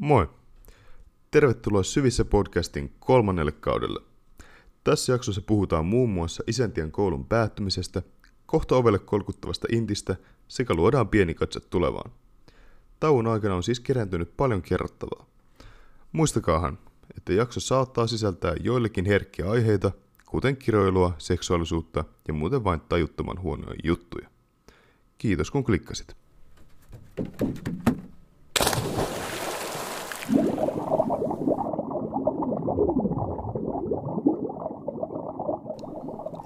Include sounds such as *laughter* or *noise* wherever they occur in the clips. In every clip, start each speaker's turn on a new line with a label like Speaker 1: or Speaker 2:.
Speaker 1: Moi! Tervetuloa Syvissä podcastin kolmannelle kaudelle. Tässä jaksossa puhutaan muun muassa isäntien koulun päättymisestä, kohta ovelle kolkuttavasta intistä sekä luodaan pieni katse tulevaan. Tauon aikana on siis kerääntynyt paljon kerrottavaa. Muistakaahan, että jakso saattaa sisältää joillekin herkkiä aiheita, kuten kiroilua, seksuaalisuutta ja muuten vain tajuttoman huonoja juttuja. Kiitos kun klikkasit.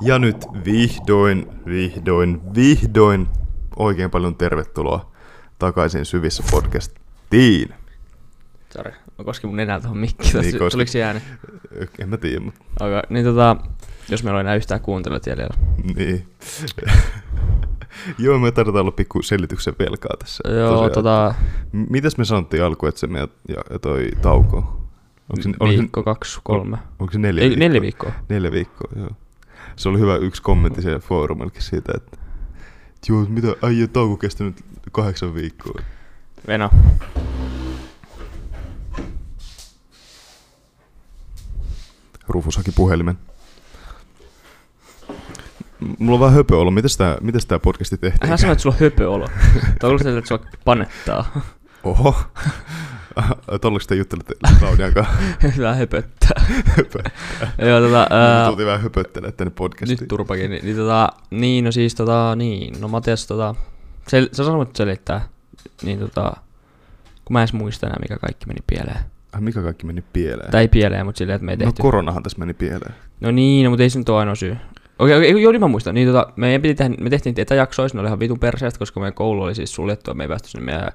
Speaker 1: Ja nyt vihdoin, vihdoin, vihdoin oikein paljon tervetuloa takaisin syvissä podcastiin.
Speaker 2: Sori, mä koskin mun enää tuohon mikkiin.
Speaker 1: Niin
Speaker 2: Niin,
Speaker 1: koski.
Speaker 2: Tuliko se ääni?
Speaker 1: En mä tiedä, mutta
Speaker 2: Okay. Niin tota, jos meillä on enää yhtään kuuntelijat jäljellä.
Speaker 1: niin. *laughs* Joo, me tarvitaan olla pikku selityksen velkaa tässä.
Speaker 2: Joo, tota,
Speaker 1: M- Mitäs me sanottiin alkuun, että se meidän ja, ja toi tauko? Onko se, onko se,
Speaker 2: viikko, kaksi, kolme.
Speaker 1: onko se neljä,
Speaker 2: Ei,
Speaker 1: viikkoa?
Speaker 2: neljä viikkoa.
Speaker 1: Neljä viikkoa, joo. Se oli hyvä yksi kommentti siellä foorumillakin siitä, että että Joo, mitä äijä tauko kestänyt kahdeksan viikkoa.
Speaker 2: Veno.
Speaker 1: Rufus haki puhelimen. M- Mulla on vähän höpö ollut. Mitäs tää, mitäs tää podcasti tehtiin?
Speaker 2: Hän sanoi, että sulla on
Speaker 1: *laughs*
Speaker 2: höpö olo. Tuo kuulostaa, että sulla *laughs* panettaa.
Speaker 1: Oho. *laughs* Tolleksi te juttelette Claudian kanssa.
Speaker 2: Hyvä höpöttää. *laughs* Joo, tota,
Speaker 1: Ää...
Speaker 2: ää,
Speaker 1: Tultiin vähän höpöttelemään tänne podcastiin.
Speaker 2: nyt turpakin. Niin, niin, tota, niin, no siis tota, niin. No Matias, tota, sel, sä sanoit selittää. Niin tota, kun mä en edes muista enää, mikä kaikki meni pieleen.
Speaker 1: Ai, Ah, mikä kaikki meni pieleen?
Speaker 2: Tai ei pieleen, mutta silleen, että me ei
Speaker 1: no
Speaker 2: tehty.
Speaker 1: koronahan tässä meni pieleen.
Speaker 2: No niin, no, mutta ei se nyt ole ainoa syy. Okei, okei, joo, niin mä muistan. Niin, tota, meidän piti tehdä, me tehtiin niitä etäjaksoja, ne oli ihan vitun perseestä, koska meidän koulu oli siis suljettua, me ei päästy sinne meidän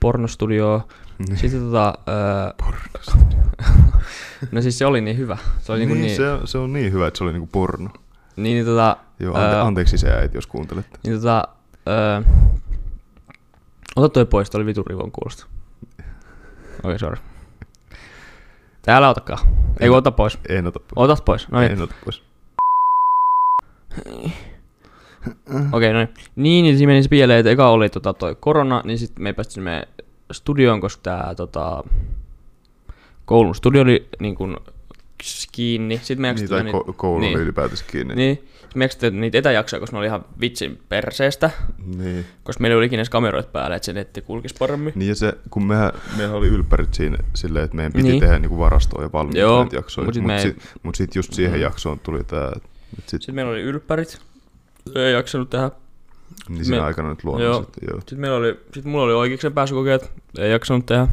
Speaker 2: pornostudioon.
Speaker 1: Niin.
Speaker 2: Sitten tota, öö, *laughs* no siis se oli niin hyvä. Se oli niin, niin,
Speaker 1: niin,
Speaker 2: niin,
Speaker 1: se, se, on niin hyvä, että se oli niinku porno.
Speaker 2: niin, niin tota,
Speaker 1: Joo, ante,
Speaker 2: Ää.
Speaker 1: anteeksi se äiti, jos kuuntelette.
Speaker 2: niin tota, öö, ota toi pois, toi oli vitun rivon kuulosta. Okei, sorry. Täällä otakaan. Ei kun ota pois.
Speaker 1: En ota pois.
Speaker 2: Otat pois. No niin.
Speaker 1: en ota pois.
Speaker 2: Okei, no niin. Niin, niin siinä meni se pieleen, että eka oli tota, toi korona, niin sitten me ei päästy sinne meidän studioon, koska tää tota, koulun studio oli niin kun, s- kiinni. Sitten me
Speaker 1: Niin, tai
Speaker 2: jaksettiin
Speaker 1: ko- koulu niin.
Speaker 2: niin,
Speaker 1: oli ylipäätänsä kiinni.
Speaker 2: Niin. Sitten me jaksettiin niitä etäjaksoja, koska ne oli ihan vitsin perseestä,
Speaker 1: niin.
Speaker 2: koska meillä ei ollut ikinä edes kameroita päällä, että se netti kulkisi paremmin.
Speaker 1: Niin ja se, kun mehän, meillä oli ylppärit siinä silleen, että meidän piti
Speaker 2: Niin.
Speaker 1: niin. tehdä niinku varastoa ja valmiita
Speaker 2: Joo,
Speaker 1: näitä jaksoja.
Speaker 2: mut
Speaker 1: Mutta
Speaker 2: sit
Speaker 1: sit,
Speaker 2: me
Speaker 1: mut
Speaker 2: ei-
Speaker 1: sit, mut sit just siihen
Speaker 2: Mm.
Speaker 1: jaksoon tuli tää, että sit,
Speaker 2: Sitten meillä oli ylppärit, ei jaksanut tehdä.
Speaker 1: niin siinä
Speaker 2: me-
Speaker 1: aikana nyt
Speaker 2: joo.
Speaker 1: luonnollisesti. Joo.
Speaker 2: Sitten, meillä oli, sitten mulla oli oikeiksen pääsykokeet, ei jaksanut tehdä.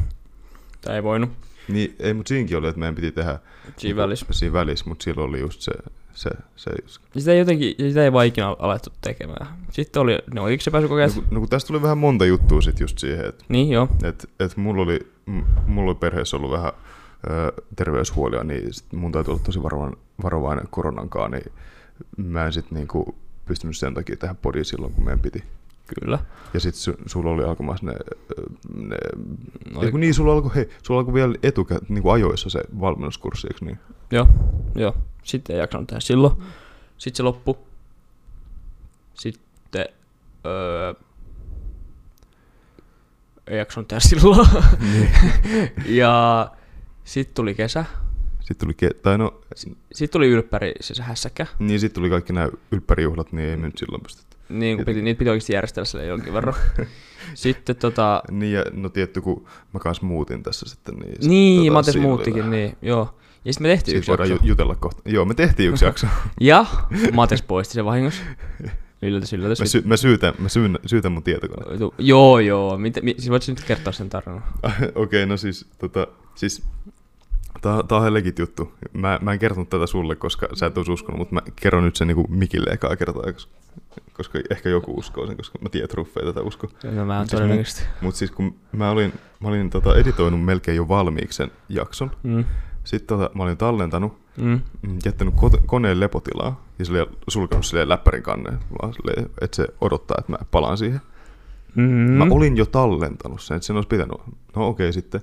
Speaker 2: Tai ei voinut,
Speaker 1: Niin, ei, mutta siinäkin oli, että meidän piti tehdä niinku
Speaker 2: siinä välissä.
Speaker 1: siinä välissä, mutta silloin oli just se, se, se just.
Speaker 2: Sitä ei jotenkin, sitä ei vaan ikinä alettu tekemään. Sitten oli ne oikeiksi
Speaker 1: No,
Speaker 2: pääsykokeet.
Speaker 1: kun, no kun tästä tuli vähän monta juttua sit just siihen, että
Speaker 2: Niin, joo.
Speaker 1: et, et mulla, oli, m- mulla oli perheessä ollut vähän ö, terveyshuolia, niin sit mun täytyy olla tosi varovainen, varovainen koronankaan, niin mä en sitten niinku pystynyt sen takia tähän podiin silloin, kun meidän piti.
Speaker 2: Kyllä.
Speaker 1: Ja sitten su, sulla oli alkamassa ne, ö, ne
Speaker 2: No,
Speaker 1: ei kun niin, sulla alkoi, hei, sulla alkoi vielä etukä, niinku ajoissa se valmennuskurssi, eikö niin?
Speaker 2: Joo, joo. Sitten ei jaksanut tehdä silloin.
Speaker 1: Mm.
Speaker 2: Sitten se loppu. Sitten... Öö, ei jaksanut tehdä silloin.
Speaker 1: Niin.
Speaker 2: *laughs* ja sitten tuli kesä.
Speaker 1: Sitten tuli, ke- tai no,
Speaker 2: Sitten tuli ylppäri, siis hässäkkä.
Speaker 1: niin sitten tuli kaikki nämä ylppärijuhlat, niin
Speaker 2: Mm.
Speaker 1: ei me nyt silloin pystytty.
Speaker 2: Niin, kun piti, niitä piti oikeasti järjestellä sille jonkin verran.
Speaker 1: *laughs*
Speaker 2: Sitten tota...
Speaker 1: Niin ja no tietty, kun mä kanssa muutin tässä sitten. Niin, sit
Speaker 2: Niin, Matias
Speaker 1: siinä oli
Speaker 2: muuttikin,
Speaker 1: vähän-
Speaker 2: niin, joo. Ja sitten me tehtiin
Speaker 1: Siitä
Speaker 2: yksi
Speaker 1: voidaan
Speaker 2: jakso.
Speaker 1: ju- jutella kohta. Joo, me tehtiin
Speaker 2: *laughs*
Speaker 1: yksi jakso.
Speaker 2: Ja Matias poisti sen vahingossa. Yllätys, yllätys.
Speaker 1: Mä, sy- mä, syytän, mä syyn, syytän mun tietokone.
Speaker 2: Tu- Joo, joo. Mitä, mi, siis voit sä nyt kertoa sen tarinan?
Speaker 1: *laughs* Okei, okay, no siis, tota, siis tää, tää on ihan legit juttu. Mä, mä en kertonut tätä sulle, koska sä et olisi uskonut, mutta mä kerron nyt sen niinku Mikille ekaa kertaa, koska, koska ehkä joku uskoo sen, koska mä tiedän, että Ruffe ei tätä usko.
Speaker 2: No, mä oon
Speaker 1: Siis mun-
Speaker 2: todennäköisesti.
Speaker 1: Mutta siis kun mä olin, mä olin tota, editoinut melkein jo valmiiksi sen jakson,
Speaker 2: Mm.
Speaker 1: sitten tota, mä olin tallentanut
Speaker 2: Mm.
Speaker 1: mm, jättänyt kote- koneen lepotilaa ja sille sulkenut sille läppärin kannen, vaan sille, että se odottaa, että mä palaan siihen.
Speaker 2: Mm.
Speaker 1: Mm. Mä olin jo tallentanut sen, että sen olisi pitänyt. No okei okay, sitten.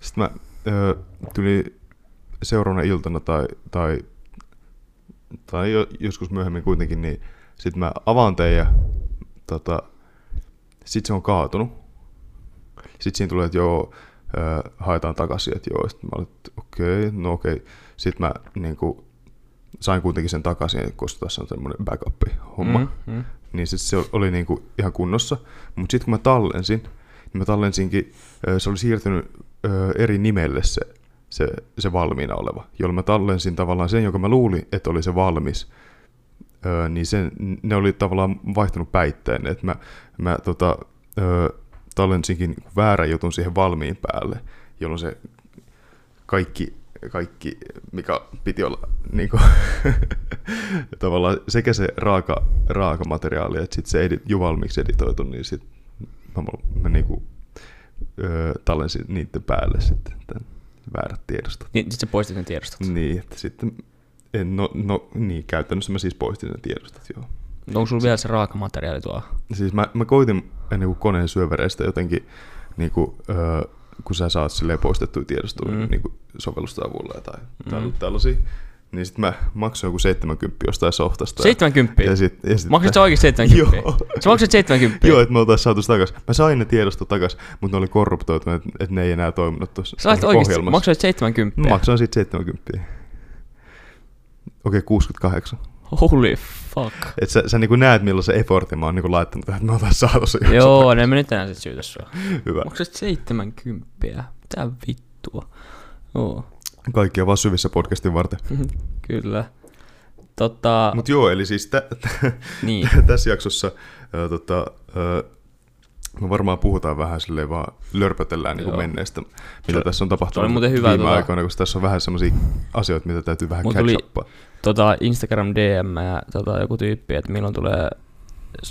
Speaker 1: Sitten mä ö, tuli seuraavana iltana tai, tai, tai jo, joskus myöhemmin kuitenkin, niin sitten mä avaan teidän ja tota, sitten se on kaatunut. Sitten siinä tulee, että joo, ää, haetaan takaisin, että joo. Sitten mä olin, että okei, okay, no okei. Okay. Sitten mä niin kuin, sain kuitenkin sen takaisin, koska tässä on semmoinen backup-homma. Mm, mm. Niin sitten se oli niin kuin ihan kunnossa. Mutta sitten kun mä tallensin, niin mä tallensinkin, ää, se oli siirtynyt ää, eri nimelle se, se, se valmiina oleva, jolloin mä tallensin tavallaan sen, jonka mä luulin, että oli se valmis, öö, niin sen, ne oli tavallaan vaihtunut päittäin, että mä, mä tota, öö, tallensinkin niinku väärän jutun siihen valmiin päälle, jolloin se kaikki, kaikki mikä piti olla niin kuin, tavallaan sekä se raaka, raaka materiaali, että sitten se edit, jo valmiiksi editoitu, niin sitten mä, mä niinku, öö, tallensin niiden päälle sitten tämän väärät tiedostot.
Speaker 2: Niin, sitten sä poistit ne tiedostot.
Speaker 1: Niin, että sitten en, no, no niin, käytännössä mä siis poistin ne tiedostot, joo.
Speaker 2: No, onko sulla vielä se raakamateriaali tuolla?
Speaker 1: Siis mä, mä koitin ennen kuin koneen syövereistä jotenkin, niin kuin, öö, kun sä saat silleen poistettuja tiedostoja mm. niin kuin sovellusta avulla tai mm. tällaisia, niin sitten mä maksoin joku 70 jostain softasta.
Speaker 2: 70?
Speaker 1: Ja sit, ja sit,
Speaker 2: Maksat sä oikeesti 70? Joo. Sä maksat 70?
Speaker 1: Joo, että me oltaisiin saatu se takas. Mä sain ne tiedosto takas, mutta ne oli korruptoituneet, että ne ei enää toiminut tuossa
Speaker 2: Sä laitat oikeesti, maksoit 70?
Speaker 1: Mä No, maksoin sit 70. Okei, okay, 68.
Speaker 2: Holy fuck.
Speaker 1: Et sä, sä niinku näet, millaisen effortin mä oon niinku laittanut tähän, että mä oon saatu se
Speaker 2: Joo, ne mä nyt enää sit syytä sua.
Speaker 1: Hyvä.
Speaker 2: Maksat 70? Mitä vittua? Joo. *laughs*
Speaker 1: Kaikki on vaan syvissä podcastin varten.
Speaker 2: Kyllä. Tota,
Speaker 1: Mutta joo, eli siis tä, tä,
Speaker 2: Niin.
Speaker 1: tässä jaksossa ää, tota, ää, me varmaan puhutaan vähän silleen vaan lörpötellään niin
Speaker 2: Joo.
Speaker 1: menneestä, mitä
Speaker 2: Se-
Speaker 1: tässä on tapahtunut
Speaker 2: se oli muuten hyvä
Speaker 1: viime
Speaker 2: tota-
Speaker 1: aikoina, koska tässä on vähän semmoisia asioita, mitä täytyy vähän
Speaker 2: Mun
Speaker 1: catch
Speaker 2: tuli-
Speaker 1: uppaa.
Speaker 2: tota Instagram DM ja tota, joku tyyppi, että milloin tulee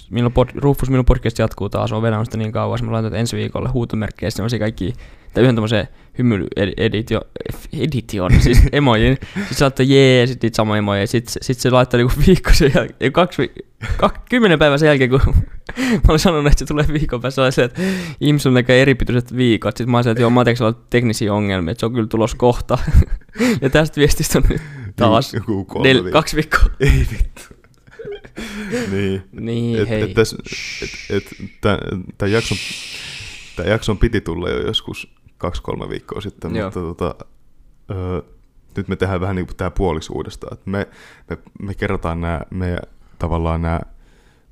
Speaker 2: milloin pod, Rufus, milloin podcast jatkuu taas, on venannut sitä niin kauan, että mä laitan että ensi viikolle huutomerkkejä, sitten semmoisia kaikki, tai yhden tämmöisen hymyily ed- editio, edition, siis emojin, sitten saatte jee, sitten niitä samoja emoja, sitten sit se laittaa niinku viikko sen jäl- ei, kaksi, vi- kak, kymmenen päivää sen jälkeen, kun *laughs* mä olin sanonut, että se tulee viikon päästä, oli se, että ihmisillä on näköjään eripituiset viikot, sitten mä olin se, että joo, mä oon tiedätkö, teknisiä ongelmia, että se on kyllä tulos kohta, *laughs* ja tästä viestistä on nyt
Speaker 1: Niin.
Speaker 2: taas
Speaker 1: Joku kolme
Speaker 2: Nel-
Speaker 1: viikkoa. *laughs*
Speaker 2: kaksi viikkoa.
Speaker 1: Ei vittu. *laughs* niin.
Speaker 2: Niin,
Speaker 1: et,
Speaker 2: hei.
Speaker 1: Et, täs, et, et, tämän, tämän, jakson, tämän jakson piti tulla jo joskus kaksi-kolme viikkoa sitten,
Speaker 2: Joo.
Speaker 1: mutta tota, ö, nyt me tehdään vähän niin kuin tämä puoliksi uudestaan. Et me, me, me kerrotaan nämä meidän tavallaan nämä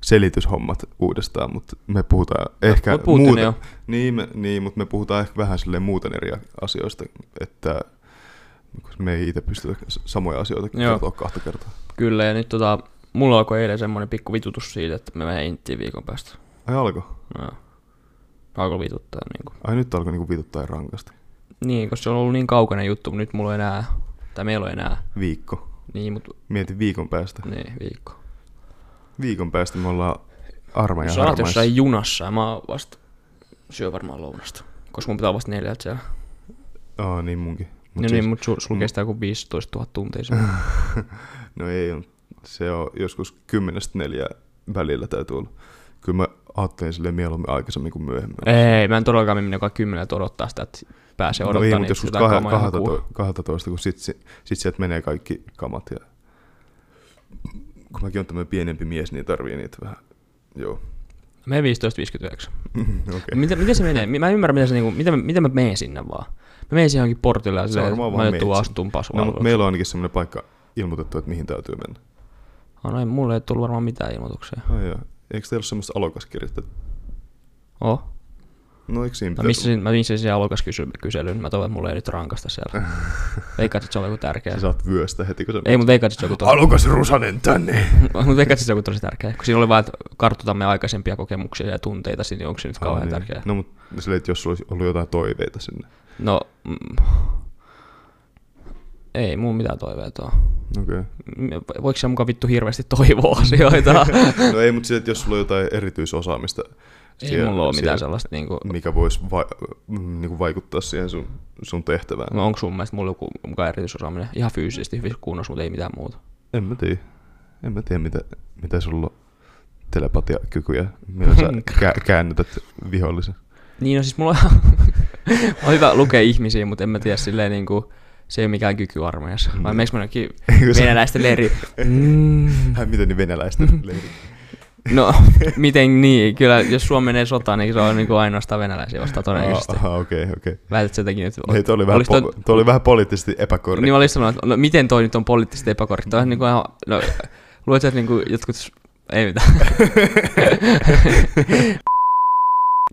Speaker 1: selityshommat uudestaan, mutta me puhutaan ehkä
Speaker 2: mut puhuttiin ne jo.
Speaker 1: Niin, me, niin, mutta me puhutaan ehkä vähän silleen muuten eri asioista, että koska me ei itse pystytä s- samoja asioita
Speaker 2: Joo.
Speaker 1: kertoa kahta kertaa.
Speaker 2: Kyllä, ja nyt tota, mulla alkoi eilen semmoinen pikku vitutus siitä, että me menen inttiin viikon päästä.
Speaker 1: Ai alko?
Speaker 2: No, joo. alkoi vituttaa niinku.
Speaker 1: Ai nyt alkoi niinku vituttaa rankasti.
Speaker 2: Niin, koska se on ollut niin kaukainen juttu, mutta nyt mulla ei enää, tai meillä on enää,
Speaker 1: Viikko.
Speaker 2: niin, mut,
Speaker 1: Mietin viikon päästä.
Speaker 2: niin, viikko.
Speaker 1: Viikon päästä me ollaan armeijan
Speaker 2: Sä oot
Speaker 1: harmaissa.
Speaker 2: jossain junassa ja mä oon vasta, syö varmaan lounasta, koska mun pitää olla vasta neljältä siellä.
Speaker 1: Aa, niin munkin. Mut
Speaker 2: Mut no
Speaker 1: siis,
Speaker 2: niin, mutta sul, sul kestää joku 15 000
Speaker 1: *laughs*
Speaker 2: tuntia se.
Speaker 1: No ei, mut se on joskus kymmenestä neljää välillä täytyy olla. Kyllä mä ajattelin sille mieluummin aikaisemmin kuin myöhemmin.
Speaker 2: Ei, mä en todellakaan mene joka kymmeneltä odottaa sitä, että pääsee
Speaker 1: no
Speaker 2: odottaa
Speaker 1: ei,
Speaker 2: no,
Speaker 1: mutta
Speaker 2: niitä
Speaker 1: joskus
Speaker 2: sitä kamaa ja hakua.
Speaker 1: 12, 12 kun sit, si- sit sieltä menee kaikki kamat. Ja... Kun mäkin on tämmöinen pienempi mies, niin tarvii niitä vähän. Joo. *laughs*
Speaker 2: Me 15.59.
Speaker 1: Okei.
Speaker 2: Mitä, miten se menee? Mä en ymmärrä, miten, se, niinku, miten, miten mä menen sinne vaan. Mä menen siihen johonkin portille ja
Speaker 1: Sä
Speaker 2: silleen,
Speaker 1: varmaan
Speaker 2: että
Speaker 1: vaan
Speaker 2: mä nyt tuun
Speaker 1: meet No,
Speaker 2: astuun
Speaker 1: mutta
Speaker 2: pasvalveluksi.
Speaker 1: meillä on ainakin semmoinen paikka ilmoitettu, että mihin täytyy mennä.
Speaker 2: No, ei, mulle ei tullut varmaan mitään ilmoituksia.
Speaker 1: Ai joo. Eikö teillä ole semmoista alokaskirjettä?
Speaker 2: Oh.
Speaker 1: No eikö siinä
Speaker 2: Mä
Speaker 1: pitää
Speaker 2: missä,
Speaker 1: tulla?
Speaker 2: mä missä sen alokas kysy, kyselyn. Mä toivon, että mulle ei nyt
Speaker 1: *laughs*
Speaker 2: rankasta siellä. Veikkaat, että se on joku tärkeä.
Speaker 1: Sä saat vyöstä heti, kun sä
Speaker 2: Ei, mutta veikkaat, että se on joku tosi,
Speaker 1: Alokas Rusanen tänne!
Speaker 2: *laughs* mut veikkaat, että se on joku tosi tärkeä. Kun siinä oli vaan, että kartoitamme aikaisempia kokemuksia ja tunteita, niin onko se nyt kauhean
Speaker 1: niin.
Speaker 2: tärkeää.
Speaker 1: No mutta silleen, että jos sulla olisi ollut jotain toiveita sinne.
Speaker 2: No, mm, ei mulla mitään toiveita ole.
Speaker 1: Okei.
Speaker 2: M- Voiko se mukaan vittu hirveästi toivoa *laughs* asioita?
Speaker 1: Okay. no ei, mutta silleen, että jos sulla on jotain erityisosaamista,
Speaker 2: ei
Speaker 1: Siellä-
Speaker 2: mulla ole
Speaker 1: siellä-
Speaker 2: mitään sellaista niinku...
Speaker 1: mikä voisi va- mm, niinku vaikuttaa siihen sun, sun tehtävään.
Speaker 2: No onko sun mielestä mulla joku mukaan erityisosaaminen? Ihan fyysisesti hyvissä kunnossa, mutta ei mitään muuta.
Speaker 1: En mä tiedä. En mä tiedä, mitä, mitä sulla on telepatiakykyjä, millä
Speaker 2: *laughs*
Speaker 1: sä kä- käännytät vihollisen.
Speaker 2: Niin no siis mulla on, *laughs* on hyvä lukea ihmisiä, mutta en mä tiedä silleen niinku... Se ei ole mikään kyky armeijassa. Vai meikö mä jonnekin
Speaker 1: Mm. *laughs* Ei, kun sä-
Speaker 2: venäläisten leiri? Mm.
Speaker 1: Hän miten niin venäläisten leiri.
Speaker 2: No, miten niin? Kyllä, jos Suomi menee sotaan, niin se on niin kuin ainoastaan venäläisiä vastaan todennäköisesti.
Speaker 1: Aha, okei, okei.
Speaker 2: Väität sen takia nyt.
Speaker 1: Ei, Niin, toi oli, vähän,
Speaker 2: Olis toi-
Speaker 1: po- toi oli vähän poliittisesti epäkorrekti.
Speaker 2: Niin mä olin sanonut, että no, miten toi nyt on poliittisesti epäkorrekti. Toi on niin kuin ihan, no, luet sä niin kuin jotkut, ei mitään. *laughs*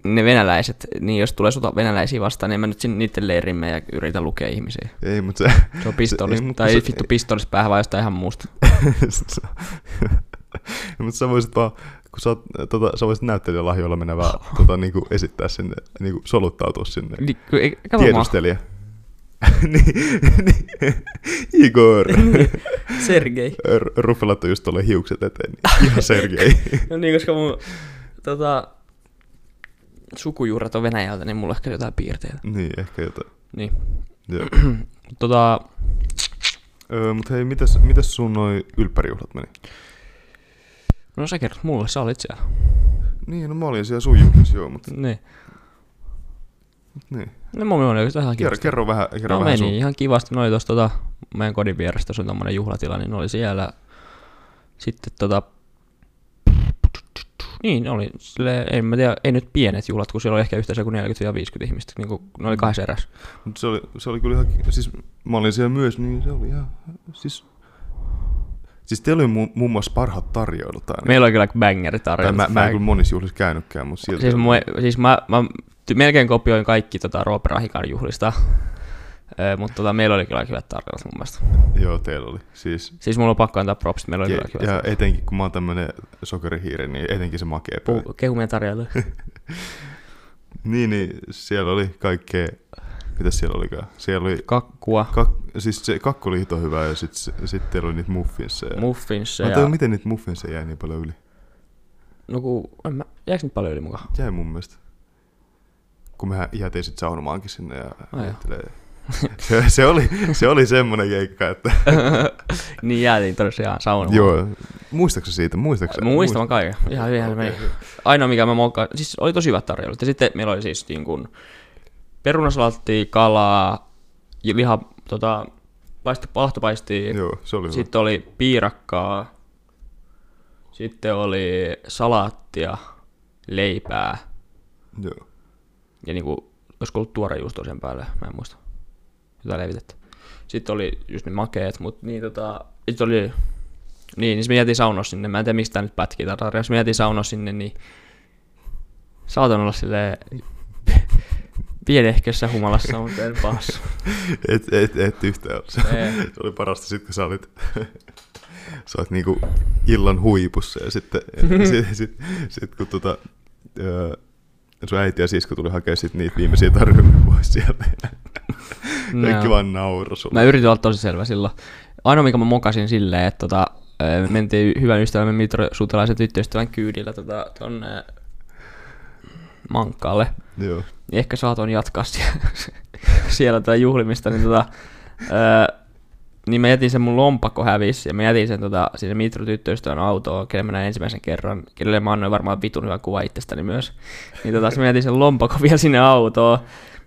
Speaker 2: ne venäläiset, niin jos tulee sota venäläisiä vastaan, niin en mä nyt sinne niiden leiriin mene ja yritä lukea ihmisiä.
Speaker 1: Ei, mutta se, *laughs*
Speaker 2: Se on pistoolis,
Speaker 1: ei, mutta
Speaker 2: tai
Speaker 1: se-
Speaker 2: se, vittu pistoolis päähän vai jostain ihan muusta.
Speaker 1: se- mutta sä voisit vaan, kun sä, oot, äh, tota, sä voisit näyttelijälahjoilla mennä
Speaker 2: *laughs*
Speaker 1: vaan tota, niinku esittää sinne, niinku soluttautua sinne.
Speaker 2: Niin, kun ei- kato mä-
Speaker 1: Tiedustelija. *laughs* niin, niin. Igor.
Speaker 2: *laughs* Sergei.
Speaker 1: R- Ruffe laittoi just tuolle hiukset eteen.
Speaker 2: *laughs*
Speaker 1: niin Ihan Sergei.
Speaker 2: No niin, koska mun tota, sukujuuret on Venäjältä, niin mulla on ehkä jotain piirteitä.
Speaker 1: niin, ehkä jotain.
Speaker 2: Niin.
Speaker 1: Joo.
Speaker 2: Tota,
Speaker 1: Öö, mutta hei, mitäs, mitäs sun noi ylppärijuhlat meni?
Speaker 2: no sä kerrot mulle, sä olit siellä.
Speaker 1: Niin, no mä olin siellä sun juhlissa, joo, mutta
Speaker 2: Niin.
Speaker 1: niin.
Speaker 2: No mun on oikeastaan ihan
Speaker 1: Kerro,
Speaker 2: kiinnostunut.
Speaker 1: kerro vähän, kerro
Speaker 2: No
Speaker 1: vähän
Speaker 2: meni
Speaker 1: sun.
Speaker 2: ihan kivasti. Noi tuossa tota, meidän kodin vierestä, se on tommonen juhlatila, niin ne oli siellä. Sitten tota, niin ne oli sille, en mä tiedä, ei nyt pienet juhlat, kun siellä oli ehkä yhteensä kuin 40-50 ihmistä, niin kuin, ne
Speaker 1: Mm.
Speaker 2: oli kahdessa erässä.
Speaker 1: Mut se oli, se oli kyllä ihan, siis mä olin siellä myös, niin se oli ihan, siis, siis teillä oli mu- muun muassa parhaat tarjoulut aina.
Speaker 2: Meillä oli kyllä bangeri
Speaker 1: tai
Speaker 2: tarjota.
Speaker 1: mä, mä en kyllä monissa juhlissa käynytkään, mutta silti.
Speaker 2: Siis, mue, siis mä, mä ty, melkein kopioin kaikki tota, Roope Rahikan juhlista, mutta tota, meillä oli kyllä hyvät tarjoulut mun mielestä.
Speaker 1: Joo, teillä oli. Siis,
Speaker 2: Siis mulla on pakko antaa propsit, meillä oli kyllä
Speaker 1: ja,
Speaker 2: hyvät.
Speaker 1: ja, etenkin kun mä oon tämmönen sokerihiiri, niin etenkin se makee peli.
Speaker 2: Puh-
Speaker 1: *laughs*
Speaker 2: Kehumien tarjoilu.
Speaker 1: Niin, niin, siellä oli kaikkea, mitä siellä olikaan? Siellä oli,
Speaker 2: Kakkua,
Speaker 1: kak, siis se kakku oli hito hyvä ja sitten sit teillä oli niitä muffinseja.
Speaker 2: muffinsia.
Speaker 1: Mä
Speaker 2: ja-
Speaker 1: tajun, miten niitä muffinseja jäi niin paljon yli.
Speaker 2: No kun, en mä, jääks nyt paljon yli mukaan?
Speaker 1: Jäi mun mielestä. Kun mehän jäätiin sitten saunomaankin sinne ja
Speaker 2: joo.
Speaker 1: heittelee. se, se, oli, se oli semmonen keikka, että
Speaker 2: *laughs* niin jäätiin todella ihan saunaan.
Speaker 1: joo. Muistaaksä siitä? Muistaaksä?
Speaker 2: Mä muistan vaan kaiken. Ihan hyvin okay. meni. Ainoa mikä mä mokaan, siis oli tosi hyvät tarjoulut. Ja sitten meillä oli siis niin kuin perunasalattia, kalaa, ja liha, tota, paisti, pahtopaistia,
Speaker 1: Joo, se oli hyvä.
Speaker 2: sitten oli piirakkaa, sitten oli salaattia, leipää
Speaker 1: Joo.
Speaker 2: ja niinku, olisiko ollut tuorejuustoa sen päälle, mä en muista. Jotain levitettä. Sitten oli just ne makeet, mutta niin tota, sit oli, niin, niin se me jätin saunoa sinne, mä en tiedä mistä tää nyt pätkii tää tarina, jos me jätin saunoa sinne, niin saatan olla silleen *laughs* pienehkössä humalassa, mutta en pahassa.
Speaker 1: Et, et, et yhtään. Se,
Speaker 2: Ei.
Speaker 1: se oli parasta sit, kun sä olit, sä olit niinku illan huipussa
Speaker 2: *laughs*
Speaker 1: ja sitten ja sit, sit, sit, kun tota, ö, sun äiti ja sisko tuli hakemaan sit niitä viimeisiä tarjouksia pois sieltä. Kaikki vaan nauro sulle.
Speaker 2: Mä yritin olla tosi selvä silloin. Ainoa, mikä mä mokasin silleen, että tota, ö, mentiin hyvän ystävämme Mitro Sutelaisen tyttöystävän kyydillä tota, tonne Mankkaalle.
Speaker 1: Joo.
Speaker 2: Niin ehkä saatoin jatkaa *laughs* siellä, siellä tätä juhlimista, niin tota, ö, niin mä jätin sen mun lompakko hävisi ja mä jätin sen tota, sinne Mitro tyttöystävän autoon, kenelle mä näin ensimmäisen kerran, kenelle mä annoin varmaan vitun hyvän kuvan itsestäni myös. Niin tota, sit mä jätin sen lompakko *laughs* vielä sinne autoon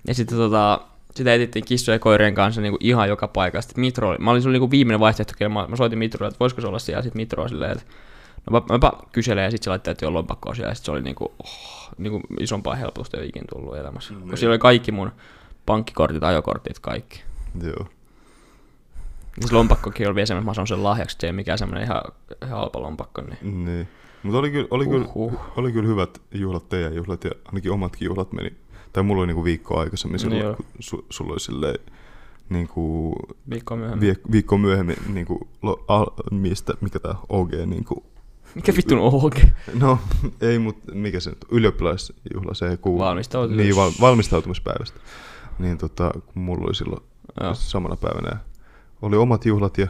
Speaker 2: ja sitten tota, sitä etittiin kissojen ja koirien kanssa niinku ihan joka paikasta. Mitro oli, mä olin silloin niinku viimeinen vaihtoehto, kenelle mä, mä soitin Mitrolle, että voisiko se olla siellä, sitten Mitro oli silleen, että No mä, mäpä kyselen ja sitten se laittaa, että on lompakkoa siellä. Ja sit se oli niinku, oh, niinku isompaa helpotusta ei ole ikinä tullut elämässä.
Speaker 1: Mm,
Speaker 2: Kun siellä oli
Speaker 1: niin.
Speaker 2: kaikki mun pankkikortit, ajokortit, kaikki.
Speaker 1: Joo.
Speaker 2: Ja se lompakkokin oli vielä semmoinen, että mä sanon sen lahjaksi, että se ei ole mikään semmoinen ihan, ihan halpa lompakko. Niin.
Speaker 1: Niin. Mutta oli kyllä, oli,
Speaker 2: Uhuh.
Speaker 1: kyllä, oli kyllä hyvät juhlat, teidän juhlat ja ainakin omatkin juhlat meni. Tai mulla oli niinku viikko aikaisemmin silloin,
Speaker 2: Joo.
Speaker 1: kun su, sulla oli silleen niinku
Speaker 2: Viikkoa myöhemmin.
Speaker 1: vie, viikko myöhemmin, niinku, lo, al, mistä, mikä tää OG, niinku,
Speaker 2: Mikä vittu on OG?
Speaker 1: no *laughs* ei, mutta mikä se nyt, on, ylioppilasjuhla, se kuu.
Speaker 2: Valmistautumis-
Speaker 1: Niin, val, valmistautumispäivästä. Niin tota, kun mulla oli silloin
Speaker 2: Joo.
Speaker 1: samana päivänä. Oli omat juhlat ja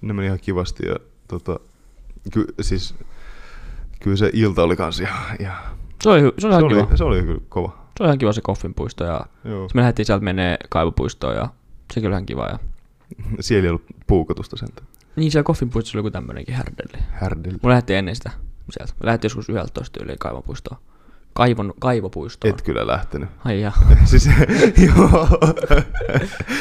Speaker 1: ne meni ihan kivasti. Ja, tota, ky, siis, kyllä se ilta oli kans ihan, ihan
Speaker 2: Se oli, hy- se oli
Speaker 1: se,
Speaker 2: ihan
Speaker 1: oli,
Speaker 2: kiva.
Speaker 1: se oli kyllä kova.
Speaker 2: Se oli ihan kiva se koffinpuisto ja
Speaker 1: Joo.
Speaker 2: sit me lähdettiin sieltä menee kaivopuistoon ja se kyllä ihan kiva. Ja...
Speaker 1: Siellä ei ollut puukotusta sentään.
Speaker 2: Niin siellä koffinpuistossa oli joku tämmöinenkin härdelli.
Speaker 1: Härdelli.
Speaker 2: Mulla lähti ennen sitä sieltä. Mä lähdettiin joskus 11 yli kaivopuistoon. kaivon, kaivopuistoon.
Speaker 1: Et kyllä lähtenyt. *laughs*
Speaker 2: Ai jaa,
Speaker 1: siis, joo.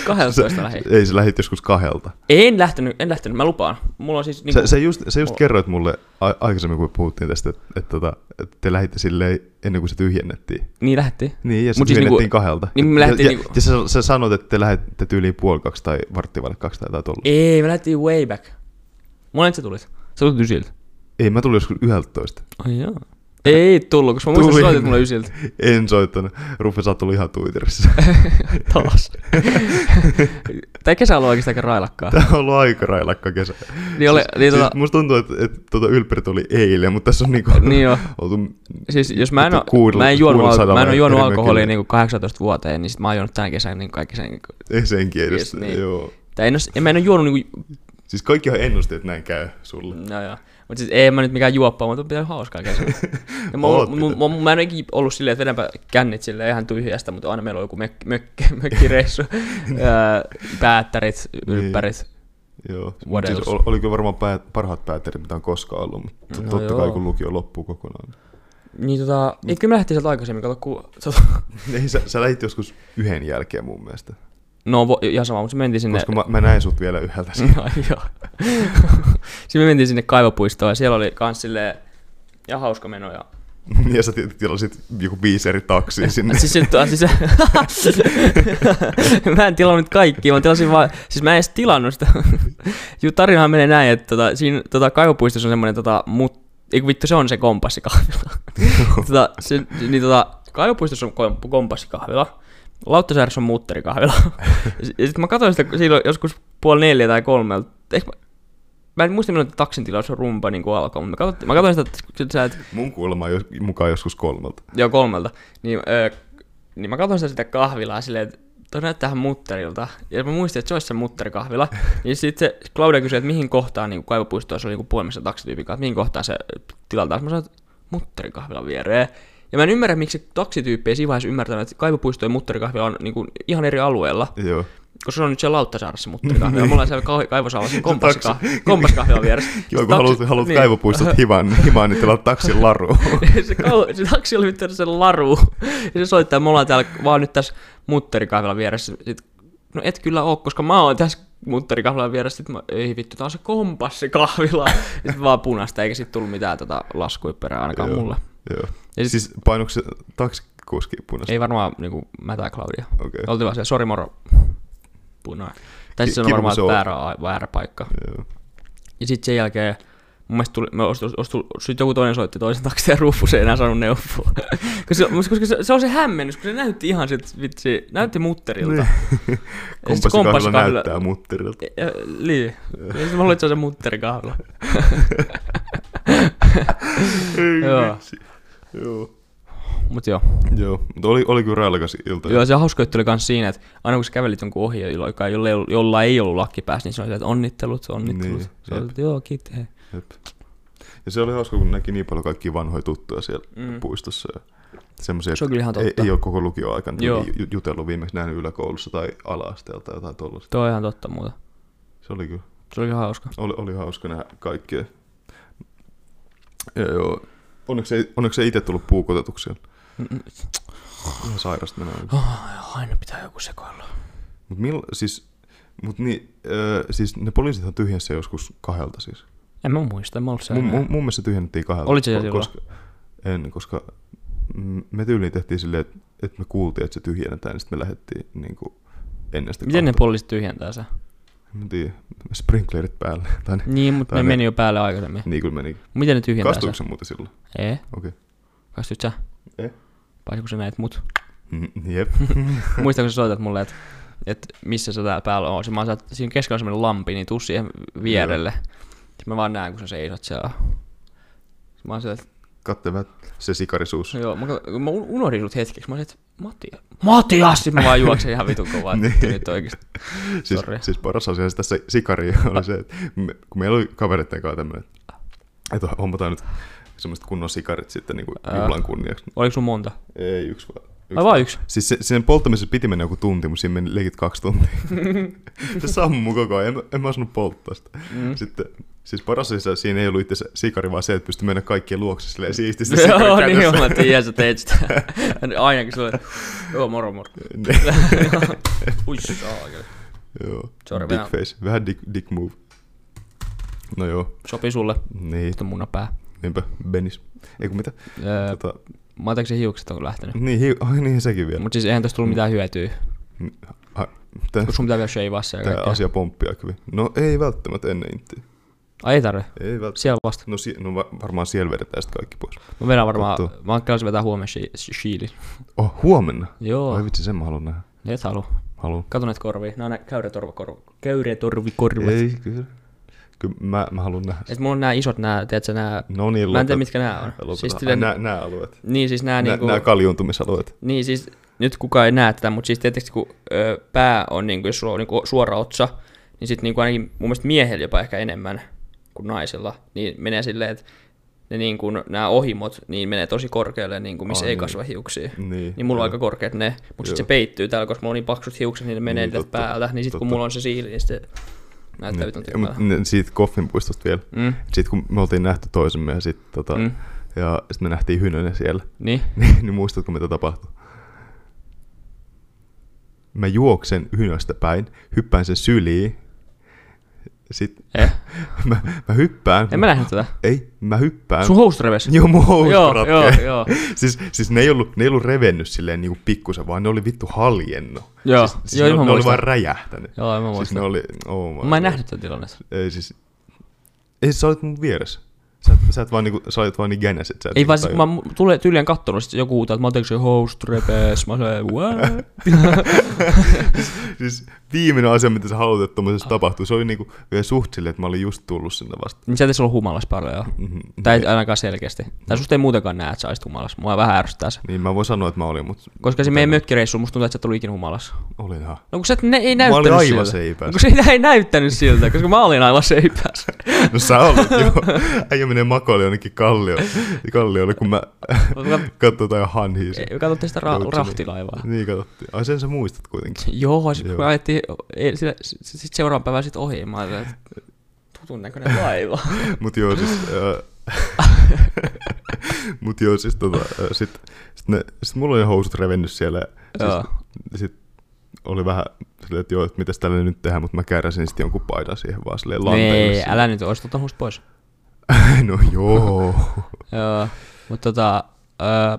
Speaker 2: 12 lähi.
Speaker 1: Ei se lähit joskus kahdelta.
Speaker 2: En lähtenyt, en lähtenyt, mä lupaan. Mulla on siis... Niin
Speaker 1: Sä, sä just, sä just kerroit mulle a- aikaisemmin, kun puhuttiin tästä, että, että, tota, että te lähditte silleen ennen kuin se tyhjennettiin.
Speaker 2: Niin lähti.
Speaker 1: Niin, ja se
Speaker 2: Mut siis
Speaker 1: tyhjennettiin
Speaker 2: niinku-
Speaker 1: kahdelta.
Speaker 2: niin me
Speaker 1: ja,
Speaker 2: lähdettiin
Speaker 1: ja,
Speaker 2: niinku-
Speaker 1: ja sä, sä sanoit, että te lähdette tyyliin puoli kaksi tai varttivalle kaksi tai jotain tuolla. Ei.
Speaker 2: Ei, me lähtiin way back. Monet sä tulit? Sä tulit ysiltä.
Speaker 1: Ei, mä tulin joskus yhdeltätoista.
Speaker 2: Ai jaa. Ei tullut, koska mä muistan,
Speaker 1: Tulin.
Speaker 2: että sä soitit mulle *laughs* ysiltä.
Speaker 1: *laughs* En soittanut. Ruffe, sä oot ollut ihan
Speaker 2: *laughs*
Speaker 1: tuitirissa.
Speaker 2: Taas. Tää kesä on ollut oikeastaan aika
Speaker 1: *laughs*
Speaker 2: railakkaa.
Speaker 1: Tää on ollut aika railakka kesä.
Speaker 2: Niin oli, niin
Speaker 1: siis
Speaker 2: tota,
Speaker 1: musta tuntuu, että, että tuota ylppäri tuli eilen, mutta tässä on niinku
Speaker 2: *laughs* Niin joo.
Speaker 1: oltu...
Speaker 2: Siis jos mä en, oo,
Speaker 1: Että kuudella- niin
Speaker 2: mä en juonut, al-
Speaker 1: kuudellasadalla
Speaker 2: mä en oo juonut
Speaker 1: eri
Speaker 2: alkoholia
Speaker 1: mökillä.
Speaker 2: niinku 18 vuoteen, niin sit mä oon juonut tänä kesänä niin kaikki sen. niinku-
Speaker 1: Ei senkin edes.
Speaker 2: Yes, niin.
Speaker 1: Joo.
Speaker 2: Tai en, oo- en mä en oo juonut niinku...
Speaker 1: Siis kaikkihan ennusti, että näin käy sulle.
Speaker 2: No joo. Mut siis ei mä nyt mikään juoppa, mutta on pitänyt hauskaa
Speaker 1: *laughs*
Speaker 2: kesänä. Ja mä,
Speaker 1: Oot
Speaker 2: oon- mä, mä, mä, en oo ikinä ollut silleen, että vedänpä kännit silleen ihan tyhjästä, mutta aina meillä on joku mökki, mökki,
Speaker 1: *laughs*
Speaker 2: mökkireissu. Ää, Päättärit,
Speaker 1: Niin.
Speaker 2: ylppärit.
Speaker 1: Joo. Mut
Speaker 2: What
Speaker 1: Siis
Speaker 2: else?
Speaker 1: oli, oli kyllä varmaan pää, parhaat pääterit, mitä on koskaan ollut, mutta
Speaker 2: No
Speaker 1: no totta kai
Speaker 2: joo.
Speaker 1: kun lukio loppuu kokonaan. *laughs*
Speaker 2: Niin tota, et kyllä me lähtiin sieltä aikaisemmin, kato kun...
Speaker 1: Ei, sä, sä lähit joskus yhden jälkeen mun mielestä,
Speaker 2: No vo, ihan sama, mutta se mentiin sinne...
Speaker 1: koska mä, mä näin sut vielä yhdeltä siinä.
Speaker 2: No, *laughs*
Speaker 1: *laughs*
Speaker 2: joo. Sitten me mentiin sinne kaivopuistoon ja siellä oli kans silleen, ja hauska meno. Ja...
Speaker 1: *laughs* ja sä ti- tilasit joku viisi eri taksia sinne.
Speaker 2: Mm. *laughs* Siis, se- tuo- siis, *laughs* mä en tilannut kaikkia, mä tilasin vaan, siis mä en edes tilannut sitä. *laughs* Juu, tarinahan menee näin, että tota, siinä tota, kaivopuistossa on semmoinen, tota, mut, ei kun vittu, se on se kompassikahvila. tota, se, niin, tota, kaivopuistossa on kom- kompassikahvila. Lauttasaaressa on muutterikahvila. *laughs* ja sitten mä katsoin sitä silloin joskus puoli neljä tai kolmelta. Ehkä mä, mä en muista, milloin taksin tilaus on rumpa niin kuin alkoi, mutta mä katsoin, mä katsoin sitä, että sä et
Speaker 1: Mun kuulemma jos, mukaan joskus kolmelta.
Speaker 2: Joo, kolmelta. Niin, öö, niin mä katsoin sitä, sitä kahvilaa silleen, että toi näyttää ihan mutterilta. Ja mä muistin, että se olisi se
Speaker 1: *laughs*
Speaker 2: mutterikahvila. ja sitten se Claudia kysyi, että mihin kohtaan niin kaivopuistossa oli niin puolimessa taksityypin kanssa, että mihin kohtaan se tilataan. Mä sanoin, että mutterikahvilan viereen. Ja mä en ymmärrä, miksi se taksityyppi ei siinä vaiheessa ymmärtänyt, että kaivopuisto ja mutterikahvila on niin kuin ihan eri alueella.
Speaker 1: Joo.
Speaker 2: Koska se on nyt siellä Lauttasaaressa mutterikahvila. Mulla on siellä
Speaker 1: *laughs*
Speaker 2: kau- kaivosalassa kompassikahvila,
Speaker 1: taksi-
Speaker 2: kompassikahvila vieressä.
Speaker 1: Joo, kun
Speaker 2: Taksi-
Speaker 1: haluat, haluat niin. kaivopuistot hivan, hivan niin tilaat taksin laru.
Speaker 2: se, kau, se taksi oli nyt sen laru. Ja se soittaa, me ollaan täällä vaan nyt tässä mutterikahvilan vieressä. Sit, no et kyllä oo, koska mä oon tässä mutterikahvilan vieressä. Sit mä, ei vittu, tää on se kompassi *laughs* kahvila. Sitten vaan punasta, eikä sit tullut mitään tota laskuja perään *laughs* ainakaan
Speaker 1: Joo.
Speaker 2: mulle.
Speaker 1: Joo.
Speaker 2: Ja sit-
Speaker 1: Siis painuiko se taksikuski punaista?
Speaker 2: Ei varmaan niinku mä tai Claudia.
Speaker 1: Okei.
Speaker 2: Oltiin vaan siellä, sori moro. Punaa. Tai
Speaker 1: Ki-
Speaker 2: siis se on
Speaker 1: kirkon
Speaker 2: varmaan
Speaker 1: se on.
Speaker 2: väärä, ai- väärä paikka.
Speaker 1: Joo.
Speaker 2: Ja sitten sen jälkeen mun mielestä tuli, me ostu, ostu, sit joku toinen soitti toisen taksi ja Ruffu se ei enää saanut neuvoa. *laughs* koska, se, koska se, se, on se hämmennys, kun se näytti ihan sit vitsi, näytti mutterilta. Ja sit
Speaker 1: Kompassikahvila
Speaker 2: se kompassikahvila-
Speaker 1: Niin. näyttää mutterilta.
Speaker 2: Ja- ja- Niin. Ja sit mä luulin, että se on se mutterikahvila.
Speaker 1: Ei
Speaker 2: Joo.
Speaker 1: vitsi. Joo.
Speaker 2: Mut joo.
Speaker 1: Joo, mutta oli, oli kyllä railakas ilta.
Speaker 2: Joo, se hauska juttu oli kans siinä, että aina kun sä kävelit jonkun ohi, jolla- joka ei ole- jolla ei ollut lakki päässä, niin se on se, että onnittelut, onnittelut.
Speaker 1: Niin,
Speaker 2: Niin, se on, että joo, kiitti, hei.
Speaker 1: Jep. Ja se oli hauska, kun näki niin paljon kaikkia vanhoja tuttuja siellä mm.
Speaker 2: Mm.
Speaker 1: puistossa. Ja semmoisia,
Speaker 2: Se on kyllä ihan
Speaker 1: ei,
Speaker 2: totta.
Speaker 1: ei ole koko lukioaikana niin
Speaker 2: Joo.
Speaker 1: ju- jutellut viimeksi nähnyt yläkoulussa tai ala-asteella tai jotain tuollaista.
Speaker 2: Toi on ihan totta muuta.
Speaker 1: Se oli kyllä,
Speaker 2: Se oli ihan hauska.
Speaker 1: oli, oli hauska nähdä kaikkea. Ja joo, onneksi ei, onneksi ei itse tullut puukotetuksi siellä.
Speaker 2: Mm,
Speaker 1: Ihan sairasta mennä.
Speaker 2: Oh, aina pitää joku sekoilla.
Speaker 1: Mut mill, siis, mut niin, ö, siis ne poliisit on tyhjässä joskus kahdelta siis.
Speaker 2: En mä muista, en mä ollut siellä.
Speaker 1: Mun, mun, mun mielestä se tyhjennettiin kahdelta.
Speaker 2: Olit sä siellä
Speaker 1: ko-
Speaker 2: silloin?
Speaker 1: koska, En, koska mm, me tyyliin tehtiin silleen, että, että me kuultiin, että se tyhjennetään, niin sitten me lähdettiin niin kuin ennen sitä
Speaker 2: Miten ne
Speaker 1: kahta.
Speaker 2: poliisit tyhjentää sen?
Speaker 1: Mä en tiedä, sprinklerit päälle. *laughs* Tai ne,
Speaker 2: Niin, mutta
Speaker 1: Tai
Speaker 2: ne
Speaker 1: ne-
Speaker 2: meni jo päälle aikaisemmin.
Speaker 1: niin kyllä meni.
Speaker 2: Miten ne tyhjentää
Speaker 1: Kastuiko
Speaker 2: sen?
Speaker 1: se muuten silloin?
Speaker 2: Ei.
Speaker 1: Okei.
Speaker 2: Kastuit sä?
Speaker 1: Eh?
Speaker 2: Paitsi kun sä näet mut.
Speaker 1: Mm, jep.
Speaker 2: Muista, kun sä soitat mulle, että et missä sä täällä päällä oot. Sit Mä oon, sieltä- siinä keskellä on semmonen lampi, niin tuu siihen vierelle. Sitten mä vaan näen, kun sä seisot siellä. Sit Mä oon sieltä,
Speaker 1: Kattevat se
Speaker 2: *laughs*
Speaker 1: sikarisuus.
Speaker 2: joo, mä, kat- mä un- unohdin sut hetkeksi. Mä oon sieltä, Matias. Matias! Sitten mä vaan juoksen ihan vitun kovaa. että
Speaker 1: Niin.
Speaker 2: Nyt oikeesti.
Speaker 1: siis,
Speaker 2: Sorry.
Speaker 1: siis paras asia tässä sikari *laughs* oli se, että me, kun meillä oli kavereiden kanssa tämmöinen, että hommataan nyt semmoiset kunnon sikarit sitten niin kuin
Speaker 2: Ää.
Speaker 1: juhlan kunniaksi.
Speaker 2: Oliko sun monta?
Speaker 1: Ei yksi vaan.
Speaker 2: Ai vaan yksi.
Speaker 1: Siis se, sen polttamisessa piti mennä joku tunti, mutta siinä meni leikit kaksi
Speaker 2: *laughs*
Speaker 1: tuntia. se sammuu koko ajan, en, mä- en mä osannut polttaa sitä.
Speaker 2: Mm.
Speaker 1: Sitten, siis paras oli se, siinä ei ollut itse asiassa sikari, vaan se, että pystyi mennä kaikkien luokse silleen siististi.
Speaker 2: Joo,
Speaker 1: sikarin *laughs*
Speaker 2: niin
Speaker 1: kädessä.
Speaker 2: joo, mä tiedän, sä teet
Speaker 1: *laughs*
Speaker 2: sitä. Aina kun sulle, joo, moro moro.
Speaker 1: *laughs*
Speaker 2: Ui, saakeli.
Speaker 1: joo.
Speaker 2: Sorry,
Speaker 1: dick
Speaker 2: vähän-
Speaker 1: face. Vähän dick, dick move. No joo,
Speaker 2: Sopii sulle,
Speaker 1: niin,
Speaker 2: nyt on munapää.
Speaker 1: niinpä, Benis. Eikö mitä?
Speaker 2: Öö,
Speaker 1: Tota,
Speaker 2: mä otan, hiukset on lähtenyt.
Speaker 1: niin, hi- ai niin sekin vielä.
Speaker 2: Mut siis eihän tosta tullut mitään hyötyä,
Speaker 1: Tämä,
Speaker 2: kun sun pitää vielä sheivaa se ja
Speaker 1: tämä
Speaker 2: kaikkea.
Speaker 1: asia pomppia kyllä. No ei välttämättä ennen intiä.
Speaker 2: Ai ei tarve,
Speaker 1: Ei välttämättä.
Speaker 2: siellä vasta.
Speaker 1: No, si- no va- varmaan siellä vedetään sitten kaikki pois.
Speaker 2: Mä vedän varmaan,
Speaker 1: Totta.
Speaker 2: mä kelasin vetää huomenna shi- shi- shiilin.
Speaker 1: Oh, huomenna?
Speaker 2: Joo,
Speaker 1: Ai vitsi, sen mä haluan nähdä.
Speaker 2: et halua.
Speaker 1: Haluan.
Speaker 2: Kato näitä korvia, nää on nää käyrätorvakorvat. Käyrätorvikorvat.
Speaker 1: Ei, kyllä. Kyllä mä, mä haluan nähdä.
Speaker 2: Et mulla on nää isot nää, tiedätkö nää,
Speaker 1: No niin,
Speaker 2: mä en tiedä mitkä nää on.
Speaker 1: Lopeta.
Speaker 2: Siis
Speaker 1: Siis
Speaker 2: tille,
Speaker 1: nämä, nämä alueet.
Speaker 2: niin siis
Speaker 1: Nämä,
Speaker 2: nää niinku,
Speaker 1: niinku... nämä kaljuuntumisalueet.
Speaker 2: Niin siis, nyt kukaan ei näe tätä, mutta siis tietysti kun ö, pää on, niin kuin, jos sulla on niin kuin suora otsa, niin sitten niin ainakin mun mielestä miehellä jopa ehkä enemmän kuin naisilla, niin menee silleen, että ne niin kuin, nämä ohimot niin menee tosi korkealle, niin kuin, missä
Speaker 1: Ai
Speaker 2: ei
Speaker 1: niin.
Speaker 2: kasva hiuksia.
Speaker 1: Niin.
Speaker 2: Niin mulla on
Speaker 1: Joo.
Speaker 2: aika korkeat ne, mutta sitten se
Speaker 1: Joo.
Speaker 2: peittyy täällä, koska mulla on niin paksut hiukset, niin ne menee
Speaker 1: Niin,
Speaker 2: niin,
Speaker 1: totta,
Speaker 2: päältä. Niin sitten kun
Speaker 1: totta.
Speaker 2: mulla on se siili, niin sitten näyttää vitun
Speaker 1: Ja mut
Speaker 2: tyttää.
Speaker 1: ne- Siitä koffinpuistosta vielä.
Speaker 2: Mm.
Speaker 1: Sitten kun me oltiin nähty toisemme ja sitten tota,
Speaker 2: Mm.
Speaker 1: mm. ja sit me nähtiin Hynönen siellä, *laughs*
Speaker 2: Niin?
Speaker 1: niin muistatko mitä tapahtui? Mä juoksen Hynöstä päin, hyppään sen syliin, sitten
Speaker 2: Eh.
Speaker 1: *laughs* mä, mä hyppään.
Speaker 2: En mä nähnyt tätä.
Speaker 1: Ei, mä hyppään.
Speaker 2: Sun host reves.
Speaker 1: Joo, mun housut
Speaker 2: Joo,
Speaker 1: ratkee.
Speaker 2: joo, joo.
Speaker 1: *laughs* siis, siis ne ei ollut, ne ei ollut revennyt silleen niinku pikkusen, vaan ne oli vittu haljennut.
Speaker 2: Joo,
Speaker 1: siis, siis
Speaker 2: joo,
Speaker 1: ne,
Speaker 2: mä
Speaker 1: ne oli
Speaker 2: muistan.
Speaker 1: vaan räjähtänyt.
Speaker 2: Joo, en mä
Speaker 1: siis
Speaker 2: muista.
Speaker 1: ne oli, oh my
Speaker 2: Mä en
Speaker 1: god.
Speaker 2: nähnyt tätä tilannetta.
Speaker 1: Ei siis, ei sä olit mun vieressä. Sä, sä et vaan niinku, sä olit vaan niin gänäs, että sä et
Speaker 2: Ei
Speaker 1: niinku
Speaker 2: vaan siis, kun
Speaker 1: tajua.
Speaker 2: mä mu- tule, tyyliin kattonut, sit joku huutaa, että mä oon se host repes, mä olen what? *laughs*
Speaker 1: Siis viimeinen asia, mitä sä haluat, että tommosessa tapahtuu, se oli niinku vielä suht silleen, että mä olin just tullut sinne vasta.
Speaker 2: niin sä et edes ollut humalas paljon joo.
Speaker 1: Mhm.
Speaker 2: Tai et ainakaan selkeästi. Tai susta ei muutenkaan näe, että sä olisit humalas. Mua vähän ärsyttää se.
Speaker 1: Niin mä voin sanoa, että mä olin, mutta
Speaker 2: Koska se meidän mökkireissu, musta tuntuu, että sä et ollut ikinä humalas.
Speaker 1: olinhan.
Speaker 2: No kun sä et, ne, ei
Speaker 1: Mä olin
Speaker 2: näyttänyt
Speaker 1: aivan
Speaker 2: siltä.
Speaker 1: seipäs.
Speaker 2: Kun se ei näyttänyt siltä, koska mä olin aivan seipäs.
Speaker 1: No sä olet, joo. Äijä menee makoille jonnekin kalliolle, kalliolle kun mä *laughs* katsotaan jo hanhiin. sen.
Speaker 2: Ei, Katsotte sitä ra-
Speaker 1: Joutsi,
Speaker 2: rahtilaivaa.
Speaker 1: Niin katsottiin. Ai sen sä muistat
Speaker 2: *laughs*
Speaker 1: kuitenkin.
Speaker 2: Joo, sit kun me
Speaker 1: Joo.
Speaker 2: ajettiin, ei, sitä, sit seuraavan päivän sit ohi, mä olin, että tutun näköinen laiva.
Speaker 1: Mut joo siis... Ää, *laughs* mut joo siis tota, ää, sit, sit, ne, sit mulla oli ne housut revennyt siellä. Ja
Speaker 2: Joo.
Speaker 1: siis, sit oli vähän silleen, että joo, että mitäs tälle nyt tehdään, mutta mä kääräsin sitten jonkun paidan siihen vaan silleen lanteille.
Speaker 2: Nee, älä nyt, ois ottanut musta pois.
Speaker 1: sinne. *laughs* no
Speaker 2: *laughs*
Speaker 1: joo.
Speaker 2: Joo, mutta tota... Öö,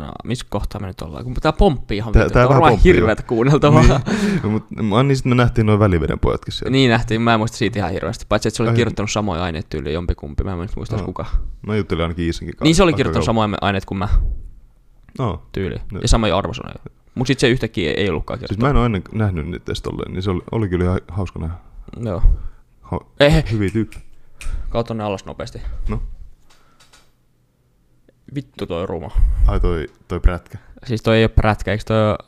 Speaker 2: no, missä kohtaa me nyt ollaan? Kun tää pomppii ihan
Speaker 1: Tää-
Speaker 2: vittu.
Speaker 1: tää
Speaker 2: Tää on
Speaker 1: vähän
Speaker 2: varmaan
Speaker 1: pomppii,
Speaker 2: hirveet kuunneltavaa. Niin.
Speaker 1: niin, no, mut, Anni, sit me nähtiin noin väliveden pojatkin siellä.
Speaker 2: *laughs* niin nähtiin, mä en muista siitä ihan hirveästi. Paitsi, että se oli
Speaker 1: Ai.
Speaker 2: kirjoittanut samoja aineet tyyliin jompikumpi, mä en nyt muista
Speaker 1: Joo.
Speaker 2: no. kuka.
Speaker 1: Mä juttelin ainakin Iisankin kanssa.
Speaker 2: Niin se oli
Speaker 1: aika
Speaker 2: kirjoittanut
Speaker 1: kauan.
Speaker 2: samoja aineet kuin mä
Speaker 1: No,
Speaker 2: tyyliin.
Speaker 1: No.
Speaker 2: Ja samoja arvosanoja. Mut sit se yhtäkkiä ei ollutkaan
Speaker 1: siis
Speaker 2: kirjoittanut.
Speaker 1: mä en ole ennen nähnyt niitä edes tolleen, niin se oli, oli kyllä ihan hauska nähdä.
Speaker 2: Joo.
Speaker 1: Ha-
Speaker 2: Eh,
Speaker 1: hyviä tyyppi.
Speaker 2: kautta tonne alas nopeasti.
Speaker 1: No,
Speaker 2: Vittu toi ruma.
Speaker 1: ai toi, toi prätkä.
Speaker 2: Siis toi ei oo prätkä, eiks toi oo...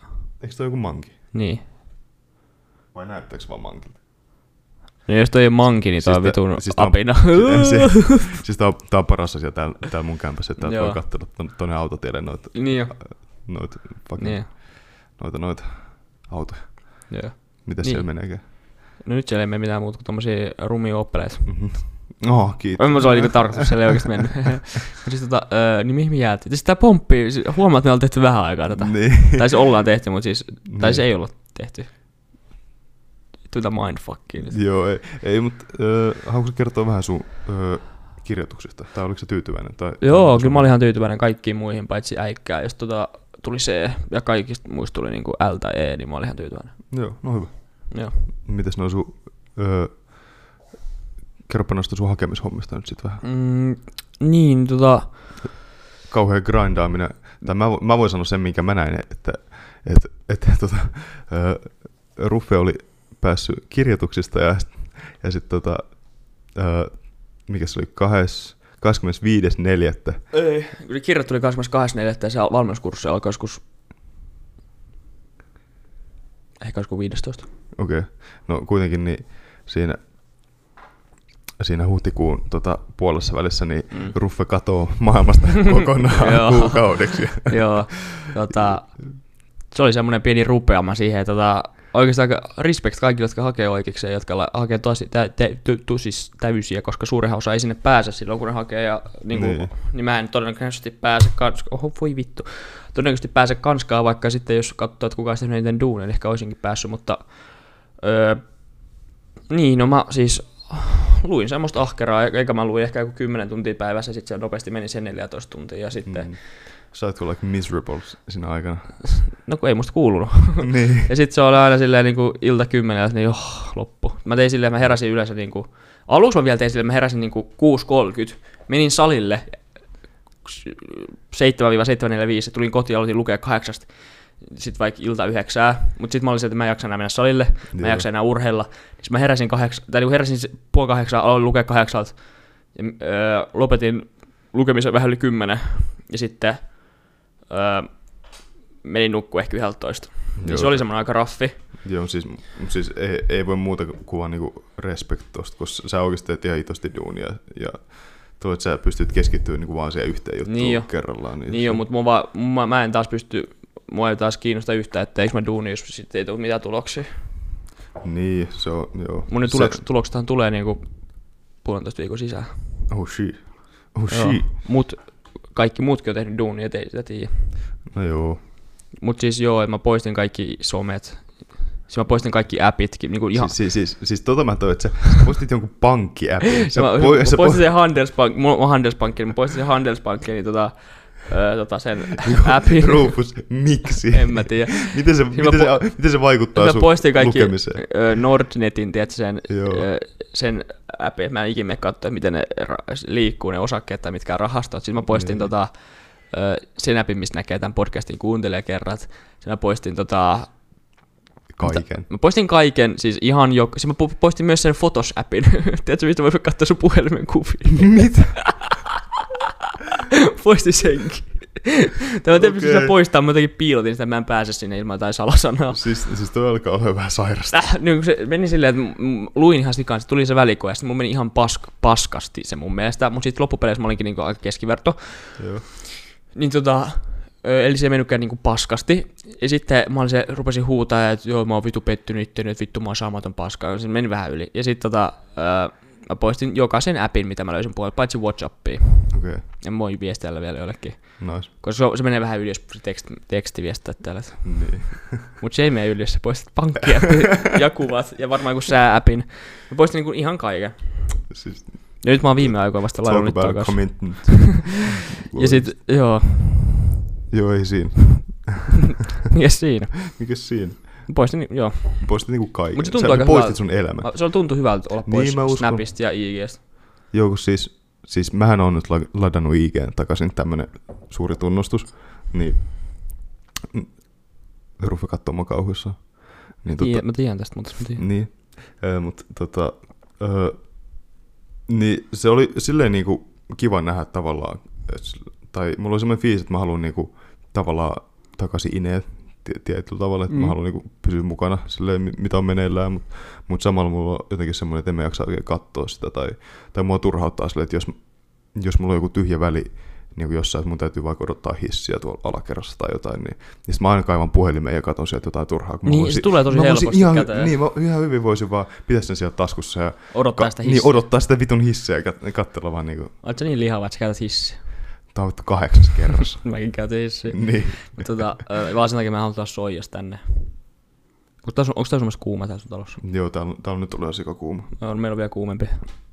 Speaker 1: Eikö toi joku manki?
Speaker 2: Niin.
Speaker 1: Vai näyttääks vaan mankilta?
Speaker 2: No jos toi ei manki, niin toi
Speaker 1: Siis
Speaker 2: on
Speaker 1: tää-
Speaker 2: vitun
Speaker 1: siis tää on-
Speaker 2: apina.
Speaker 1: siis, siis tää, on, tää on paras asia täällä, täällä mun kämpässä, että täällä
Speaker 2: Joo.
Speaker 1: voi katsella ton- tonne autotielle noita,
Speaker 2: *laughs* niin jo.
Speaker 1: noita, fucking,
Speaker 2: Niin jo.
Speaker 1: noita, noita autoja.
Speaker 2: Joo.
Speaker 1: Mitä
Speaker 2: Niin.
Speaker 1: siellä meneekään?
Speaker 2: No nyt siellä ei mene mitään muuta kuin tommosia rumia oppeleita.
Speaker 1: Mhm. No, kiitos.
Speaker 2: En mä se oli niinku tarkoitus, siellä ei oikeesti mennyt. *laughs* Mut siis tota, öö, niin mihin me jäätiin? Siis tää pomppi, siis huomaat, että me ollaan tehty vähän
Speaker 1: *laughs*
Speaker 2: aikaa tätä.
Speaker 1: Niin.
Speaker 2: Tai se ollaan tehty, mut siis, tai se
Speaker 1: Niin.
Speaker 2: ei olla tehty. Tuota
Speaker 1: *laughs*
Speaker 2: mindfuckia nyt.
Speaker 1: Joo, ei, ei mutta äh, haluatko kertoa vähän sun äh, kirjoituksesta? Tai oliko se tyytyväinen? Tai,
Speaker 2: Joo, kyllä mä olin ihan tyytyväinen kaikkiin muihin, paitsi äikkää. Jos tota tuli C ja kaikista muista tuli niinku L tai E, niin mä olin ihan tyytyväinen.
Speaker 1: Joo, no hyvä.
Speaker 2: Joo.
Speaker 1: Mitäs ne on sun... Öö, kerropa noista sun hakemishommista nyt sit vähän.
Speaker 2: Mm, niin, tota,
Speaker 1: Kauhea grindaaminen. Tai mä, vo- mä voin sanoa sen, minkä mä näin, että, että, että *laughs* tota, öö, Ruffe oli päässyt kirjoituksista ja, sit- ja sitten tota, öö, mikä se oli, kahes, 25.4.
Speaker 2: Ei. Kyllä kirjat tuli 22.4. ja se al- valmennuskurssi alkoi joskus... Ehkä joskus 15.
Speaker 1: Okei. Okay. No kuitenkin niin siinä siinä huhtikuun tota, puolessa välissä, niin mm. Ruffe katoo
Speaker 2: *laughs*
Speaker 1: maailmasta kokonaan
Speaker 2: Joo.
Speaker 1: kuukaudeksi.
Speaker 2: *laughs* Joo, tota, se oli semmoinen pieni rupeama siihen, että tota, oikeastaan aika respect kaikille, jotka hakee oikeiksi ja jotka la- hakee tosi, tä, te, ty, tu, siis täysiä, koska suurin osa ei sinne pääse silloin, kun ne hakee. Ja, niin, kuin,
Speaker 1: Niin.
Speaker 2: niin. niin mä en todennäköisesti pääse kans, oho, voi vittu, todennäköisesti pääse kanskaa, vaikka sitten jos katsoo, että kuka sitten eniten duun, niin ehkä olisinkin päässyt, mutta öö, niin, no mä siis luin semmoista ahkeraa, e- eikä mä luin ehkä joku 10 tuntia päivässä, sitten se nopeasti meni sen 14 tuntia ja sitten, mm.
Speaker 1: Saatko olla like miserable sinä
Speaker 2: *laughs*
Speaker 1: aikana?
Speaker 2: no kun ei musta kuulunut.
Speaker 1: niin.
Speaker 2: Ja sit se oli aina silleen niinku ilta kymmeneltä, niin oh, loppu. Mä tein silleen, mä heräsin yleensä niinku, aluksi mä vielä tein silleen, mä heräsin niinku 6.30, menin salille 7-7.45, tulin kotiin ja aloitin lukea kahdeksasta. Sitten vaikka ilta yhdeksää, mutta sitten mä olin sieltä, että mä en jaksa enää mennä salille, mä
Speaker 1: Joo.
Speaker 2: en jaksa enää urheilla. Niin sit mä heräsin kahdeksan, tai niinku heräsin se- puoli kahdeksaa, aloin lukea kahdeksalta. Ja, öö, lopetin lukemisen vähän yli kymmenen. Ja sitten öö, menin nukkua ehkä 11.
Speaker 1: Joo.
Speaker 2: Niin se oli semmoinen aika raffi.
Speaker 1: Joo, siis, mut siis ei, ei, voi muuta kuvaa niinku respect tosta, kun sä oikeasti teet ihan hitosti duunia ja tuo, että sä pystyt keskittyä niinku vaan siihen yhteen juttuun
Speaker 2: Niin jo.
Speaker 1: kerrallaan.
Speaker 2: Niin joo, mutta mua, vaan- mä, mä, en taas pysty, mua ei taas kiinnosta yhtään, että eikö mä duuni, jos sitten ei tule mitään tuloksia.
Speaker 1: Niin, se on, joo.
Speaker 2: Mun ne
Speaker 1: Se-
Speaker 2: tulokset, tuloksethan tulee niinku puolentoista viikon sisään.
Speaker 1: Oh shit. Oh
Speaker 2: Joo.
Speaker 1: shit.
Speaker 2: Mut kaikki muutkin on tehnyt duunia, et ei sitä tiedä.
Speaker 1: No joo.
Speaker 2: Mut siis joo, että mä poistin kaikki somet. Siis mä poistin kaikki appitkin, niinku ihan...
Speaker 1: Siis, siis, siis, siis tota mä toin, että sä sä postit jonkun
Speaker 2: *laughs*
Speaker 1: pankkiäpin. Sä
Speaker 2: siis mä,
Speaker 1: po-
Speaker 2: mä
Speaker 1: sä po-
Speaker 2: poistin sen Handelsbank, mulla on Handelsbankin, mä poistin sen Handelsbankin, niin tota, öö, tota sen
Speaker 1: Niinku
Speaker 2: appin.
Speaker 1: Rufus, miksi?
Speaker 2: en mä tiedä.
Speaker 1: Miten se,
Speaker 2: Siis mä
Speaker 1: miten, se, miten se vaikuttaa
Speaker 2: Mä
Speaker 1: sun
Speaker 2: poistin kaikki
Speaker 1: lukemiseen?
Speaker 2: ö, Nordnetin, tiedätkö, sen,
Speaker 1: Joo.
Speaker 2: ö, sen appi. Mä en ikinä mene katsoa, miten ne ra- liikkuu ne osakkeet tai mitkä on rahastot. Sitten mä poistin
Speaker 1: Niin.
Speaker 2: tota, ö, sen appin, missä näkee tämän podcastin kuuntelijakerrat. Sitten mä poistin tota,
Speaker 1: Kaiken.
Speaker 2: Mä poistin kaiken, siis ihan jo... Siis mä po- poistin myös sen Photos-appin. *laughs* Tiedätkö, mistä voi katsoa sun puhelimen kuvia? *laughs*
Speaker 1: Mitä?
Speaker 2: poistin senkin. Tämä mä tiedän, okay. sitä
Speaker 1: Okei.
Speaker 2: poistaa, mä jotenkin piilotin sitä, mä en pääse sinne ilman jotain salasanaa.
Speaker 1: Siis, siis toi alkaa olla vähän sairasta.
Speaker 2: Äh, niin kun se meni silleen, että m- m- luin ihan sikaan, sit tuli se välikoe, ja sitten mun meni ihan pask- paskasti se mun mielestä, mutta sitten loppupeleissä mä olinkin niinku aika keskiverto.
Speaker 1: Joo.
Speaker 2: Niin tota, ö, eli se ei mennytkään niinku paskasti. Ja sitten mä olin se, rupesin huutaa, että joo mä oon vitu pettynyt itteni, että vittu mä oon saamaton paska. Se meni vähän yli. Ja sitten tota, ö, mä poistin jokaisen appin, mitä mä löysin puolella, paitsi Whatsappia.
Speaker 1: Okei, okay.
Speaker 2: En voi viestellä vielä jollekin.
Speaker 1: nice.
Speaker 2: Koska se, on- se menee vähän yli, jos teksti, teksti viestää tällä.
Speaker 1: Niin.
Speaker 2: Mut se ei mene yli, jos sä poistat
Speaker 1: *laughs*
Speaker 2: pankkia ja kuvat ja varmaan joku säääpin. Mä poistin niinku ihan kaiken.
Speaker 1: Siis,
Speaker 2: Ja nyt mä oon viime aikoina vasta
Speaker 1: talk
Speaker 2: ladannut
Speaker 1: about
Speaker 2: takas.
Speaker 1: commitment.
Speaker 2: *laughs* Ja sit, joo, *laughs*
Speaker 1: Joo, ei siinä.
Speaker 2: mies siinä.
Speaker 1: Mikäs siinä?
Speaker 2: Mä poistin, ni- joo.
Speaker 1: Postit niinku kaiken.
Speaker 2: Mut se tuntuu
Speaker 1: Sä
Speaker 2: aika
Speaker 1: postit
Speaker 2: hyvältä.
Speaker 1: sun elämä.
Speaker 2: Mä- Se on tuntu hyvältä olla
Speaker 1: Niin,
Speaker 2: pois
Speaker 1: mä uskon.
Speaker 2: Snapista ja IGstä.
Speaker 1: Joo, kun siis, siis mähän on nyt la- ladannut IGn takaisin niin tämmönen suuri tunnustus, niin Rufe katsoo mua kauhuissaan. Niin, tota,
Speaker 2: Tota... Mä tiedän tästä, mutta mä tiedän.
Speaker 1: niin. Ö, mut, tota, ö, niin se oli silleen niinku kiva nähdä tavallaan, et s- tai mulla oli semmoinen fiilis, että mä haluan niinku tavallaan takaisin ineet tie- tietyllä tavalla, että mm. mä
Speaker 2: Mm.
Speaker 1: haluan niinku pysyä mukana silleen, mi- mitä on meneillään, mutta mut samalla mulla on jotenkin semmoinen, että en mä jaksa oikein katsoa sitä, tai, tai mua turhauttaa silleen, että jos, jos mulla on joku tyhjä väli, niin kuin jossain, että mun täytyy vaikka odottaa hissiä tuolla alakerrassa tai jotain, niin, niin sit mä aina kaivan puhelimeen ja katon sieltä jotain turhaa. kun mä
Speaker 2: Niin,
Speaker 1: voisin-
Speaker 2: se tulee tosi
Speaker 1: mä voisin
Speaker 2: helposti
Speaker 1: ihan,
Speaker 2: käteen.
Speaker 1: Niin, mä ihan hyvin voisin vaan pitää sen siellä taskussa ja
Speaker 2: Odottaa sitä hissiä.
Speaker 1: Niin, odottaa sitä vitun hissiä ja kat- katsella vaan niinku,
Speaker 2: Oot sä niin lihava, että sä käytät hissiä?
Speaker 1: tää on vittu kahdeksas
Speaker 2: *laughs*
Speaker 1: kerras.
Speaker 2: Mäkin käytän hissiä.
Speaker 1: niin.
Speaker 2: Mut tota, ö, vaan sen takia mä haluan tulla soijasta tänne. Onko tää sun, onks tää sun mielestä kuuma täällä sun talossa?
Speaker 1: Joo, täällä, on- täällä on nyt ollut jo sikakuuma.
Speaker 2: No, meillä on vielä kuumempi.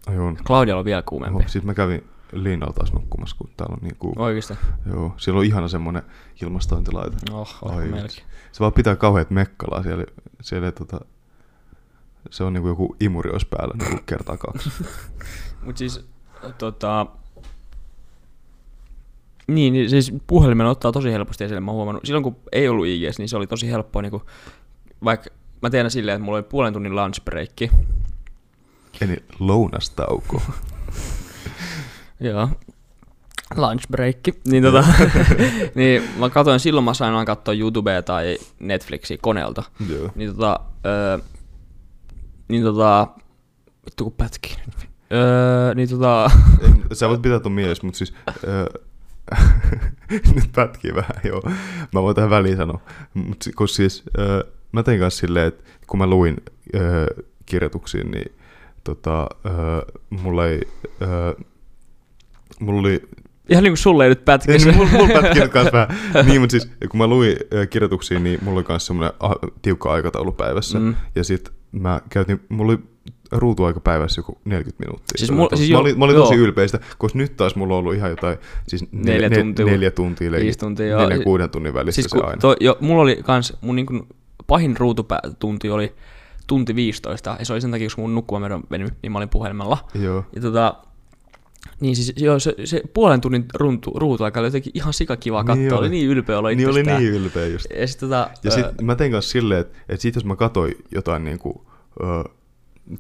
Speaker 1: Ai on.
Speaker 2: Claudialla on vielä kuumempi.
Speaker 1: Oho, sit mä kävin Liinalla taas nukkumassa, kun täällä on niin kuuma.
Speaker 2: Oikeesti.
Speaker 1: Joo, siellä on ihana semmonen ilmastointilaite.
Speaker 2: Oh,
Speaker 1: Ai
Speaker 2: oh
Speaker 1: vitsi.
Speaker 2: melkein.
Speaker 1: Se vaan pitää kauheat mekkalaa siellä, siellä tota, se on niinku joku imuri olisi päällä niinku kertaa kaksi.
Speaker 2: Mut siis, tota... Niin, niin siis puhelimen ottaa tosi helposti esille, mä oon huomannut. Silloin kun ei ollut IGS, niin se oli tosi helppoa niinku... Vaikka mä tein aina silleen, että mulla oli puolen tunnin lunch breakki.
Speaker 1: Eli lounastauko.
Speaker 2: Joo. Lunch breakki. Niin tota... *laughs* niin mä katsoin, silloin mä sain aina katsoa YouTubea tai Netflixiä koneelta.
Speaker 1: Joo.
Speaker 2: Niin tota... Öö, niin tota... Vittu kun pätkii nyt. Öö, niin tota... *laughs*
Speaker 1: En, sä voit pitää ton mielessä, mutta siis... Öö, *laughs* nyt pätkii vähän, joo. Mä voin tähän väliin sanoa. Mut, si- kun siis, öö, mä tein kanssa silleen, että kun mä luin öö, kirjoituksiin, niin tota, öö, mulla ei... Öö, mulla oli
Speaker 2: Ihan niinku sulle ei nyt
Speaker 1: ei,
Speaker 2: pätkäs.
Speaker 1: niin, mulla, mulla pätki nyt kanssa vähän. Niin, mutta siis kun mä luin äh, kirjoituksia, niin mulla oli myös semmoinen ah, tiukka aikataulu päivässä. Mm.
Speaker 2: Mm.
Speaker 1: Ja sit mä käytin, mulla oli ruutuaika päivässä joku 40 minuuttia.
Speaker 2: Siis
Speaker 1: Tai
Speaker 2: mul-
Speaker 1: jotain.
Speaker 2: siis
Speaker 1: mä
Speaker 2: joo,
Speaker 1: olin, mä olin tosi
Speaker 2: joo.
Speaker 1: ylpeistä, koska nyt taas mulla on ollut ihan jotain, siis nel,
Speaker 2: Neljä tuntia.
Speaker 1: Ne, neljä tuntia, leikit,
Speaker 2: Viisi tuntia, joo.
Speaker 1: neljän kuuden tunnin välissä
Speaker 2: Siis
Speaker 1: siis,
Speaker 2: kun
Speaker 1: se aina.
Speaker 2: toi, jo, mulla oli kans, mun niinku pahin ruututunti oli tunti 15, ja se oli sen takia, koska mun nukkumaan on mennyt, niin mä olin puhelimella.
Speaker 1: Joo.
Speaker 2: Ja tota, niin siis joo, se, se puolen tunnin runtu, ruutuaika oli jotenkin ihan sikakivaa katsoa,
Speaker 1: Niin
Speaker 2: niin
Speaker 1: oli.
Speaker 2: oli niin ylpeä olla
Speaker 1: Niin oli
Speaker 2: itsestään.
Speaker 1: niin ylpeä just.
Speaker 2: Ja sit tota,
Speaker 1: Ja
Speaker 2: ö,
Speaker 1: sit mä tein kanssa silleen, että et sit jos mä katsoin jotain niinku, ö,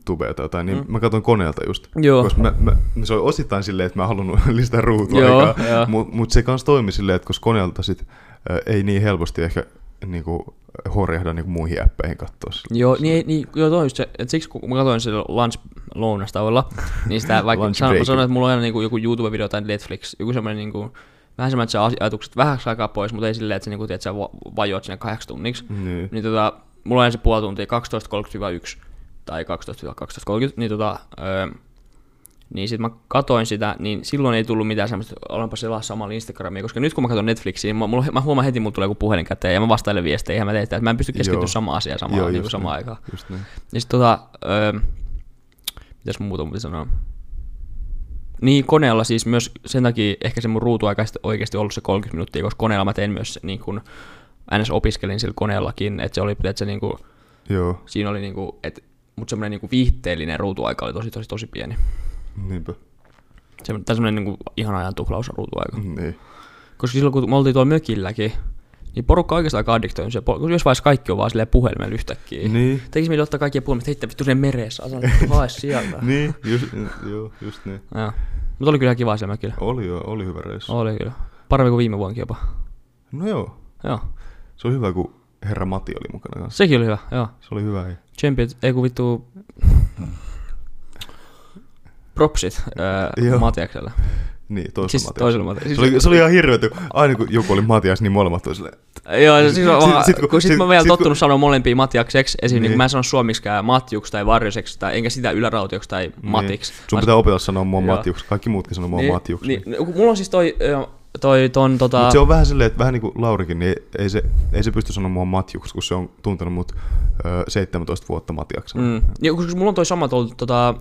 Speaker 1: tubea tai jotain, niin mm. mä katsoin koneelta just.
Speaker 2: Joo.
Speaker 1: Koska mä, mä, se oli osittain silleen, että mä en halunnut *laughs* lisätä ruutua
Speaker 2: Joo, joo.
Speaker 1: aikaa. Mut, mut se kanssa toimi silleen, että koska koneelta sit ö, ei niin helposti ehkä niinku, horjahda niinku muihin appeihin katsoa. sille.
Speaker 2: Joo, niin, ei- niin joo, toi on just se, että siksi kun mä katsoin sen lunch lounastauolla, niin sitä vaikka
Speaker 1: Lunch
Speaker 2: sanoin,
Speaker 1: break.
Speaker 2: sanoin, että mulla on aina niinku joku YouTube-video tai Netflix, joku semmoinen niinku, vähän semmoinen, että saa ajatukset vähäksi aikaa pois, mutta ei silleen, että sä niinku, tiedät, sä va- vajoat sinne kahdeksi tunniksi.
Speaker 1: Niin.
Speaker 2: Niin tota, mulla on aina se puoli tuntia, 12.30-1 tai 12-12.30, niin tota, öö, niin sitten mä katoin sitä, niin silloin ei tullut mitään semmoista, olenpa selaa samalla Instagramia, koska nyt kun mä katson Netflixiä, mä, mulla, mä huomaan heti, mulla tulee joku puhelin käteen ja mä vastailen viesteihin ja mä teen sitä, että mä en pysty
Speaker 1: Joo.
Speaker 2: keskittyä samaan asiaan samaan,
Speaker 1: Joo,
Speaker 2: niin
Speaker 1: just
Speaker 2: kuin samaan
Speaker 1: niin.
Speaker 2: aikaan.
Speaker 1: Just niin.
Speaker 2: Ja sitten tota, öö, mitäs muuta mä piti sanoa? Niin, koneella siis myös sen takia ehkä se mun ruutuaika ei sit oikeasti ollut se 30 minuuttia, koska koneella mä tein myös niin kun, ns. opiskelin sillä koneellakin, että se oli, että se niin kun,
Speaker 1: Joo,
Speaker 2: siinä oli niin kun, että mutta semmoinen niinku viihteellinen ruutuaika oli tosi, tosi, tosi pieni.
Speaker 1: niinpä.
Speaker 2: Se, tai semmoinen niinku ihan ajan tuhlaus ruutuaika.
Speaker 1: Niin.
Speaker 2: Koska silloin kun me oltiin tuolla mökilläkin, niin porukka oikeastaan aika addiktoitunut siihen, pol- koska jos vaiheessa kaikki on vaan silleen puhelimella yhtäkkiä.
Speaker 1: Niin.
Speaker 2: Tekis mieli ottaa kaikkien puhelimet, heittää vittu sinne mereen, saa sanoa, että
Speaker 1: *laughs*
Speaker 2: hae sieltä.
Speaker 1: Niin, just, joo, just niin.
Speaker 2: Joo. Mutta oli kyllä ihan kiva siellä mökillä.
Speaker 1: Oli joo, oli hyvä reissu.
Speaker 2: Oli kyllä. Parempi kuin viime vuonkin jopa.
Speaker 1: No joo,
Speaker 2: Joo.
Speaker 1: se oli hyvä, kun herra Mati oli mukana kanssa.
Speaker 2: Sekin oli hyvä, joo.
Speaker 1: Se oli hyvä. Ei.
Speaker 2: Tsempit, ei kun vittu... Propsit
Speaker 1: Joo.
Speaker 2: öö, Matiakselle.
Speaker 1: Niin, toisella
Speaker 2: Siis
Speaker 1: Matias.
Speaker 2: toisella Matiaksella.
Speaker 1: Se oli, se oli ihan hirveä, kun aina kun joku oli Matias, niin molemmat oli silleen,
Speaker 2: Joo, siis sit, vaan,
Speaker 1: sit
Speaker 2: sit,
Speaker 1: kun-
Speaker 2: kun, kun sit,
Speaker 1: sit-
Speaker 2: sit mä vielä
Speaker 1: sit kun-
Speaker 2: tottunut sanoa molempia Matiakseksi, esim. Niin.
Speaker 1: Niin.
Speaker 2: Niin, mä en sano suomiksikään Matjuksi tai Varjoseksi, tai, enkä sitä ylärautioneksi tai niin. Matiksi.
Speaker 1: Niin. Sun
Speaker 2: Vaan-
Speaker 1: pitää opetella sanoa mua
Speaker 2: Joo.
Speaker 1: Matjuks. Kaikki muutkin sanoo mua
Speaker 2: niin,
Speaker 1: Matjuks.
Speaker 2: Niin, niin, mulla on siis toi, ö, toi ton tota...
Speaker 1: Mutta se on vähän silleen, että vähän niin kuin Laurikin, niin ei, ei, se, ei se pysty sanoa mua Matjuks, kun se on tuntenut mut ö, 17 vuotta Matiaksena.
Speaker 2: Mm. Niin, koska mulla on toi sama tuolla tota,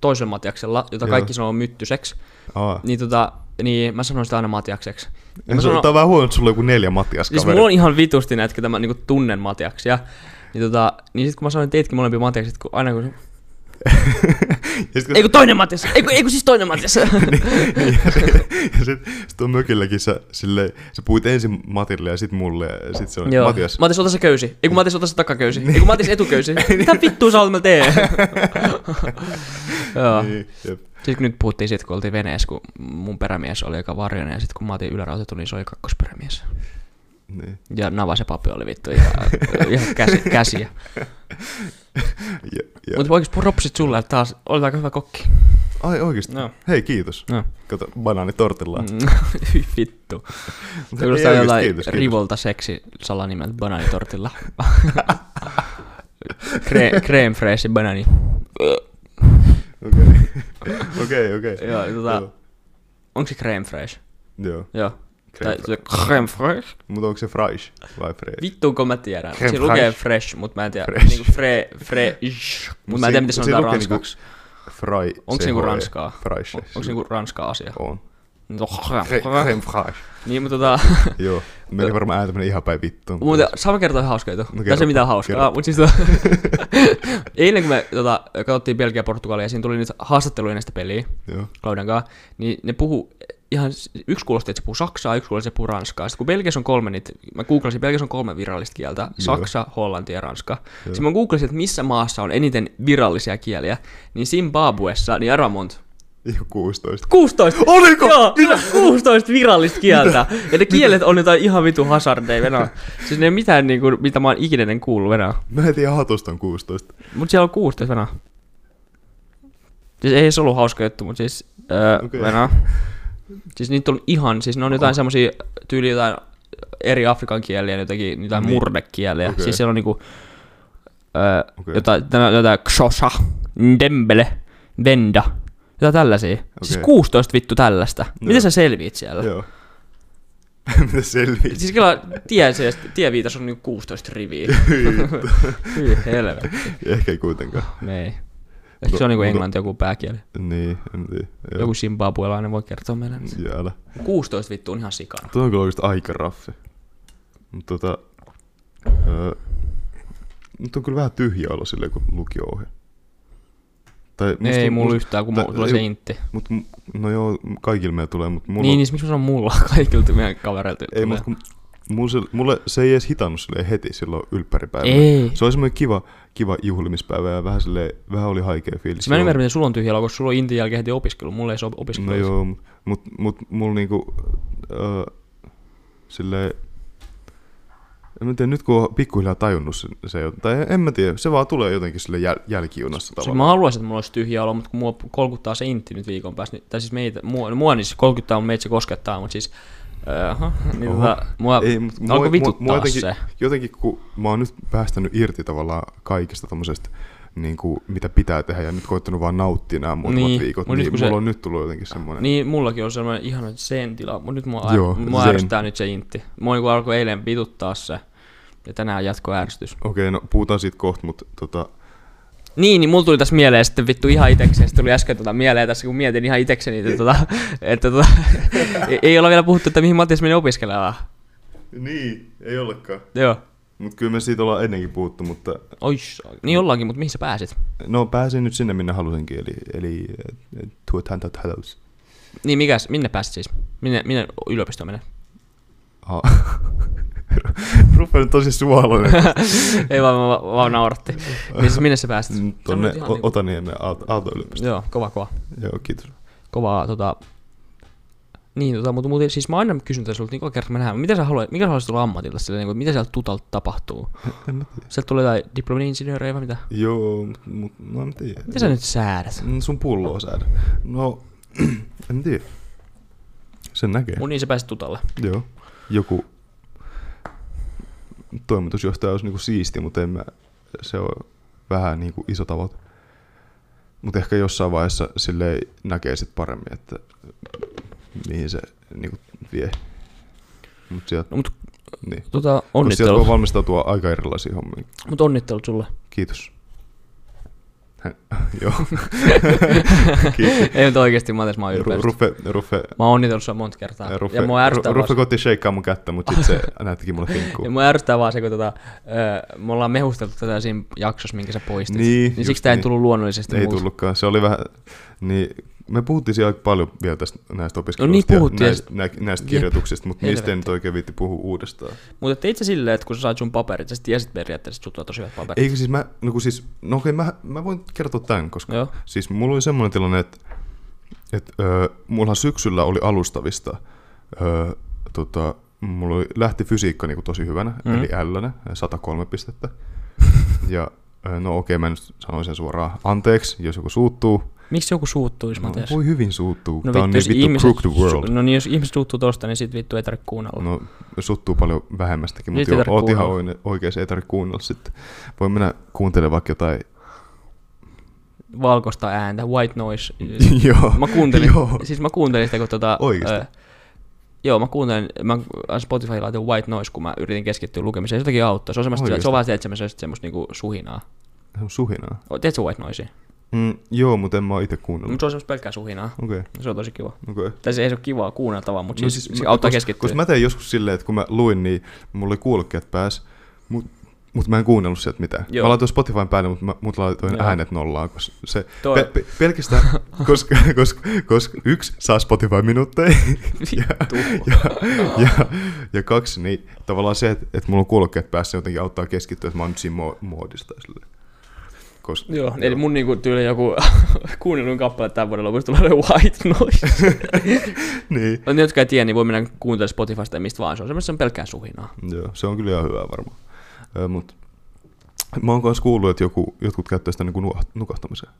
Speaker 2: toisella Matiaksella, jota
Speaker 1: Joo.
Speaker 2: kaikki sanoo myttyseksi,
Speaker 1: Aa.
Speaker 2: niin, tota, niin mä sanon sitä aina Matiakseksi. Ja
Speaker 1: Niin,
Speaker 2: Mä
Speaker 1: se,
Speaker 2: sanon,
Speaker 1: tää on vähän huono, että sulla on joku neljä Matias
Speaker 2: siis
Speaker 1: kaveri.
Speaker 2: mulla on ihan vitusti näitä, ketä mä niinku tunnen Matiaksia. Niin, tota, niin sit kun mä sanoin teitkin molempia Matiaksia, kun aina kun...
Speaker 1: *laughs* Ja sit, kun-
Speaker 2: Ei kun toinen Matias! Ei kun, ei kun siis toinen
Speaker 1: *laughs*
Speaker 2: Matias!
Speaker 1: niin, ja sit, ja sit, sit on mökilläkin sä, silleen, sä puhuit ensin Matille ja sit mulle ja sit se on
Speaker 2: *laughs* Joo.
Speaker 1: Matias. Niin.
Speaker 2: Matias, ota se köysi. Ei kun Matias, ota se takaköysi. Ei kun Matias,
Speaker 1: *laughs*
Speaker 2: etuköysi. Mitä vittua sä oot mä teen? Joo.
Speaker 1: Niin, jep.
Speaker 2: Siis kun nyt puhuttiin siitä, kun oltiin veneessä, kun mun perämies oli aika varjoinen, ja sitten kun mä otin ylärautettu, niin se oli kakkosperämies.
Speaker 1: Niin.
Speaker 2: Ja Nava se pappi oli vittu ihan, ihan käsi, käsiä.
Speaker 1: Ja, ja.
Speaker 2: Mutta oikeesti propsit sulle, että taas olet aika hyvä kokki.
Speaker 1: Ai oikeesti?
Speaker 2: No.
Speaker 1: Hei, kiitos.
Speaker 2: No.
Speaker 1: Kato, banaanitortilla. Mm.
Speaker 2: *laughs* Hyi vittu.
Speaker 1: Ei
Speaker 2: Kuulostaa
Speaker 1: oikeesti,
Speaker 2: jotain
Speaker 1: kiitos, kiitos.
Speaker 2: rivolta seksi salanimeltä
Speaker 1: *laughs*
Speaker 2: banaanitortilla. Cre- creme fraiche banani.
Speaker 1: Okei,
Speaker 2: *laughs*
Speaker 1: okei, okei.
Speaker 2: Joo, tota- Onko se creme fraiche?
Speaker 1: Joo,
Speaker 2: Joo.
Speaker 1: creme
Speaker 2: Creme tai, fraiche. creme fraiche?
Speaker 1: Mutta onko se fraish vai fresh?
Speaker 2: Vittu kun mä tiedän.
Speaker 1: Creme
Speaker 2: Siinä lukee
Speaker 1: fraiche.
Speaker 2: fresh, mutta mä en tiedä.
Speaker 1: Fresh.
Speaker 2: Niinku fre, fre, mutta mä en tiedä, miten
Speaker 1: Siinä-
Speaker 2: sanotaan
Speaker 1: siinä lukee niinku
Speaker 2: ranskaksi.
Speaker 1: Fry.
Speaker 2: Onko se niinku ranskaa?
Speaker 1: Fraish.
Speaker 2: Onko se niinku ranska asia?
Speaker 1: On.
Speaker 2: Niin, tuohon-
Speaker 1: Cre- Creme fraish.
Speaker 2: Niin, mutta tota... *laughs*
Speaker 1: Joo. Meillä varmaan ääntäminen ihan päin vittuun.
Speaker 2: Muuten, sama kertoa ihan hauska juttu. No,
Speaker 1: kerropa,
Speaker 2: Tässä mitään hauskaa.
Speaker 1: kerropa.
Speaker 2: Mutta siis tota, *laughs* eilen kun me tota, katsottiin Belgia ja Portugalia, ja siinä tuli nyt haastatteluja näistä peliä
Speaker 1: Joo.
Speaker 2: Claudian kanssa, niin ne puhu ihan, yksi kuulosti, että se puhuu saksaa, yksi kuulosti, että se puhuu ranskaa. Sitten kun Belgiassa on kolme, niitä, mä googlasin, Belgiassa on kolme virallista kieltä, saksa, hollanti ja ranska. Sitten mä googlasin, että missä maassa on eniten virallisia kieliä, niin Zimbabwessa, niin arvaa monta.
Speaker 1: Joku 16.
Speaker 2: 16!
Speaker 1: Oliko?
Speaker 2: Joo, Mitä? 16 virallista kieltä. Ja ne kielet on jotain ihan vitu hazardeja Venäjä. Siis ne ei mitään, niin kuin, mitä mä oon ikinä ennen kuullut Venäjä.
Speaker 1: Mä en tiedä hatusta on 16.
Speaker 2: Mut siellä on 16 Venäjä. Siis ei se ollut hauska juttu, mutta siis... Öö,
Speaker 1: Okei.
Speaker 2: okay. Venä. Siis niitä on ihan, siis ne on jotain semmosia tyyli jotain eri afrikan kieliä, jotakin jotain
Speaker 1: Niin.
Speaker 2: niin. murrekieliä.
Speaker 1: Okei.
Speaker 2: Okay. Siis siellä on niinku... Öö,
Speaker 1: Okei.
Speaker 2: okay. jotain, tänä- jotain Xhosa, Ndembele, Venda, jotain tällaisia. Okay. Siis
Speaker 1: Okei.
Speaker 2: 16 vittu tällaista.
Speaker 1: Joo.
Speaker 2: Miten sä selviit siellä?
Speaker 1: Joo. *laughs* Mitä selviä?
Speaker 2: Siis kyllä tie, se- tieviitas on niinku 16
Speaker 1: *laughs*
Speaker 2: riviä. Hyi helvetti.
Speaker 1: Ehkä ei kuitenkaan.
Speaker 2: Me ei. Ehkä se on niinku
Speaker 1: Mutta-
Speaker 2: englanti joku pääkieli.
Speaker 1: Niin, en tiedä. Joo.
Speaker 2: Joku simbabuelainen voi kertoa meille. nyt.
Speaker 1: Jäällä.
Speaker 2: 16 Mm. vittu on ihan sikana.
Speaker 1: Tuo on kyllä oikeesti aika raffi. Mut tota... Öö, nyt on kyllä vähän tyhjä olo silleen kuin lukio-ohje. Tai musta-
Speaker 2: ei mulla
Speaker 1: musta-
Speaker 2: yhtään, kun
Speaker 1: tai-
Speaker 2: mulla tulee se
Speaker 1: ei,
Speaker 2: intti.
Speaker 1: Mut, m- no joo, kaikilla meillä tulee, mut mulla...
Speaker 2: Niin, niin miksi se on mulla *laughs* kaikilta meidän kavereilta?
Speaker 1: ei,
Speaker 2: tulee.
Speaker 1: mut kun, mulla, se, mulle se ei edes hitannut silleen heti silloin ylppäripäivänä.
Speaker 2: Ei.
Speaker 1: Se oli semmoinen kiva, kiva juhlimispäivä ja vähän, silleen, vähän oli haikea fiilis.
Speaker 2: Siis mä en
Speaker 1: Joo.
Speaker 2: ymmärrä, miten sulla on tyhjä olo, koska sulla on intin jälkeen heti opiskelu. Mulla ei se ole Siis opiskelu.
Speaker 1: No joo, mut, mut, mut mulla niinku, öö, silleen, en mä tiedä, nyt kun on pikkuhiljaa tajunnut se, se jot- tai en mä tiedä, se vaan tulee jotenkin sille jäl, jälkijunassa
Speaker 2: Siis
Speaker 1: tavallaan.
Speaker 2: mä haluaisin, että mulla olisi tyhjä olo, mutta kun mua kolkuttaa se intti nyt viikon päästä, niin, tai siis meitä, mua, no mua niin se kolkuttaa, mutta meitä se koskettaa, mutta siis, öö, niin
Speaker 1: Oho.
Speaker 2: tota, mua
Speaker 1: Ei, mut mua-
Speaker 2: alkoi
Speaker 1: mua-
Speaker 2: vituttaa
Speaker 1: mua jotenkin-
Speaker 2: se.
Speaker 1: Jotenkin kun mä oon nyt päästänyt irti tavallaan kaikesta tommosesta, niin kuin, mitä pitää tehdä ja nyt koittanut vaan nauttia nämä muutamat
Speaker 2: Niin,
Speaker 1: viikot,
Speaker 2: mut
Speaker 1: niin
Speaker 2: nyt
Speaker 1: mulla
Speaker 2: kun se-
Speaker 1: on nyt tullut jotenkin semmoinen.
Speaker 2: Niin, mullakin on sellainen ihana sen tila, mutta nyt mua,
Speaker 1: Joo,
Speaker 2: Joo, mua
Speaker 1: zen.
Speaker 2: ärsyttää nyt se intti. Mua niin alkoi eilen vituttaa se, ja tänään jatko ärsytys.
Speaker 1: Okei, no puhutaan siitä kohta, mutta tota,
Speaker 2: Niin, niin mulla tuli tässä mieleen sitten vittu ihan itekseni, se tuli äsken tota mieleen tässä, kun mietin ihan itekseni, että, tota, *laughs* että tota, ei, ei olla vielä puhuttu, että mihin Matias menee opiskelemaan.
Speaker 1: niin, ei olekaan.
Speaker 2: Joo.
Speaker 1: Mutta kyllä me siitä ollaan ennenkin puhuttu, mutta
Speaker 2: Oi, niin jollakin, mutta mihin sä pääsit?
Speaker 1: No pääsin nyt sinne, minne halusinkin, eli, eli eh, Tuot Häntä Talous.
Speaker 2: Niin, mikäs, minne pääsit siis? Minne, minne yliopistoon menee?
Speaker 1: Ah. *laughs* Ruffe on tosi suolainen.
Speaker 2: ei vaan, vaan, vaan nauratti. Niin siis minne sä
Speaker 1: Mm.
Speaker 2: pääsit?
Speaker 1: Tuonne
Speaker 2: *laughs* Sanoit ihan
Speaker 1: O-
Speaker 2: niinku-
Speaker 1: Otaniemen Aalto- Aalto-yliopistoon.
Speaker 2: Joo, kova kova.
Speaker 1: Joo, kiitos.
Speaker 2: kovaa tota... Niin, tota, mutta muuten siis mä aina kysyn tässä sulta, niin kerta mä nähdään, mitä sä haluaisit, mikä sä haluaisit olla ammatilta, sillä, niin kuin, mitä sieltä tutalta tapahtuu?
Speaker 1: En mä tiedä.
Speaker 2: Sieltä tulee jotain diplomi-insinöörejä vai mitä?
Speaker 1: Joo, mut, mut no en mä tiedä.
Speaker 2: Mitä sä nyt säädät?
Speaker 1: Mm, Sun pulloa säädä. No, *clears throat* en tiedä. Sen näkee.
Speaker 2: Mun niin sä pääset tutalle.
Speaker 1: Joo. Joku toimitusjohtaja olisi niinku siisti, mutta en mä, se on vähän niinku iso tavoite. Mutta ehkä jossain vaiheessa sille näkee sit paremmin, että mihin se niinku vie. Mutta sieltä,
Speaker 2: No, mut
Speaker 1: niin. Koska
Speaker 2: tota,
Speaker 1: sieltä voi
Speaker 2: onnittelut.
Speaker 1: valmistautua aika erilaisiin hommiin.
Speaker 2: Mut onnittelut sulle.
Speaker 1: Kiitos. *laughs* Hä-
Speaker 2: *laughs*
Speaker 1: Joo. Kiitos.
Speaker 2: Ei nyt oikeesti, mä tässä mä oon ylpeä.
Speaker 1: Ru- Ruffe, Ruffe,
Speaker 2: Mä oon onnitellut sua monta kertaa.
Speaker 1: Ruffe,
Speaker 2: ja mua
Speaker 1: Ru-
Speaker 2: ärsyttää
Speaker 1: Ruffe
Speaker 2: vaan,
Speaker 1: koitti sheikkaa mun kättä, mutta sit
Speaker 2: *laughs*
Speaker 1: se näyttikin mulle finkkuu.
Speaker 2: ja mua ärsyttää vaan se, kun tota, ö, me ollaan mehusteltu tätä siinä jaksossa, minkä sä poistit.
Speaker 1: Niin,
Speaker 2: niin
Speaker 1: just
Speaker 2: siksi tää ei
Speaker 1: niin.
Speaker 2: tullut luonnollisesti
Speaker 1: Ei
Speaker 2: multa.
Speaker 1: tullutkaan. Se oli vähän, niin me puhuttiin siellä aika paljon vielä tästä, näistä
Speaker 2: niin
Speaker 1: opiskeluista ja
Speaker 2: puhuttiin, ja
Speaker 1: näistä, nä, näistä
Speaker 2: Jep.
Speaker 1: kirjoituksista, mutta niistä ei
Speaker 2: Helvetti.
Speaker 1: nyt oikein viitti puhua uudestaan.
Speaker 2: Mutta teit sä silleen, että kun sä sait sun paperit, sä sit tiesit periaatteessa, että sut on tosi hyvät paperit.
Speaker 1: Eikö siis mä, no kun siis, no okei, mä, mä voin kertoa tämän, koska
Speaker 2: Joo.
Speaker 1: siis mulla oli semmoinen tilanne, että, että öö, mulla syksyllä oli alustavista, öö, tota, mulla oli, lähti fysiikka niinku tosi hyvänä, mm. eli L, 103
Speaker 2: *laughs*
Speaker 1: pistettä. ja öö, no okei, mä nyt sanoin sen suoraan anteeksi, jos joku suuttuu,
Speaker 2: Miksi joku suuttuisi, Matias?
Speaker 1: No, voi hyvin suuttuu. No, Tämä on niin
Speaker 2: jos
Speaker 1: vittu ihmiset... crook the world.
Speaker 2: su- No niin, jos ihmiset suuttuu tosta, niin sit vittu ei tarvitse kuunnella. No.
Speaker 1: No, suttuu paljon vähemmästäkin,
Speaker 2: Nyt
Speaker 1: mutta
Speaker 2: ei
Speaker 1: joo,
Speaker 2: tarvitse
Speaker 1: oot ihan oine- oikeassa, ei tarvitse kuunnella sitten. Voi mennä kuuntelemaan vaikka jotain.
Speaker 2: Valkoista ääntä, white
Speaker 1: *laughs*
Speaker 2: noise. Siis
Speaker 1: joo.
Speaker 2: mä kuuntelin,
Speaker 1: Joo.
Speaker 2: siis mä kuuntelin sitä, kun tota...
Speaker 1: Oikeesti?
Speaker 2: ö, joo, mä kuuntelin, mä Spotify laitoin white noise, kun mä yritin keskittyä lukemiseen. Se jotenkin auttoi. Se on semmoista,
Speaker 1: Oikeesti?
Speaker 2: se on vähän se, että semmoista, semmoista niinku suhinaa.
Speaker 1: Se on suhinaa.
Speaker 2: O, Teet sä white noisea?
Speaker 1: Mm, joo, mutta en mä oon itse kuunnellut.
Speaker 2: Mutta se on semmoista pelkkää suhinaa.
Speaker 1: Okei, okay.
Speaker 2: Se on tosi kiva.
Speaker 1: okei. Okay.
Speaker 2: Tai se ei se ole kivaa kuunneltavaa, mutta no, Mm. siis, se auttaa keskittyä.
Speaker 1: Koska mä tein joskus silleen, että kun mä luin, niin mulla oli kuulokkeet pääs, mutta mut mä en kuunnellut sieltä mitään. Joo.
Speaker 2: Joo.
Speaker 1: Mä laitoin Spotifyn päälle, mutta mä, mut laitoin
Speaker 2: Joo.
Speaker 1: äänet nollaan, koska se
Speaker 2: Toi-
Speaker 1: pe- pe- pelkästään,
Speaker 2: *laughs*
Speaker 1: koska, koska, koska yksi saa Spotify minuutteja
Speaker 2: *laughs*
Speaker 1: *laughs*
Speaker 2: Vittu.
Speaker 1: ja, ja, ja kaksi, niin tavallaan se, että, että mulla on kuulokkeet päässä niin jotenkin auttaa keskittyä, että mä oon nyt siinä mo- moodista. Sille. Koska,
Speaker 2: Joo, eli mun niinku tyyli joku *laughs* kuunnellun kappale tämän vuoden lopussa tulee *laughs* olemaan White Noise.
Speaker 1: niin.
Speaker 2: no, ne, jotka ei tiedä, niin voi mennä kuuntelemaan Spotifysta ja mistä vaan. Se on semmoista se on pelkkää suhinaa.
Speaker 1: Joo, se on kyllä ihan hyvä varmaan. niinku Ö, mut, mä oon myös kuullut, että joku, jotkut käyttää sitä niin nukahtamiseen.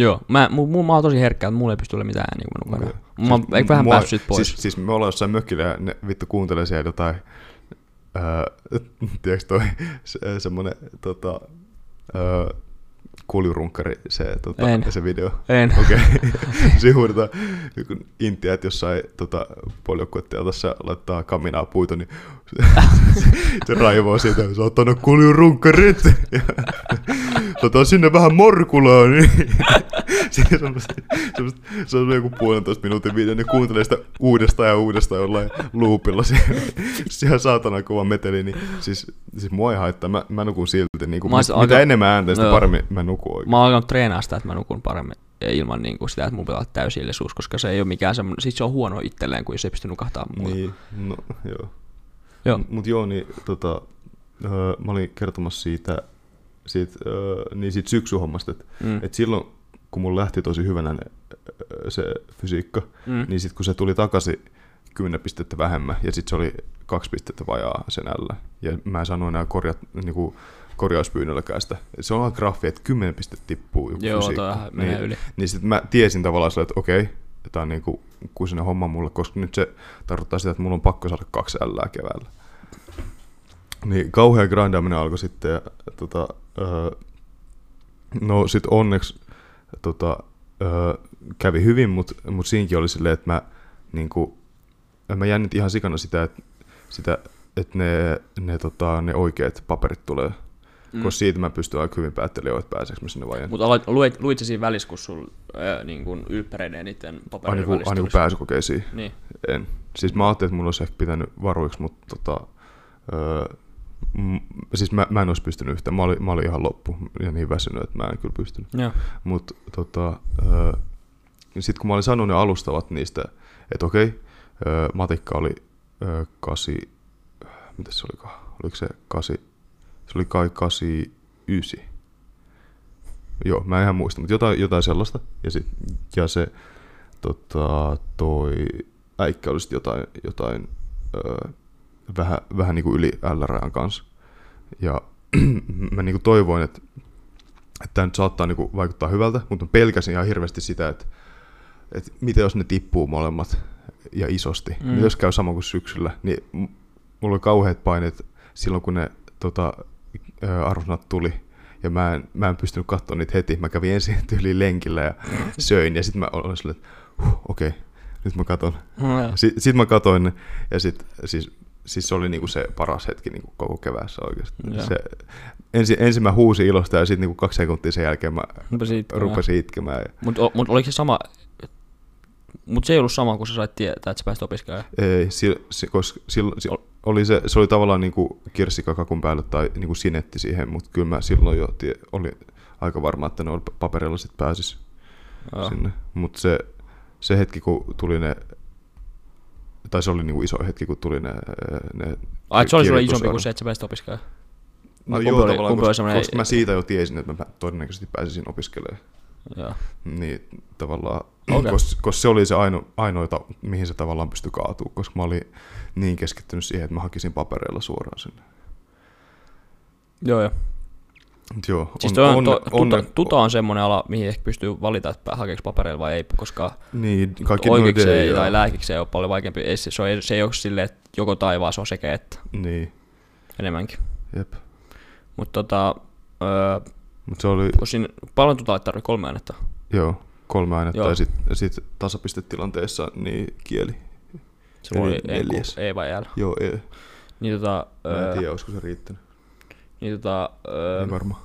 Speaker 2: Joo, mä, mu, mu, mä oon tosi herkkä, että mulla ei pysty olemaan mitään ääniä, kun mä nukkaan. Mä oon eikö
Speaker 1: Siis
Speaker 2: vähän
Speaker 1: Mua-
Speaker 2: päässyt pois.
Speaker 1: Siis, siis me ollaan jossain mökillä ja ne vittu kuuntelee siellä jotain, ää, *laughs* tiedätkö toi se, semmonen tota, ää, kuljurunkkari se, tota,
Speaker 2: En.
Speaker 1: se video.
Speaker 2: En.
Speaker 1: Okei. *laughs* Okay. Siinä huudetaan joku intiä, että jossain tota, poljokuettia tässä laittaa kaminaa puita, niin *laughs* se, se raivoo siitä, sä oot ottanut *laughs* kuljurunkkarit. Ja Tota sinne vähän morkulaa, niin *laughs* siinä semmoista, semmoista, se on joku puolentoista minuutin video, niin kuuntelee sitä uudestaan ja uudestaan jollain loopilla. *laughs* Se, se on saatana kova meteli, niin siis, siis mua ei haittaa, mä, mä nukun silti. Niin kuin,
Speaker 2: Mä
Speaker 1: mä
Speaker 2: oon
Speaker 1: mitä
Speaker 2: aika-
Speaker 1: aika... enemmän ääntä, sitä
Speaker 2: Joo.
Speaker 1: paremmin mä nukun oikein.
Speaker 2: Mä oon alkanut treenaa sitä, että mä nukun paremmin ja ilman niin kuin sitä, että mun pitää olla täysillisuus, koska se ei ole mikään semmoinen, siis se on huono itselleen, kun jos ei pysty nukahtamaan muuta.
Speaker 1: Niin, no joo.
Speaker 2: Joo.
Speaker 1: Mutta joo, niin tota, öö, mä olin kertomassa siitä, siitä, öö, niin siitä syksyhommasta, että
Speaker 2: Mm.
Speaker 1: mm. et silloin kun mulla lähti tosi hyvänä ne, öö, se fysiikka,
Speaker 2: Mm.
Speaker 1: mm. niin sitten kun se tuli takaisin 10 pistettä vähemmän ja sitten se oli 2 pistettä vajaa sen ällä. Ja mä en saanut enää korja, niinku, korjauspyynnölläkään sitä. Se on aika graffi, että 10 pistettä tippuu joku
Speaker 2: Joo,
Speaker 1: fysiikka.
Speaker 2: toi menee
Speaker 1: niin,
Speaker 2: yli.
Speaker 1: Niin sitten mä tiesin tavallaan sillä, että okei, tämä on niinku kusinen homma mulle, koska nyt se tarkoittaa sitä, että mulla on pakko saada kaksi ällää keväällä. Niin kauhea grindaaminen alkoi sitten ja tota, öö, no sit onneksi tota, öö, kävi hyvin, mutta mut siinäkin oli silleen, että mä, niinku, mä jännitin ihan sikana sitä, että sitä, että ne, ne, tota, ne oikeat paperit tulee. Mm. Koska siitä mä pystyn aika hyvin päättelemään, että pääseekö mä sinne vai en.
Speaker 2: Mutta aloit, luit, luit sä siinä välissä, kun sun ää, niin kuin ylppäreiden ja niiden
Speaker 1: Aina
Speaker 2: paperien
Speaker 1: kun,
Speaker 2: välissä
Speaker 1: aina kun
Speaker 2: tulisi?
Speaker 1: niin pääsykokeisiin.
Speaker 2: Niin.
Speaker 1: En. Siis mä ajattelin, että mulla olisi ehkä pitänyt varuiksi, mutta tota, öö, m- siis mä, mä en olisi pystynyt yhtään. Mä olin, mä olin ihan loppu ja niin väsynyt, että mä en kyllä pystynyt.
Speaker 2: Joo.
Speaker 1: Mutta tota, öö, sitten kun mä olin saanut ne alustavat niistä, että okei, öö, matikka oli öö, kasi, mitä se olikaan, oliko se kasi, se oli kai kasi ysi. Joo, mä en ihan muista, mutta jotain, jotain sellaista. Ja, sit, ja se tota, toi äikkä oli sit jotain, jotain öö, vähän, vähän niin kuin yli l kanssa. Ja *clears throat* mä niin kuin toivoin, että että tämä nyt saattaa niinku vaikuttaa hyvältä, mutta mä pelkäsin ihan hirveästi sitä, että, että mitä jos ne tippuu molemmat ja isosti.
Speaker 2: Mm.
Speaker 1: Mm. Mitä jos käy sama kuin syksyllä, niin m- mulla oli kauheat paineet silloin, kun ne tota, ö, arvonat tuli. Ja mä en, mä en pystynyt katsomaan niitä heti. Mä kävin ensin *laughs* tyyliin lenkillä ja söin. Ja sitten mä olin silleen, että huh, okei, okay, nyt mä katon. *laughs*
Speaker 2: No, joo.
Speaker 1: Sitten sit mä katoin ne, ja sit, siis, siis se oli niinku se paras hetki niinku koko keväässä oikeasti.
Speaker 2: Joo.
Speaker 1: Se, ensin, ensin mä huusin ilosta ja sitten niinku kaksi sekuntia sen jälkeen mä
Speaker 2: Rupesin itkemään.
Speaker 1: rupesin itkemään. Ja,
Speaker 2: Mut, o- mut oliko se sama, mut se ei ollut sama, kun sä sait tietää, että sä pääsit opiskelemaan.
Speaker 1: ei, si, si, koska silloin, si, oli se, se oli tavallaan niinku kirsikakakun päälle tai niinku sinetti siihen, mutta kyllä mä silloin jo tie, oli aika varma, että ne oli paperilla sit pääsis
Speaker 2: Joo.
Speaker 1: sinne. Mutta se, se hetki, kun tuli ne tai se oli niinku iso hetki, kun tuli ne, ne
Speaker 2: Ai, Ah, et se oli sulle isompi kuin
Speaker 1: kirjoitusarvot.
Speaker 2: se, että sä pääsit opiskelemaan.
Speaker 1: No
Speaker 2: Vai
Speaker 1: joo,
Speaker 2: kumpi oli-
Speaker 1: tavallaan,
Speaker 2: kumpi oli
Speaker 1: koska,
Speaker 2: semmoinen-
Speaker 1: koska mä siitä jo tiesin, että mä todennäköisesti pääsisin opiskelemaan.
Speaker 2: Joo.
Speaker 1: Niin tavallaan,
Speaker 2: Okei.
Speaker 1: okay. koska, koska se oli se aino, ainoita, mihin se tavallaan pystyi kaatuu, koska mä olin niin keskittynyt siihen, että mä hakisin papereilla suoraan sinne.
Speaker 2: Joo, joo.
Speaker 1: Mut joo,
Speaker 2: Siis on, on, to,
Speaker 1: on,
Speaker 2: tuta, tuta on semmoinen ala, mihin ehkä pystyy valita, että hakeeko paperilla vai ei, koska
Speaker 1: niin, kaikki
Speaker 2: oikeiksi
Speaker 1: noiden-
Speaker 2: ei
Speaker 1: joo.
Speaker 2: tai lääkiksi ei ole paljon vaikeampi. Ei, se, se, on, se ei ole silleen, että joko tai vaan se on sekä että
Speaker 1: Niin,
Speaker 2: enemmänkin.
Speaker 1: jep.
Speaker 2: Mutta tota, öö,
Speaker 1: Mutta se oli,
Speaker 2: kun siinä, paljon tuta ei tarvitse kolme äänettä.
Speaker 1: joo, kolme ainetta
Speaker 2: Joo.
Speaker 1: ja sitten sit tasapistetilanteessa niin kieli.
Speaker 2: Se voi
Speaker 1: Eli neljäs.
Speaker 2: ei, ei vai L.
Speaker 1: Joo, ei.
Speaker 2: Niin tota,
Speaker 1: Mä en
Speaker 2: öö,
Speaker 1: tiedä, olisiko se riittänyt.
Speaker 2: niin tota, öö,
Speaker 1: Ei varmaan.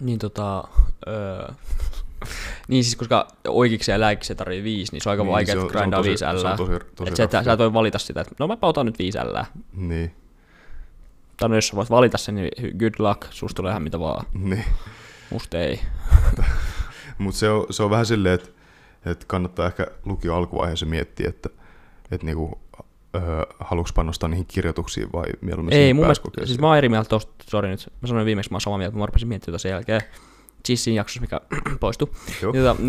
Speaker 2: Niin tota... Öö, *laughs* niin siis, koska oikeiksi ja lääkiksi tarvii viisi, niin se on aika niin,
Speaker 1: Niin,
Speaker 2: vaikea,
Speaker 1: se on-
Speaker 2: että
Speaker 1: se on
Speaker 2: grindaa
Speaker 1: tosi-
Speaker 2: viisi
Speaker 1: se on
Speaker 2: ällää.
Speaker 1: tosi- tosi
Speaker 2: Et sä, et, sä
Speaker 1: raffia.
Speaker 2: et voi valita sitä, että no mä otan nyt viisi ällää.
Speaker 1: Niin, *laughs*
Speaker 2: Tai no, jos sä voit valita sen, niin hy- good luck, susta tulee ihan mitä vaan.
Speaker 1: niin.
Speaker 2: Musta ei.
Speaker 1: Mutta se on, se on vähän silleen, että, että kannattaa ehkä lukio alkuvaiheessa miettiä, että, että niinku, äh, haluatko panostaa niihin kirjoituksiin vai mieluummin
Speaker 2: ei,
Speaker 1: siihen
Speaker 2: mun mielestä,
Speaker 1: pääsykokeeseen?
Speaker 2: siis mä oon eri mieltä tosta, sori nyt, mä sanoin viimeksi, mä oon samaa mieltä, mä rupesin miettimään tätä sen jälkeen. Siis siinä jaksossa, mikä *clears throat* poistui.
Speaker 1: Joo.
Speaker 2: Niin, tota,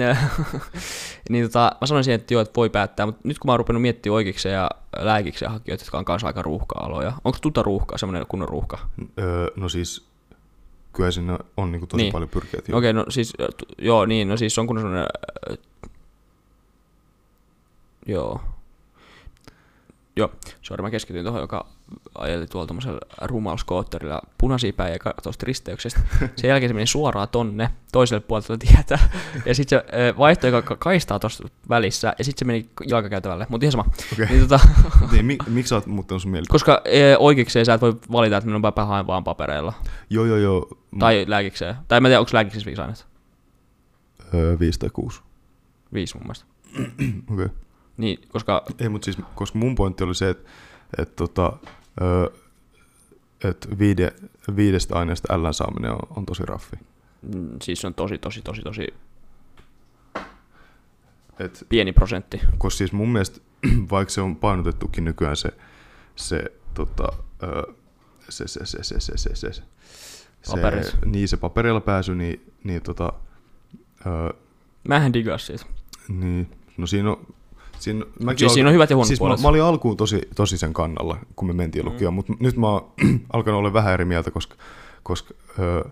Speaker 2: *laughs* niin tota, mä sanoin siihen, että joo, että voi päättää, mutta nyt kun mä oon rupenut miettimään oikeiksi ja lääkiksi ja hakijoita, jotka on kanssa aika ruuhka-aloja. Onko tuta ruuhkaa, semmoinen kunnon ruuhka?
Speaker 1: Öö, no siis, kyllä siinä on niin kuin tosi
Speaker 2: Niin.
Speaker 1: niin. paljon pyrkijöitä.
Speaker 2: Okei, okay, no siis, ö, t- joo, niin, no siis on kun semmoinen, ö, joo, joo, sorry, mä keskityin tuohon, joka ajeli tuolla tuommoisella rumalskootterilla punaisia päin ja katsoi tuosta risteyksestä. Sen jälkeen se meni suoraan tonne, toiselle puolelle tuota tietä, ja sitten se ö, vaihtoi ka- ka- kaistaa tuossa välissä, ja sitten se meni jalkakäytävälle, mutta ihan sama.
Speaker 1: Okei.
Speaker 2: Niin, tota, *laughs*
Speaker 1: niin, mi, miksi sä oot muuttanut sun mieli?
Speaker 2: koska ö, oikeikseen sä et voi valita, että minun päin haen vaan papereilla,
Speaker 1: Joo, joo, joo. M-
Speaker 2: tai lääkikseen, tai mä en tiedä, onko lääkiksessä viisi ainetta,
Speaker 1: Öö, viisi tai kuusi.
Speaker 2: viisi mun mielestä.
Speaker 1: Okei. Okay.
Speaker 2: Niin, koska
Speaker 1: Ei, mutta siis, koska mun pointti oli se, että et, tota, öö, et viide, viidestä aineesta L saaminen on, on tosi raffi.
Speaker 2: mm, siis se on tosi, tosi, tosi, tosi
Speaker 1: Et,
Speaker 2: pieni prosentti.
Speaker 1: koska siis mun mielestä, *clears throat* vaikka se on painotettukin nykyään se, se, tota, öö, se, se, se, se, se, se, se, se,
Speaker 2: Paperit.
Speaker 1: niin se paperilla pääsy, niin, niin, tota, öö,
Speaker 2: Mä en digaa siitä.
Speaker 1: niin, no siinä on, siinä, mäkin
Speaker 2: Siis
Speaker 1: alko-
Speaker 2: siinä on hyvät ja huonot
Speaker 1: Siis mä,
Speaker 2: puolet.
Speaker 1: mä olin alkuun tosi, tosi sen kannalla, kun me mentiin lukioon, mm. mutta nyt mä oon *clears throat* alkanut olla vähän eri mieltä, koska, koska öö,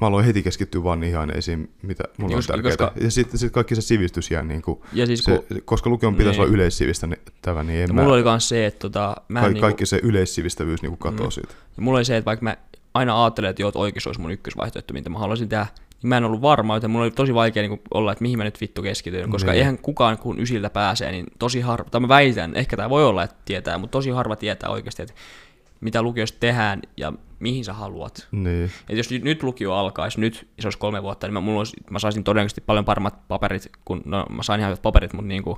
Speaker 1: mä aloin heti keskittyä vaan niihin aineisiin, mitä mulla on
Speaker 2: Koska-
Speaker 1: tärkeää.
Speaker 2: koska-
Speaker 1: Ja sitten sit kaikki se sivistys jää, niin kuin,
Speaker 2: Ja siis
Speaker 1: se,
Speaker 2: kun,
Speaker 1: koska lukion pitäisi
Speaker 2: Niin.
Speaker 1: olla yleissivistä, niin, tämä, niin en
Speaker 2: ja
Speaker 1: mä,
Speaker 2: mulla oli kans se, että tota, mä
Speaker 1: ka-
Speaker 2: en niinku,
Speaker 1: kaikki se yleissivistävyys niin katoaa
Speaker 2: Mm.
Speaker 1: mm. siitä.
Speaker 2: mulla oli se, että vaikka mä aina ajattelen, että joo, että oikeus olisi mun ykkösvaihtoehto, mitä mä haluaisin tehdä, niin mä en ollut varma, joten mulla oli tosi vaikea niin olla, että mihin mä nyt vittu keskityn, koska
Speaker 1: Niin.
Speaker 2: eihän kukaan kun ysiltä pääsee, niin tosi harva, tai mä väitän, ehkä tämä voi olla, että tietää, mutta tosi harva tietää oikeasti, että mitä lukiossa tehdään ja mihin sä haluat.
Speaker 1: Niin.
Speaker 2: Et jos nyt, nyt lukio alkaisi nyt, ja se olisi kolme vuotta, niin mä, mulla olisi, mä saisin todennäköisesti paljon paremmat paperit, kun no, mä sain ihan hyvät paperit, mutta niin kuin,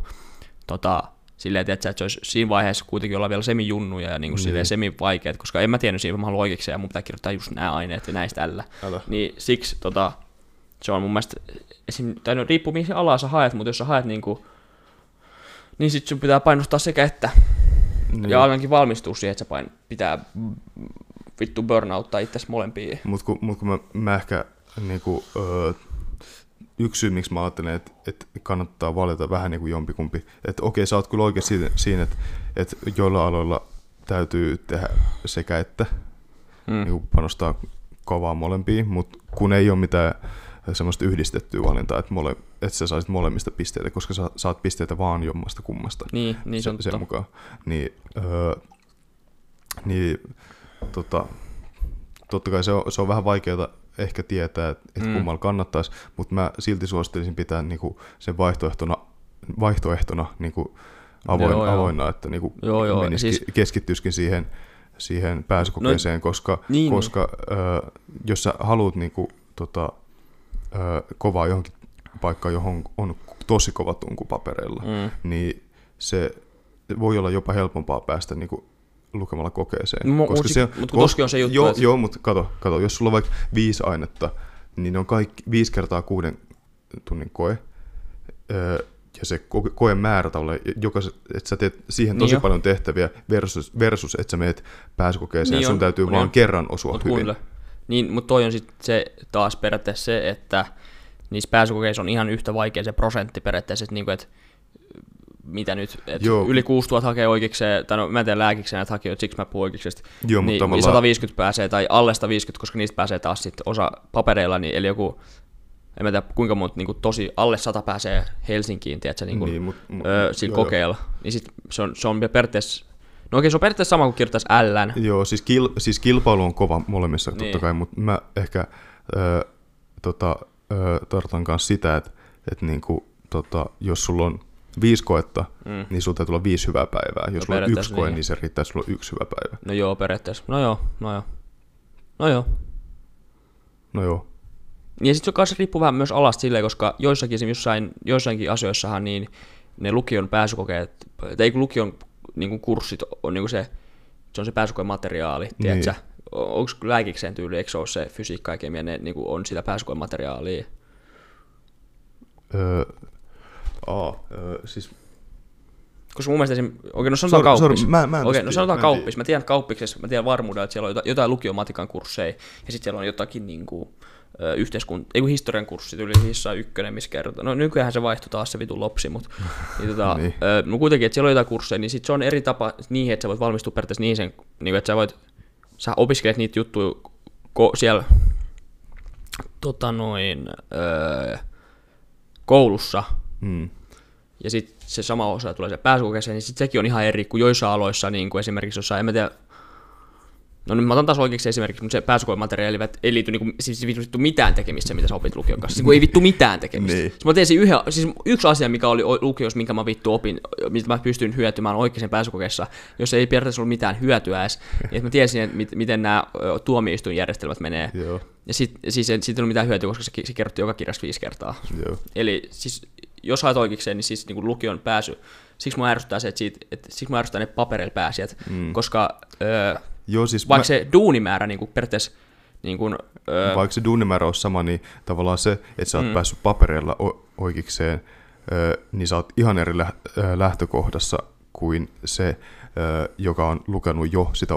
Speaker 2: tota, silleen, tiedätkö, että se olisi siinä vaiheessa kuitenkin olla vielä semijunnuja ja niin kuin, silleen, semivaikeet, koska en mä tiennyt siinä, mä haluan oikeiksi ja mun pitää kirjoittaa just nämä aineet ja näistä tällä.
Speaker 1: Älä.
Speaker 2: Niin siksi tota, se on mun mielestä, esim, tai no, riippuu mihin alaa sä haet, mutta jos sä haet niin kuin, niin sit sun pitää painostaa sekä että.
Speaker 1: Niin.
Speaker 2: Ja ainakin valmistua siihen, että sä pain, pitää mm, vittu burnouttaa itsesi molempia.
Speaker 1: Mutta kun, mut kun mä, mä ehkä niinku, öö, yksi syy, miksi mä ajattelen, että et kannattaa valita vähän niinku jompikumpi. Että okei, sä oot kyllä oikein siinä, siinä että et joilla aloilla täytyy tehdä sekä että mm. niinku panostaa kovaa molempiin, mutta kun ei ole mitään semmoista yhdistettyä valintaa, että mole, et sä saisit molemmista pisteitä, koska sä saat pisteitä vaan jommasta kummasta
Speaker 2: Niin, niin se on
Speaker 1: se, sen
Speaker 2: totta.
Speaker 1: mukaan. Niin, öö, niin tota, totta kai se on, se on vähän vaikeaa ehkä tietää, että et
Speaker 2: Mm.
Speaker 1: mm. kummalla kannattaisi, mutta mä silti suosittelisin pitää niinku sen vaihtoehtona, vaihtoehtona niinku avoin,
Speaker 2: Joo,
Speaker 1: joo,
Speaker 2: joo.
Speaker 1: avoinna, että niinku
Speaker 2: Joo, joo,
Speaker 1: menis,
Speaker 2: siis-
Speaker 1: siis... keskittyisikin siihen, siihen pääsykokeeseen, koska,
Speaker 2: niin.
Speaker 1: niin. koska öö, jos sä haluat niinku, tota, öö, kovaa johonkin paikkaan, johon on tosi kova tunku papereilla,
Speaker 2: Mm.
Speaker 1: niin se voi olla jopa helpompaa päästä niin kuin lukemalla kokeeseen.
Speaker 2: No, mu- mut sit- mut kun tossakin on se juttu,
Speaker 1: Joo,
Speaker 2: että-
Speaker 1: joo mutta kato, kato, jos sulla on vaikka viisi ainetta, niin ne on kaikki viisi kertaa kuuden tunnin koe. Öö, ja se koe- koen määrä tavallaan, joka, että sä teet siihen
Speaker 2: Niin
Speaker 1: tosi
Speaker 2: jo.
Speaker 1: niin paljon tehtäviä versus, versus että sä meet pääsykokeeseen
Speaker 2: Niin
Speaker 1: niin sun
Speaker 2: on,
Speaker 1: täytyy
Speaker 2: on
Speaker 1: vaan
Speaker 2: jo.
Speaker 1: kerran osua
Speaker 2: Mut
Speaker 1: hyvin.
Speaker 2: kyllä. Niin, mutta toi on sitten se taas periaatteessa se, että niissä pääsykokeissa on ihan yhtä vaikea se prosentti periaatteessa, että niinku, et, mitä nyt, et
Speaker 1: Joo.
Speaker 2: yli 6000 hakee oikeikseen, tai no mä en tiedä lääkikseen näitä hakijoita, siksi mä puhun oikeiksesta,
Speaker 1: Joo, mut
Speaker 2: niin
Speaker 1: tavallaan-
Speaker 2: 150 pääsee tai alle 150, koska niistä pääsee taas sit osa papereilla, niin eli joku, en mä tiedä kuinka monta niinku tosi alle 100 pääsee Helsinkiin, tiedätkö, niinku,
Speaker 1: Niin, mut- mut-
Speaker 2: öö, sillä
Speaker 1: joo, joo.
Speaker 2: kokeilla, niin sit se on, se on periaatteessa, no okei se on periaatteessa sama kuin kirjoittaisi L,
Speaker 1: Joo, siis, kil, siis kilpailu on kova molemmissa niin.
Speaker 2: Niin.
Speaker 1: totta kai, mutta mä ehkä ö, tota, ö, tartan kanssa sitä, että et niinku, tota, jos sulla on viisi koetta, mm. niin sulla täytyy olla viisi hyvää päivää. Jos
Speaker 2: No
Speaker 1: sulla on yksi
Speaker 2: periaatteessa
Speaker 1: koe,
Speaker 2: niin.
Speaker 1: niin. niin se riittää, että sulla on yksi hyvä päivä.
Speaker 2: No joo, periaatteessa. No joo, no joo. No joo.
Speaker 1: No joo,
Speaker 2: Ja sitten se kanssa riippuu vähän myös alasta silleen, koska joissakin, esimerkiksi jossain, joissainkin asioissahan niin ne lukion pääsykokeet, tai kun lukion niin kuin kurssit on niin kuin se, se on se pääsykoemateriaali, tiedätkö? Niin. Onko lääkikseen tyyli, eikö se ole se fysiikka ja kemia, ne niin kuin on sitä pääsykoemateriaalia?
Speaker 1: ö, a, ö, siis
Speaker 2: Koska mun mielestä esim... Okei, no
Speaker 1: Sori,
Speaker 2: sanotaan
Speaker 1: sori,
Speaker 2: kauppis.
Speaker 1: mä- mä en
Speaker 2: Okei,
Speaker 1: tästä
Speaker 2: no
Speaker 1: tiedä,
Speaker 2: sanotaan
Speaker 1: mä en
Speaker 2: kauppis. Mä tiedän, että kauppiksessa, mä tiedän varmuudella, että siellä on jotain, jotain lukiomatikan kursseja, ja sitten siellä on jotakin niin kuin, yhteiskunta, ei kun historian kurssi, tyyli hissa ykkönen, missä kerrotaan. No nykyään se vaihtui taas se vitun lopsi,
Speaker 1: *laughs*
Speaker 2: mutta niin, tota,
Speaker 1: Niin.
Speaker 2: ö, no kuitenkin, että siellä on jotain kursseja, niin sit se on eri tapa niihin, että niin niinku, sä voit valmistua periaatteessa niihin sen, niin kuin, että sä voit, sä opiskelet niitä juttuja ko- siellä tota noin, öö, koulussa,
Speaker 1: Mm.
Speaker 2: ja sitten se sama osa tulee se pääsykokeeseen, niin sit sekin on ihan eri kuin joissain aloissa, niin kuin esimerkiksi jossain, en mä tiedä, no nyt mä otan taas oikeaksi esimerkiksi, mutta se pääsykoemateriaali eivät- ei liity niinku, siis vittu vittu mitään tekemistä, mitä sä opit lukion kanssa, siis, kun ei vittu mitään tekemistä.
Speaker 1: Niin.
Speaker 2: Niin. Siis mä tein siinä yhden, siis yksi asia, mikä oli o- lukiossa, minkä mä vittu opin, mitä mä pystyin hyötymään oikein pääsykokeessa, jos ei periaatteessa ollut mitään
Speaker 1: *laughs*
Speaker 2: hyötyä edes, niin että mä tiesin, että mit, miten nämä tuomioistuinjärjestelmät menee.
Speaker 1: Joo,
Speaker 2: Ja sit, siis ei siitä ei ollut mitään hyötyä, koska se, ki- se kerrottiin joka kirjasta viisi kertaa.
Speaker 1: joo.
Speaker 2: Eli siis, jos haet oikeikseen, niin siis niin kuin lukion pääsy. Siksi mä ärsyttää se, että, siitä, että siksi mä ärsyttää ne paperilla pääsijät, mm. koska öö,
Speaker 1: Joo, siis
Speaker 2: vaikka mä... se duunimäärä niin kuin periaatteessa niin kuin, öö,
Speaker 1: mä, vaikka se duunimäärä on sama, niin tavallaan se, että sä oot mm. päässyt papereilla o- oikeikseen, ö, niin sä oot ihan eri lä- ö, lähtökohdassa kuin se, ö, joka on lukenut jo sitä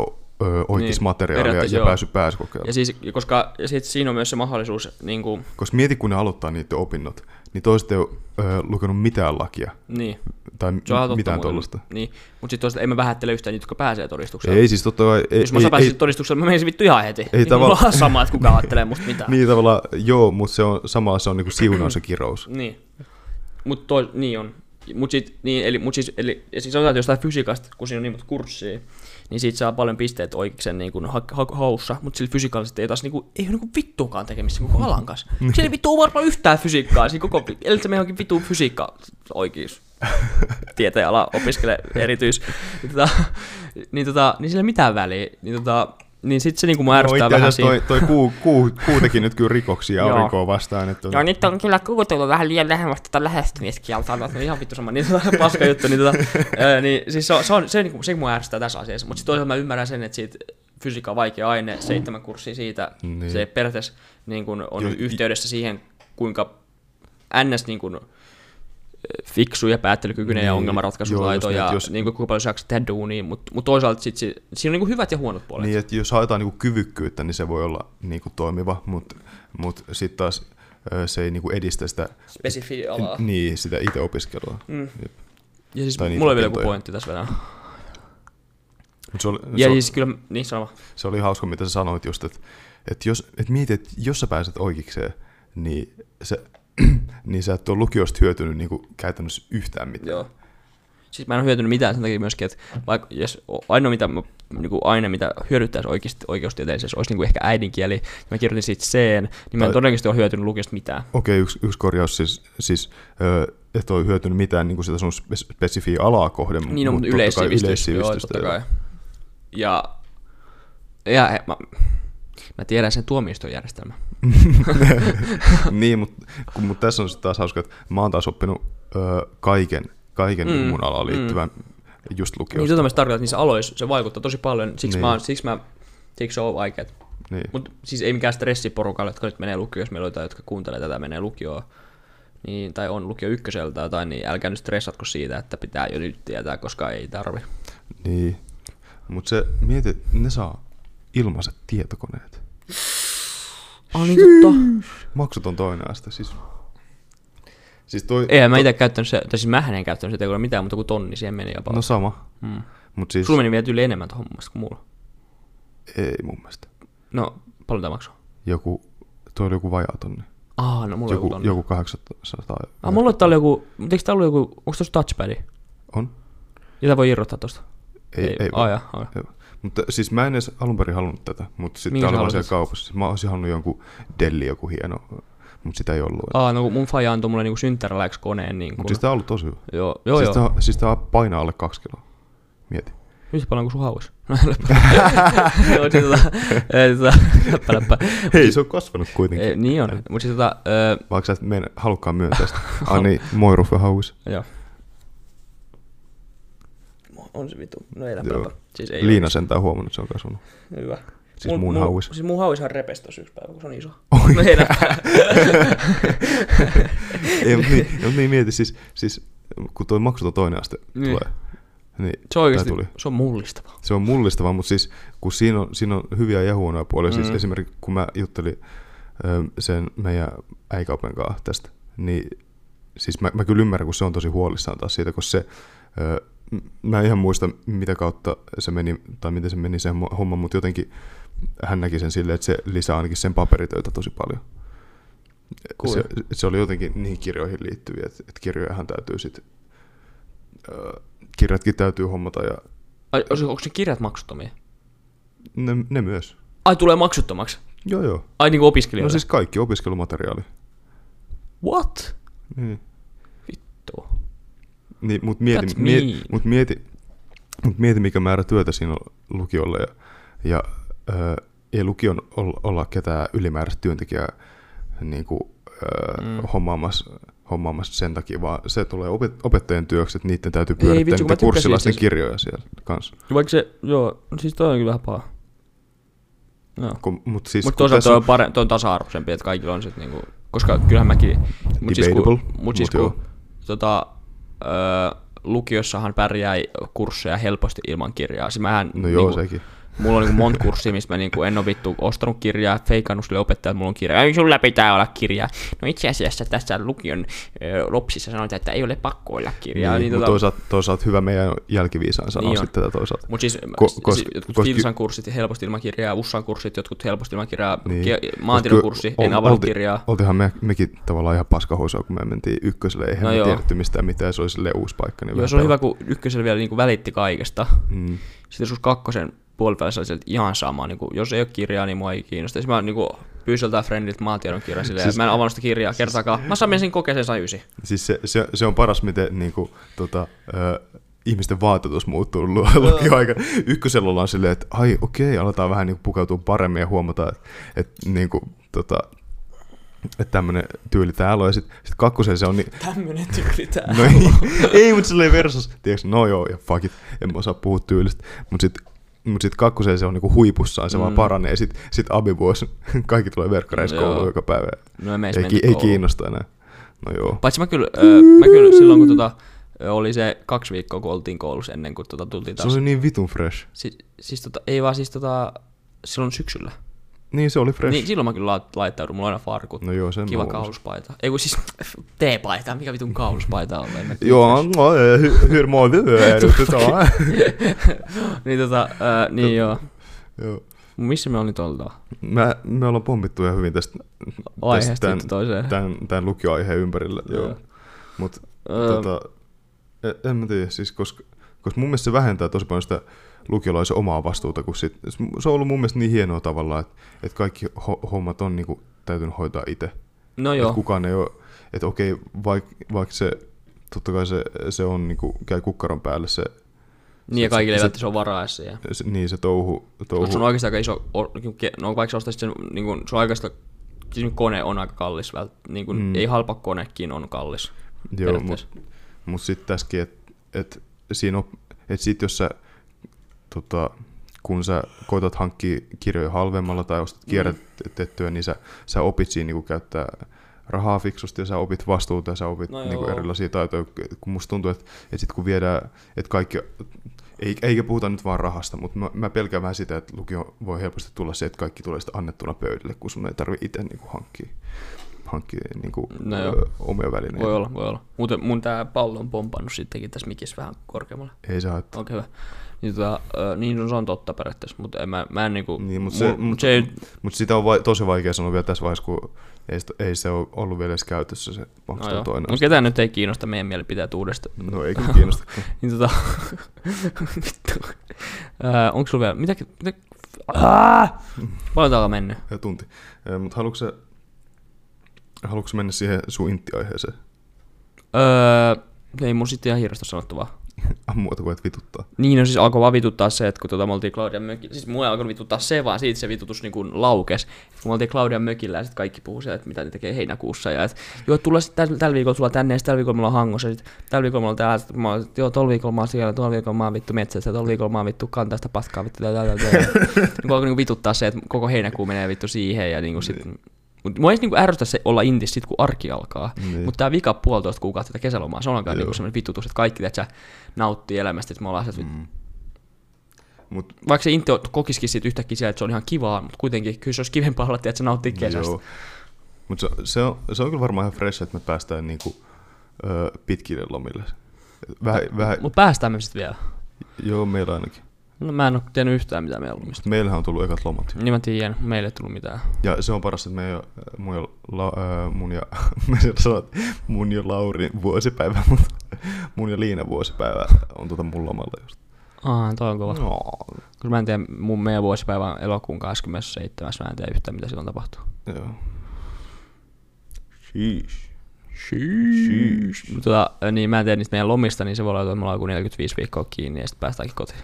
Speaker 1: oikeis
Speaker 2: Niin,
Speaker 1: materiaalia
Speaker 2: periaatteessa
Speaker 1: ja
Speaker 2: joo.
Speaker 1: päässyt pääsykokeilla.
Speaker 2: ja siis, koska ja sit siinä on myös se mahdollisuus, niin kuin,
Speaker 1: Koska mieti, kun ne aloittaa niiden opinnot, niin toiset ei ole ö, lukenut mitään lakia
Speaker 2: niin,
Speaker 1: tai
Speaker 2: se on ihan totta
Speaker 1: mitään
Speaker 2: muuten.
Speaker 1: tuollaista.
Speaker 2: Niin, mutta sitten toisaalta en mä vähättele yhtään niitä, jotka pääsee todistukseen.
Speaker 1: Ei siis totta kai, ei,
Speaker 2: Jos mä
Speaker 1: ei,
Speaker 2: pääsin
Speaker 1: ei,
Speaker 2: todistuksella, mä menisin vittu ihan heti. Niin Ei
Speaker 1: tavalla-
Speaker 2: tavallaan sama, että kuka
Speaker 1: *laughs*
Speaker 2: ajattelee musta mitään.
Speaker 1: niin tavallaan joo, mutta se on, samalla se on niinku siunaus ja kirous.
Speaker 2: Niin. Mut toi, niin on. Mut sit, niin, eli, mut siis, eli, ja siis sanotaan, että jostain fysiikasta, kun siinä on niin monta kurssia, niin siitä saa paljon pisteet oikeikseen niin kuin ha- ha- haussa, mutta sillä fysiikallisesti ei taas niin kuin, ei ole niin kuin vittuakaan tekemistä sen koko
Speaker 1: Mm.
Speaker 2: alan kanssa. Siellä ei vittu ole varmaan yhtään fysiikkaa, siinä koko, eli se meidän vittu fysiikka
Speaker 1: *laughs*
Speaker 2: oikeus tieteenala opiskelee erityis, niin, tota, niin, tota, niin sillä ei mitään väliä, niin, tota, niin sit se niin kuin mä
Speaker 1: No,
Speaker 2: ärsyttää
Speaker 1: itse
Speaker 2: no, vähän
Speaker 1: asiassa
Speaker 2: siinä.
Speaker 1: toi, toi kuu, kuu, kuu teki nyt kyllä rikoksia
Speaker 2: *laughs* Joo.
Speaker 1: aurinkoa vastaan. Että
Speaker 2: Joo, nyt on kyllä kuutellut vähän liian lähemmäs tätä lähestymiskieltoa, mutta no ihan vittu sama, niin tota, paska juttu, niin, tota, ää, niin siis se, on, se, on, se, niin, se mua ärsyttää tässä asiassa, mutta sitten toisaalta mä ymmärrän sen, että siitä fysiikka on vaikea aine, seitsemän kurssia siitä,
Speaker 1: Niin.
Speaker 2: niin. se periaatteessa niin kun on
Speaker 1: Joo,
Speaker 2: jo,
Speaker 1: i-
Speaker 2: yhteydessä siihen, kuinka ns. Niin kun, fiksu ja päättelykykyinen niin, ja
Speaker 1: Niin,
Speaker 2: ongelmanratkaisutaito
Speaker 1: joo, just niin,
Speaker 2: ja
Speaker 1: että jos-
Speaker 2: niin kuin, kuinka paljon sä jaksat tehdä duunia, mutta mut toisaalta sit, si- siinä on niin kuin hyvät ja huonot puolet.
Speaker 1: Niin, että jos haetaan niinku kyvykkyyttä, niin se voi olla niinku toimiva, mutta mut sitten taas ö, se ei niinku edistä sitä,
Speaker 2: Spesifi alaa.
Speaker 1: niin, sitä itse opiskelua. Mm.
Speaker 2: Ja siis
Speaker 1: tai niitä
Speaker 2: mulla on vielä joku
Speaker 1: opintoja.
Speaker 2: pointti tässä vielä.
Speaker 1: Mut se, oli,
Speaker 2: Ja
Speaker 1: se,
Speaker 2: siis kyllä, niin sanoma.
Speaker 1: se oli hauska, mitä sä sanoit just, että et jos, et mietit, että jos sä pääset oikeikseen, niin, se, *clears throat* niin sä et ole lukiosta hyötynyt niinku käytännössä yhtään mitään.
Speaker 2: Joo. Siis mä en ole hyötynyt mitään sen takia myöskin, että vaikka jos o- ainoa mitä, mä- niinku aine, mitä hyödyttäisi oikeasti, oikeustieteellisessä olisi niinku ehkä äidinkieli, ja mä kirjoitin siitä C, niin mä en
Speaker 1: Tai-
Speaker 2: todennäköisesti ole hyötynyt lukiosta mitään.
Speaker 1: Okei, yksi, yksi korjaus siis, siis ö, et ole hyötynyt mitään niin kuin sitä sun spe- spesifiä alaa kohden.
Speaker 2: Niin on,
Speaker 1: mut
Speaker 2: mutta
Speaker 1: totta kai
Speaker 2: yleissivistys. Joo,
Speaker 1: yleissivistystä,
Speaker 2: totta kai. Ja, ja he- mä, mä tiedän sen tuomioistuinjärjestelmän.
Speaker 1: niin, mutta mut tässä on sit taas hauska, että mä oon taas oppinut ö, kaiken, kaiken mm, mun alaan liittyvän mm. just
Speaker 2: Niin
Speaker 1: lukiosta.
Speaker 2: tota mä sit tarkoitan, että niissä aloissa se vaikuttaa tosi paljon, siksi,
Speaker 1: Niin.
Speaker 2: niin. mä, oon- siksi, mä, siksi se on vaikeet.
Speaker 1: Niin.
Speaker 2: Mutta siis ei mikään stressi porukalle, jotka nyt menee lukioon, jos meillä on jotain, jotka kuuntelee tätä, menee lukioon, niin, tai on lukio ykköseltä jotain, niin älkää nyt stressatko siitä, että pitää jo nyt tietää, koska ei tarvi.
Speaker 1: niin. Mutta se, mieti, että ne saa ilmaiset tietokoneet.
Speaker 2: Ah, niin totta.
Speaker 1: Maksuton toinen aste, siis. Siis toi,
Speaker 2: Ei, mä itse käyttänyt se, tai siis mähän en käyttänyt sitä, ei ole mitään muuta kuin tonni, siihen meni jopa. No,
Speaker 1: no sama. Mm. Mutta siis,
Speaker 2: Sulla meni vielä yli enemmän tuohon hommasta kuin mulla.
Speaker 1: ei mun mielestä.
Speaker 2: No, paljon tämä maksoi?
Speaker 1: Joku, toi oli joku vajaa tonni.
Speaker 2: Ah, no mulla joku,
Speaker 1: Joku,
Speaker 2: joku tonni.
Speaker 1: joku 800.
Speaker 2: Ah, mulla tää oli joku, mutta eikö tää ollut joku, onko tuossa touchpadi?
Speaker 1: On?
Speaker 2: Jota voi irrottaa tosta?
Speaker 1: Ei, ei, ei,
Speaker 2: Ah, jaa, ah.
Speaker 1: Joo. Mutta siis mä en edes alun perin halunnut tätä, mutta sitten
Speaker 2: Minkä
Speaker 1: tää oli vaan
Speaker 2: sä halusit?
Speaker 1: siellä kaupassa. Mä olisin halunnut jonkun Delli joku hieno, mutta sitä ei ollut.
Speaker 2: Ah, no kun mun faija antoi mulle niinku synttäriläks koneen niinku.
Speaker 1: Mutta siis tää on ollut tosi hyvä.
Speaker 2: Joo, joo,
Speaker 1: siis,
Speaker 2: joo.
Speaker 1: Tää, siis tää painaa alle kaksi kiloa. Mieti.
Speaker 2: Yhtä paljon kuin sun hauis. No ei läppä.
Speaker 1: *laughs*
Speaker 2: Joo, siis tota, ei, tota, läppä, läppä.
Speaker 1: Hei, se on kasvanut kuitenkin.
Speaker 2: siis- Ei, niin on, mutta siis tota, öö,
Speaker 1: Vaikka sä et mene, halukkaan myöntää
Speaker 2: *laughs*
Speaker 1: sitä. Ai niin, moi Rufe Hauis.
Speaker 2: joo. On se vitu, no ei
Speaker 1: Joo.
Speaker 2: läppä, läppä. Siis ei
Speaker 1: Liina sentään huomannut, että se on kasvanut.
Speaker 2: ole. Hyvä.
Speaker 1: Siis mun hauis.
Speaker 2: Siis mun hauishan repesi tossa yksi päivä, kun se on iso. No ei
Speaker 1: *laughs*
Speaker 2: läppä.
Speaker 1: ei, mutta niin, mut niin mieti, siis, siis kun toi maksuton toinen aste
Speaker 2: Niin.
Speaker 1: tulee. Niin,
Speaker 2: Se on oikeesti,
Speaker 1: tää tuli.
Speaker 2: se on mullistavaa.
Speaker 1: Se on mullistavaa, mutta siis kun siinä on, siinä on hyviä ja huonoja puolia. Mm. Siis
Speaker 2: Mm.
Speaker 1: esimerkiksi kun mä juttelin ö, sen meidän äikaupen kanssa tästä, niin siis mä, mä kyllä ymmärrän, kun se on tosi huolissaan taas siitä, kun se, ö, m- mä en ihan muista mitä kautta se meni, tai miten se meni se homma, mutta jotenkin hän näki sen silleen, että se lisää ainakin sen paperitöitä tosi paljon.
Speaker 2: Cool.
Speaker 1: Se, se oli jotenkin niihin kirjoihin liittyviä, että, että kirjojahan täytyy sitten, kirjatkin täytyy hommata ja
Speaker 2: Ai, onko, onko ne kirjat maksuttomia?
Speaker 1: ne, ne myös.
Speaker 2: Ai, tulee maksuttomaksi.
Speaker 1: Joo joo.
Speaker 2: Ai niinku opiskelijoille?
Speaker 1: No siis kaikki opiskelumateriaali.
Speaker 2: What?
Speaker 1: Niin.
Speaker 2: Vittu.
Speaker 1: Niin, mut mieti,
Speaker 2: That's mean.
Speaker 1: mieti, mut mieti, mut mieti, mikä määrä työtä siinä on lukiolla ja, ja ö, ei lukion ol- olla ketään ylimääräistä työntekijää niin kuin, ö,
Speaker 2: Mm.
Speaker 1: mm. hommaamassa, hommaamassa sen takia, vaan se tulee opet- opettajien työksi, että niiden täytyy
Speaker 2: Ei vittu,
Speaker 1: pyörittää
Speaker 2: kun
Speaker 1: niitä
Speaker 2: mä tykkäsin
Speaker 1: kurssilaisten
Speaker 2: itse asiassa-
Speaker 1: kirjoja siellä kanssa.
Speaker 2: Vaikka se, joo, no siis toi on kyllä vähän paha. No.
Speaker 1: Kun, mut siis,
Speaker 2: Mutta
Speaker 1: kun
Speaker 2: toisaalta
Speaker 1: tässä
Speaker 2: toi on, pare- toi on tasa-arvoisempi, että kaikilla on sitten niinku, koska kyllähän mäkin, mut siis kun,
Speaker 1: Debatable,
Speaker 2: mut siis
Speaker 1: mut
Speaker 2: kun tota, ö, lukiossahan pärjää kursseja helposti ilman kirjaa. Siis mähän,
Speaker 1: No joo,
Speaker 2: niinku,
Speaker 1: sekin.
Speaker 2: Mulla on niinku monta kurssia, missä mä niinku en ole vittu ostanut kirjaa, feikannut sille opettajalle, että mulla on kirja. Ei, sulla pitää olla kirja. No itse asiassa tässä lukion ö, lopsissa sanotaan, että ei ole pakko olla kirjaa.
Speaker 1: niin, niin, tota... toisaalta, toisaalta hyvä meidän jälkiviisaan sanoa
Speaker 2: Niin
Speaker 1: niin
Speaker 2: on.
Speaker 1: sitten tätä toisaalta.
Speaker 2: Mutta siis,
Speaker 1: Ko-
Speaker 2: Ko-
Speaker 1: kos-
Speaker 2: siis jotkut
Speaker 1: kos-
Speaker 2: kos- Filsan kurssit helposti ilman kirjaa, Ussan kurssit, jotkut helposti ilman kirjaa, niin.
Speaker 1: Niin.
Speaker 2: ki- maantiedon
Speaker 1: Koska
Speaker 2: kurssi,
Speaker 1: ol-
Speaker 2: en avannut
Speaker 1: olti-
Speaker 2: kirjaa.
Speaker 1: Oltihan me, mekin tavallaan ihan paskahousua, kun me mentiin ykköselle, eihän
Speaker 2: No
Speaker 1: no me
Speaker 2: joo.
Speaker 1: tiedetty mistään mitään, se oli silleen uusi paikka. Niin
Speaker 2: Joo,
Speaker 1: vähän
Speaker 2: se oli
Speaker 1: pel-
Speaker 2: hyvä, kun ykkösellä vielä niinku välitti kaikesta.
Speaker 1: Mm.
Speaker 2: Sitten joskus kakkosen puolivälissä oli sieltä ihan sama, niinku, jos ei ole kirjaa, niin mua ei kiinnosta. Sitten mä niinku, pyysin joltain friendiltä maantiedon kirjan silleen,
Speaker 1: Siis-
Speaker 2: siis... mä en avannut sitä kirjaa kertaakaan. Mä sain sen kokeeseen, sain ysi.
Speaker 1: Siis se, se, se, on paras, miten niin kuin, tota, ö, ihmisten vaatetus muuttuu lu- lukioaikana. Ykkösellä ollaan silleen, että ai okei, aletaan vähän niin kuin, pukeutua paremmin ja huomata, että, että niin kuin, tota, että tämmöinen tyyli täällä on. Ja sitten sit kakkosen se on niin,
Speaker 2: Tämmönen tyyli tää.
Speaker 1: No ei, *laughs* ei mutta silleen versus, tiiäks, no joo, ja fuck it, en mä osaa puhua tyylistä. Mut sit, mut sit kakkoseen se on niinku huipussaan, se mm. vaan
Speaker 2: Mm.
Speaker 1: paranee. Ja sit, sit abivuosi, *laughs* kaikki tulee verkkareiskouluun
Speaker 2: Joo.
Speaker 1: joka päivä.
Speaker 2: No ei me edes
Speaker 1: Ei,
Speaker 2: menty
Speaker 1: ki- ei
Speaker 2: kouluun.
Speaker 1: kiinnosta enää. No joo.
Speaker 2: Paitsi mä kyllä, öö, mä kyllä silloin, kun tota, ö, oli se kaksi viikkoa, kun oltiin koulussa ennen kuin tota, tultiin
Speaker 1: Se
Speaker 2: taas.
Speaker 1: oli niin vitun fresh.
Speaker 2: Si- siis tota, ei vaan siis tota, silloin syksyllä.
Speaker 1: Niin se oli fresh.
Speaker 2: Niin silloin mä kyllä la- laittaudun, mulla on aina farkut.
Speaker 1: No joo, sen mä
Speaker 2: Kiva
Speaker 1: huomasin.
Speaker 2: kauluspaita. Ei kun siis *laughs* T-paita, mikä vitun kauluspaita on. en mä tiedä. *laughs*
Speaker 1: Joo, no, hy- hur mår du? Är du bra?
Speaker 2: niin tota, äh, niin joo.
Speaker 1: Joo.
Speaker 2: Missä me nyt ollaan?
Speaker 1: Mä, me ollaan pommittu ihan hyvin tästä,
Speaker 2: Aiheesta
Speaker 1: tämän,
Speaker 2: vittu toiseen.
Speaker 1: tämän, tämän lukioaiheen ympärillä.
Speaker 2: Joo.
Speaker 1: Joo. Mut
Speaker 2: Öö.
Speaker 1: tota, en, en mä tiedä, siis koska, koska mun mielestä se vähentää tosi paljon sitä lukiolaisen omaa vastuuta, kun sit, se on ollut mun mielestä niin hienoa tavallaan, että, että kaikki ho- hommat on niinku täytynyt hoitaa itse.
Speaker 2: No
Speaker 1: Että
Speaker 2: joo.
Speaker 1: kukaan ei ole, että okei, vaikka vaik se, totta kai se, se on niinku, käy kukkaron päälle se,
Speaker 2: Niin ja
Speaker 1: se-
Speaker 2: kaikille ei
Speaker 1: se-
Speaker 2: välttämättä ole varaa edes siihen.
Speaker 1: se niin se touhu, touhu
Speaker 2: Mut se on oikeastaan aika iso, o- ke- no vaikka sä ostaisit sen, niin kun, se on oikeastaan, siis kone on aika kallis, vält, niin kun,
Speaker 1: Mm.
Speaker 2: ei halpa konekin on kallis.
Speaker 1: Joo,
Speaker 2: periaatteessa.
Speaker 1: mutta mut sitten tässäkin, että et siinä on, et sit jos sä, tota, kun sä koetat hankkia kirjoja halvemmalla tai ostat
Speaker 2: Mm.
Speaker 1: kierrätettyä, niin sä, sä opit siinä niinku käyttää rahaa fiksusti ja sä opit vastuuta ja sä opit
Speaker 2: No
Speaker 1: no niinku
Speaker 2: joo.
Speaker 1: erilaisia taitoja. Kun musta tuntuu, että et sit kun viedään, että kaikki, ei, eikä puhuta nyt vaan rahasta, mutta mä, mä pelkään vähän sitä, että lukio voi helposti tulla se, että kaikki tulee sitten annettuna pöydälle, kun sun ei tarvi itse niinku hankkia, hankkia niinku,
Speaker 2: No
Speaker 1: no
Speaker 2: joo.
Speaker 1: omia välineitä.
Speaker 2: Voi olla, voi olla. Muuten mun tää pallo on pompannut sittenkin tässä mikissä vähän korkeammalle.
Speaker 1: Ei se haittaa.
Speaker 2: Okei, hyvä. Niin, tota, ö, niin no, se on totta periaatteessa, mutta en mä, mä en niinku...
Speaker 1: Niin, mut
Speaker 2: mul-
Speaker 1: se-
Speaker 2: mut
Speaker 1: mut-
Speaker 2: se, ei,
Speaker 1: Mutta sitä on va- tosi vaikea sanoa vielä tässä vaiheessa, kun ei, sitä, ei se ole ollut vielä edes käytössä se
Speaker 2: no joo.
Speaker 1: maksettu no
Speaker 2: Mut ketään nyt ei kiinnosta meidän mielipiteet uudesta.
Speaker 1: No ei kyllä kiinnosta. *laughs*
Speaker 2: Niin tota... *laughs* Vittu. Ö, onks sulla vielä... Mitä... mitä Aa! Paljon täällä on mennyt?
Speaker 1: Ja tunti. Mutta haluatko sä, haluatko sä mennä siihen sun inttiaiheeseen? *laughs*
Speaker 2: Öö, ei mun sitten ihan hirveästi ole sanottavaa.
Speaker 1: Muuta kuin et vituttaa.
Speaker 2: Niin, no siis alkoi vaan vituttaa se, että kun tota, me oltiin Claudian mökillä, siis mua ei alkanut vituttaa se, vaan siitä se vitutus niin kuin laukes. Et kun me oltiin Claudian mökillä ja sitten kaikki puhuu siellä, että mitä ne tekee heinäkuussa ja että joo, tulla sitten tällä, tällä viikolla tulla tänne ja sitten tällä viikolla mulla on hangossa, ja sitten tällä viikolla mulla on täällä, sit mä, oon, että joo, tuolla viikolla mä oon siellä, tuolla viikolla mä oon vittu metsässä, tuolla viikolla mä oon vittu kantaa sitä paskaa vittu tää, tää, tää, tää. niin kun alkoi niin vituttaa se, että koko heinäkuu menee vittu siihen ja niin kuin sit, mutta mua ei niinku ärsytä se olla intis sit, kun arki alkaa.
Speaker 1: Niin.
Speaker 2: Mutta tämä vika puolitoista kuukautta tätä kesälomaa, se on aika niinku
Speaker 1: Joo.
Speaker 2: semmoinen vitutus, että kaikki tiedät, sä, nauttii elämästä, että me ollaan sieltä, mm.
Speaker 1: Mut,
Speaker 2: vaikka se Inte kokisikin siitä yhtäkkiä siellä, että se on ihan kivaa, mutta kuitenkin kyllä se olisi kivempaa olla, että se nauttii kesästä. Joo.
Speaker 1: Mut se, se, on, se on kyllä varmaan ihan fresh, että me päästään niinku, ö, pitkille lomille. Vähän, vähän,
Speaker 2: Mutta päästään me sitten vielä.
Speaker 1: joo, meillä ainakin.
Speaker 2: No mä en oo tiennyt yhtään mitä meillä on ollut. mistä.
Speaker 1: Meillähän on tullut ekat lomat. jo.
Speaker 2: Niin mä tiedän, meille ei tullut mitään.
Speaker 1: Ja se on paras, että me ei ole, mun, ja, la, ää, mun, ja, *laughs* mä sen sanon, että mun ja Laurin vuosipäivä, *laughs* mutta mun ja Liina vuosipäivä on tuota mun lomalla just.
Speaker 2: Ah, toi on kova. No.
Speaker 1: No,
Speaker 2: Kun mä en tiedä, mun meidän vuosipäivä on elokuun 27. Mä en tiedä yhtään mitä silloin tapahtuu.
Speaker 1: joo. Sheesh.
Speaker 2: Sheesh. Mut Tota, niin mä en tiedä niistä meidän lomista, niin se voi olla, että me ollaan joku 45 viikkoa kiinni ja sitten päästäänkin
Speaker 1: *laughs*
Speaker 2: kotiin.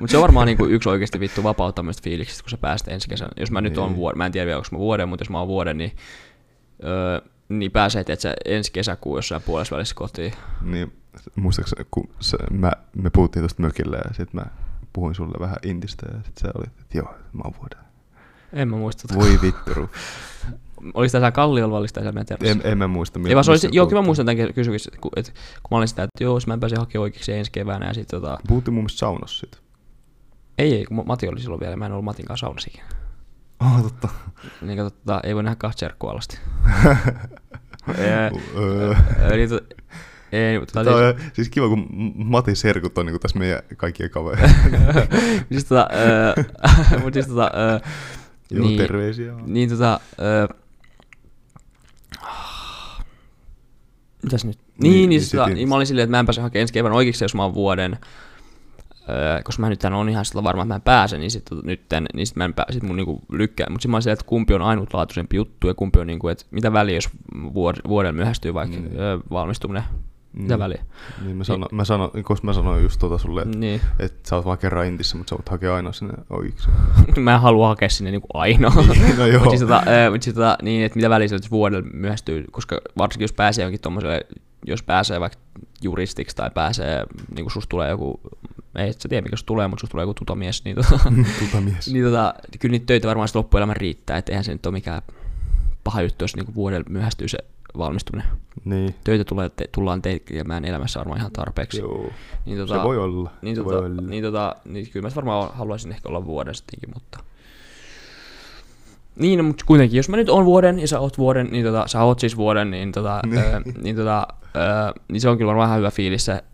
Speaker 2: Mutta se on varmaan niinku yksi oikeasti vittu vapauttamista fiiliksistä, kun sä pääset ensi kesän. Jos mä nyt oon
Speaker 1: Niin.
Speaker 2: vuoden, mä en tiedä vielä, onko mä vuoden, mutta jos mä oon vuoden, niin, öö, niin pääsee, että sä ensi kesäkuun jossain puolessa välissä kotiin.
Speaker 1: Niin, muistaakseni, kun se, mä, me puhuttiin tuosta mökillä ja sitten mä puhuin sulle vähän intistä ja sitten sä olit, että joo, mä oon vuoden.
Speaker 2: En mä muista. tätä.
Speaker 1: Voi vittu.
Speaker 2: Oliko tämä Kalliolla vallista siellä meidän terrassilla?
Speaker 1: en, en mä muista. mi-
Speaker 2: Ei vaan se olisi,
Speaker 1: mistä
Speaker 2: joo, kyllä mä
Speaker 1: puhuttiin.
Speaker 2: muistan tämän kysymyksen, kun, et, kun mä olin sitä, että joo, jos mä en pääse hakemaan oikeiksi ensi keväänä ja sit tota,
Speaker 1: Puhuttiin mun mielestä saunassa siitä.
Speaker 2: ei ei, kun Mati oli silloin vielä, mä en ollut Matin kanssa saunassa ikinä.
Speaker 1: Ah, *laughs* totta.
Speaker 2: Niin kato, tota, ei voi nähdä kahta serkkua alasti.
Speaker 1: Öö.
Speaker 2: Eli to, ei,
Speaker 1: Tämä
Speaker 2: mutta *laughs* siis,
Speaker 1: on siis kiva, kun Matin serkut on niin tässä meidän kaikkien kavereita.
Speaker 2: siis tota, *laughs* mutta siis tota, ö,
Speaker 1: Joo,
Speaker 2: niin,
Speaker 1: terveisiä.
Speaker 2: niin tota, ö, mitäs nyt? Niin,
Speaker 1: Niin,
Speaker 2: niin, niin,
Speaker 1: niin
Speaker 2: sitä,
Speaker 1: sit-
Speaker 2: niin mä olin silleen, että mä en pääse hakemaan ensi keväänä oikeiksi, jos mä oon vuoden. Öö, koska mä nyt on ihan sillä varma, että mä en pääse, niin sitten nyt niin sit mä en pää, sit mun niinku lykkää. Mutta sitten mä olin silleen, että kumpi on ainutlaatuisempi juttu ja kumpi on niinku, että mitä väliä, jos vuod- vuoden myöhästyy vaikka
Speaker 1: Niin.
Speaker 2: öö, valmistuminen. Mitä
Speaker 1: Niin.
Speaker 2: väliä?
Speaker 1: Niin mä, sano, mä, sano, koska mä sanoin just tuota sulle, että
Speaker 2: Niin.
Speaker 1: et sä oot vaan kerran intissä, mutta sä voit hakea aina sinne
Speaker 2: *laughs*
Speaker 1: oikeiksi.
Speaker 2: mä en halua hakea sinne niinku ainoa.
Speaker 1: Niin, no joo.
Speaker 2: *laughs* Mut siis tota, ö, mut siis tota, niin, että mitä väliä sillä, että vuodella myöhästyy, koska varsinkin jos pääsee johonkin tommoselle, jos pääsee vaikka juristiksi tai pääsee, niin kun susta tulee joku, ei et sä tiedä mikä susta tulee, mutta susta tulee joku tutomies,
Speaker 1: *laughs*
Speaker 2: niin, tota,
Speaker 1: Tuta Tuota mies.
Speaker 2: niin tota, kyllä niitä töitä varmaan sitten loppuelämän riittää, että eihän se nyt ole mikään paha juttu, jos niinku vuodella myöhästyy se valmistuminen.
Speaker 1: Niin.
Speaker 2: Töitä tulee, te, tullaan tekemään elämässä varmaan ihan tarpeeksi.
Speaker 1: Joo.
Speaker 2: Niin
Speaker 1: Se voi olla.
Speaker 2: Niin,
Speaker 1: Se
Speaker 2: tota,
Speaker 1: voi olla.
Speaker 2: niin, tota, niin kyllä mä sit varmaan haluaisin ehkä olla vuoden sittenkin, mutta... Niin, no, mutta kuitenkin, jos mä nyt oon vuoden ja sä oot vuoden, niin tota, sä oot siis vuoden, niin, tota,
Speaker 1: *laughs* Niin.
Speaker 2: öö, niin, tota, öö, niin se on kyllä varmaan ihan hyvä fiilis se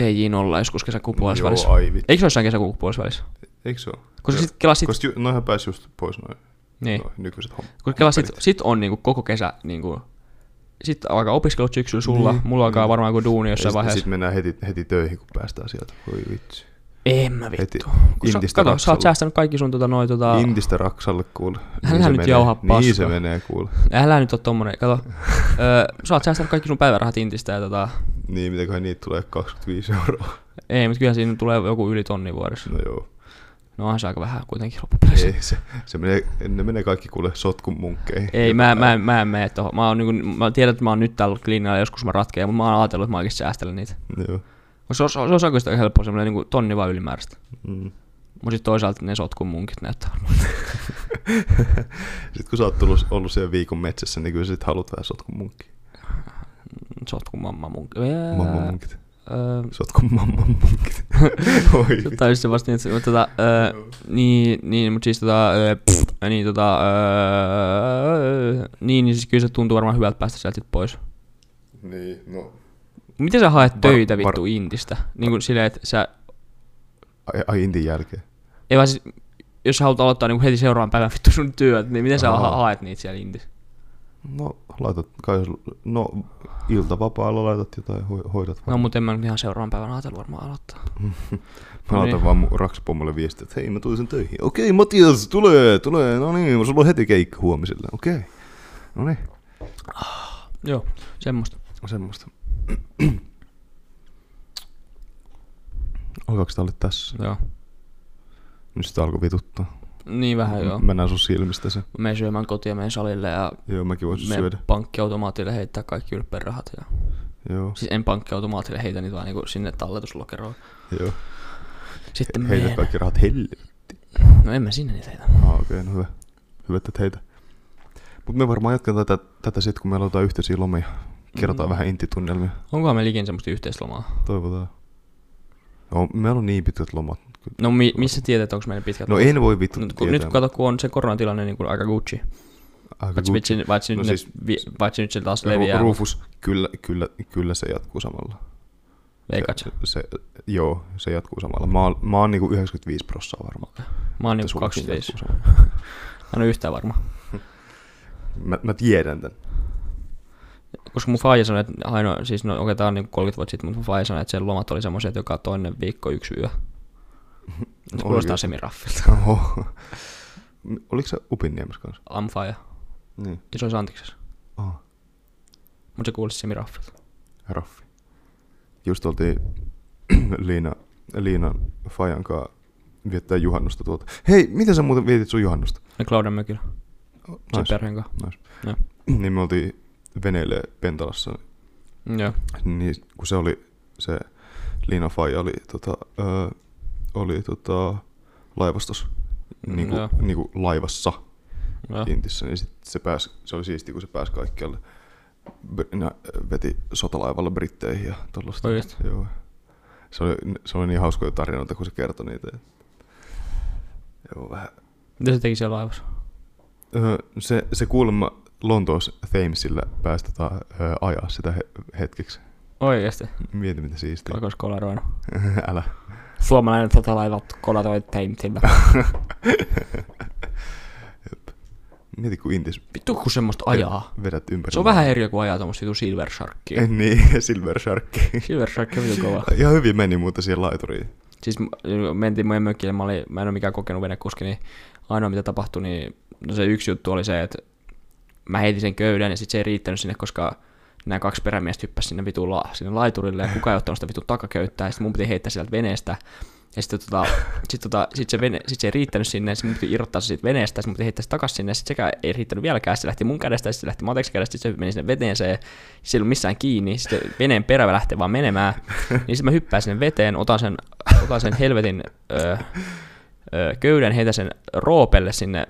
Speaker 2: TJ0, joskus kesäkuun puolessa välissä.
Speaker 1: Joo, ai vittu.
Speaker 2: Eikö se ole jossain kesäkuun puolessa välissä?
Speaker 1: Eikö se ole?
Speaker 2: Koska
Speaker 1: Joo.
Speaker 2: sit kela sit,
Speaker 1: Koska ju, noihän pääsi just pois noin
Speaker 2: niin,
Speaker 1: noi nykyiset hommat.
Speaker 2: koska kela sit, sit on niinku koko kesä, niinku, sit alkaa opiskelut syksyllä sulla,
Speaker 1: Niin,
Speaker 2: mulla alkaa
Speaker 1: niin.
Speaker 2: varmaan joku duuni jossain
Speaker 1: Sitten
Speaker 2: vaiheessa.
Speaker 1: sit mennään heti, heti töihin, kun päästään sieltä. Voi vitsi.
Speaker 2: en mä
Speaker 1: Heti
Speaker 2: vittu. Kun sä-
Speaker 1: Intistä
Speaker 2: Kato, sä oot
Speaker 1: Raksalle.
Speaker 2: säästänyt kaikki sun tota, noi, tota,
Speaker 1: Intistä Raksalle kuule.
Speaker 2: Älä
Speaker 1: se
Speaker 2: nyt
Speaker 1: menee.
Speaker 2: jauha
Speaker 1: Niin se
Speaker 2: paskaa.
Speaker 1: menee kuule.
Speaker 2: Älä nyt oo tommonen, *laughs* kato. öö, sä oot säästänyt kaikki sun päivärahat intistä ja tota...
Speaker 1: Niin, mitäköhän niitä tulee 25 euroa.
Speaker 2: Ei, mutta kyllä siinä tulee joku yli tonni vuodessa.
Speaker 1: No joo.
Speaker 2: No onhan se aika vähän kuitenkin loppupeleissä. Ei,
Speaker 1: Ei, se, se menee, ne menee kaikki kuule sotkun munkkeihin.
Speaker 2: ei mä, mä, en- mä en mene tohon. Mä, oon, niin kun, mä tiedän, että mä oon nyt tällä kliinalla joskus mä ratkean, mutta mä oon ajatellut, että mä oikeesti säästelen niitä.
Speaker 1: No Joo.
Speaker 2: Koska Se olisi, se olisi oikeastaan helppoa semmoinen niin kuin tonni vaan ylimääräistä.
Speaker 1: Mm.
Speaker 2: Mutta sitten toisaalta ne sotkun munkit näyttää varmaan.
Speaker 1: Sitten kun sä oot tullut, ollut siellä viikon metsässä, niin kyllä sä sit haluat vähän sotkun munkkiin.
Speaker 2: Sotkun mamma munkit.
Speaker 1: Mamma munkit.
Speaker 2: Öö,
Speaker 1: Sotkun mamma
Speaker 2: *laughs*
Speaker 1: munkit. Oi.
Speaker 2: Totta just se vasta niin, että se- mutta tota, öö, niin, niin, mutta siis tota, öö, pff, niin tota, öö, niin, niin siis kyllä se tuntuu varmaan hyvältä päästä sieltä sit pois.
Speaker 1: Niin, no.
Speaker 2: Miten sä haet
Speaker 1: Var-
Speaker 2: töitä
Speaker 1: var-
Speaker 2: vittu Intistä? Niin kuin silleen, että sä,
Speaker 1: Ai, ai intin jälkeen.
Speaker 2: ei vaan siis, jos sä haluat aloittaa niinku heti seuraavan *laughs* päivän vittu sun työt, niin miten sä
Speaker 1: Aha.
Speaker 2: ha- haet niitä siellä Intissä?
Speaker 1: No, laitat, kai, sul- no, iltavapaalla laitat jotain, hoi- hoidat
Speaker 2: No
Speaker 1: vaan.
Speaker 2: mut en mä nyt ihan seuraavan päivän ajatellut varmaan aloittaa.
Speaker 1: mä
Speaker 2: no
Speaker 1: laitan
Speaker 2: niin.
Speaker 1: vaan mun raksapommolle viestiä, että hei, mä tulin sen töihin. Okei, Matias, tulee, tulee, no niin, sulla on heti keikka huomiselle, okei. No niin,
Speaker 2: Joo, semmoista.
Speaker 1: semmoista. Alkaako tää olla tässä?
Speaker 2: Joo.
Speaker 1: Nyt sitä alkoi vituttaa.
Speaker 2: Niin vähän joo.
Speaker 1: Mä näen sun silmistä se.
Speaker 2: Menen syömään kotia, menen salille ja
Speaker 1: Joo, mäkin voisin
Speaker 2: menen
Speaker 1: syödä.
Speaker 2: pankkiautomaatille heittää kaikki ylppeen rahat ja
Speaker 1: Joo,
Speaker 2: Siis en pankkiautomaatille heitä niitä vaan niinku sinne talletuslokeroon.
Speaker 1: joo.
Speaker 2: Sitten
Speaker 1: Heitä
Speaker 2: meen.
Speaker 1: kaikki rahat helle.
Speaker 2: No en mä sinne niitä heitä.
Speaker 1: Ah, okei, okay, no hyvä. Hyvä, että et heitä. Mutta me varmaan jatketaan tätä, tätä sitten, kun meillä on yhteisiä lomia. Kerrotaan
Speaker 2: Mm.
Speaker 1: vähän intitunnelmia.
Speaker 2: Onkohan meillä ikinä semmoista yhteislomaa?
Speaker 1: Toivotaan. No, meillä on niin pitkät lomat.
Speaker 2: No mi- missä tiedät, onko meillä pitkät
Speaker 1: No en voi vittu
Speaker 2: No,
Speaker 1: nyt,
Speaker 2: kun, nyt kun kato, kun on se koronatilanne niin kuin aika Gucci.
Speaker 1: Aika
Speaker 2: Paitsi,
Speaker 1: good.
Speaker 2: vitsi, paitsi,
Speaker 1: No
Speaker 2: nyt,
Speaker 1: siis-
Speaker 2: ne, vi, paitsi nyt se taas
Speaker 1: Ru-
Speaker 2: leviää. niin-
Speaker 1: Rufus, kyllä, kyllä, kyllä se jatkuu samalla.
Speaker 2: Veikkaat sä?
Speaker 1: Se, joo, se jatkuu samalla. Mä, oon- mä oon niinku 95 prossaa varma.
Speaker 2: Mä oon
Speaker 1: että
Speaker 2: niinku
Speaker 1: sullakin
Speaker 2: 25.
Speaker 1: jatkuu samalla.
Speaker 2: Mä en oo yhtään varma.
Speaker 1: Mä, mä tiedän tän.
Speaker 2: Koska mun faija sanoi, että ainoa, siis no okei, okay, tää on niinku 30 vuotta sitten, mutta mun faija sanoi, että sen lomat oli semmoiset, joka toinen viikko yksi
Speaker 1: *laughs*
Speaker 2: yö. Se kuulostaa
Speaker 1: Oikeesti?
Speaker 2: semiraffilta.
Speaker 1: Oho. Oliko se Upinniemessä kanssa?
Speaker 2: Amfaja.
Speaker 1: Niin.
Speaker 2: Ja se olisi Antiksessa.
Speaker 1: Aha.
Speaker 2: Mutta se kuulosti semiraffilta.
Speaker 1: Raffi. Just oltiin *clears throat* Liina, Liinan Fajan kanssa viettää juhannusta tuolta. Hei, miten sä muuten vietit sun juhannusta?
Speaker 2: Ja No Claudian mökillä. Sen
Speaker 1: Nice.
Speaker 2: perheen kanssa.
Speaker 1: nice.
Speaker 2: Joo.
Speaker 1: Niin me oltiin veneille Pentalassa,
Speaker 2: Joo.
Speaker 1: niin kun se oli, se Liina Faija oli, tota, ö, oli tota, laivastossa, niin kuin,
Speaker 2: Joo.
Speaker 1: niin kuin laivassa
Speaker 2: Joo.
Speaker 1: Intissä, niin sit se, pääsi, se oli siisti, kun se pääsi kaikkialle. Br- nä- veti sotalaivalla Britteihin ja tollaista.
Speaker 2: Oikeesti?
Speaker 1: Joo. Se oli, se oli niin hauskoja tarinoita, kun se kertoi niitä. Joo, vähän.
Speaker 2: Mitä se teki siellä laivassa?
Speaker 1: Öö, se, se kuulemma Lontoossa Thamesillä pääsi tota, öö, ajaa sitä he, hetkeksi.
Speaker 2: Oikeesti.
Speaker 1: Mieti mitä siistiä.
Speaker 2: Oliko se kolaroinut?
Speaker 1: *laughs* Älä.
Speaker 2: Suomalainen tota laiva kolaroi Thamesilla.
Speaker 1: Mieti kun Intis
Speaker 2: Vittu kun semmoista ajaa.
Speaker 1: vedät ympäri.
Speaker 2: Se on vähän eri kuin ajaa tommosia vitu Silver Sharkia.
Speaker 1: En *laughs* niin, Silver Shark.
Speaker 2: Silver Shark on vitu
Speaker 1: *laughs*
Speaker 2: kova.
Speaker 1: Ihan hyvin meni muuten siihen laituriin.
Speaker 2: Siis m- mentiin mun mökille, mä, olin, mä en ole mikään kokenut venekuski, niin ainoa mitä tapahtui, niin no se yksi juttu oli se, että mä heitin sen köydän ja sit se ei riittänyt sinne, koska nämä kaksi perämiestä hyppäsi sinne vitun la, sinne laiturille ja kukaan ei ottanut sitä vitun takaköyttää ja sitten mun piti heittää sieltä veneestä. Ja sitten tota, sit tota, sit se, vene, sit se ei riittänyt sinne, sitten mun piti irrottaa se siitä veneestä, sitten mun piti heittää se takaisin sinne, sitten sekään ei riittänyt vieläkään, se lähti mun kädestä, sitten se lähti Mateksen kädestä, sitten se meni sinne veteeseen, se ei ollut missään kiinni, sitten veneen perä lähtee vaan menemään, niin sitten mä hyppään sinne veteen, otan sen, otan sen helvetin öö, öö, köydän, heitä sen roopelle sinne,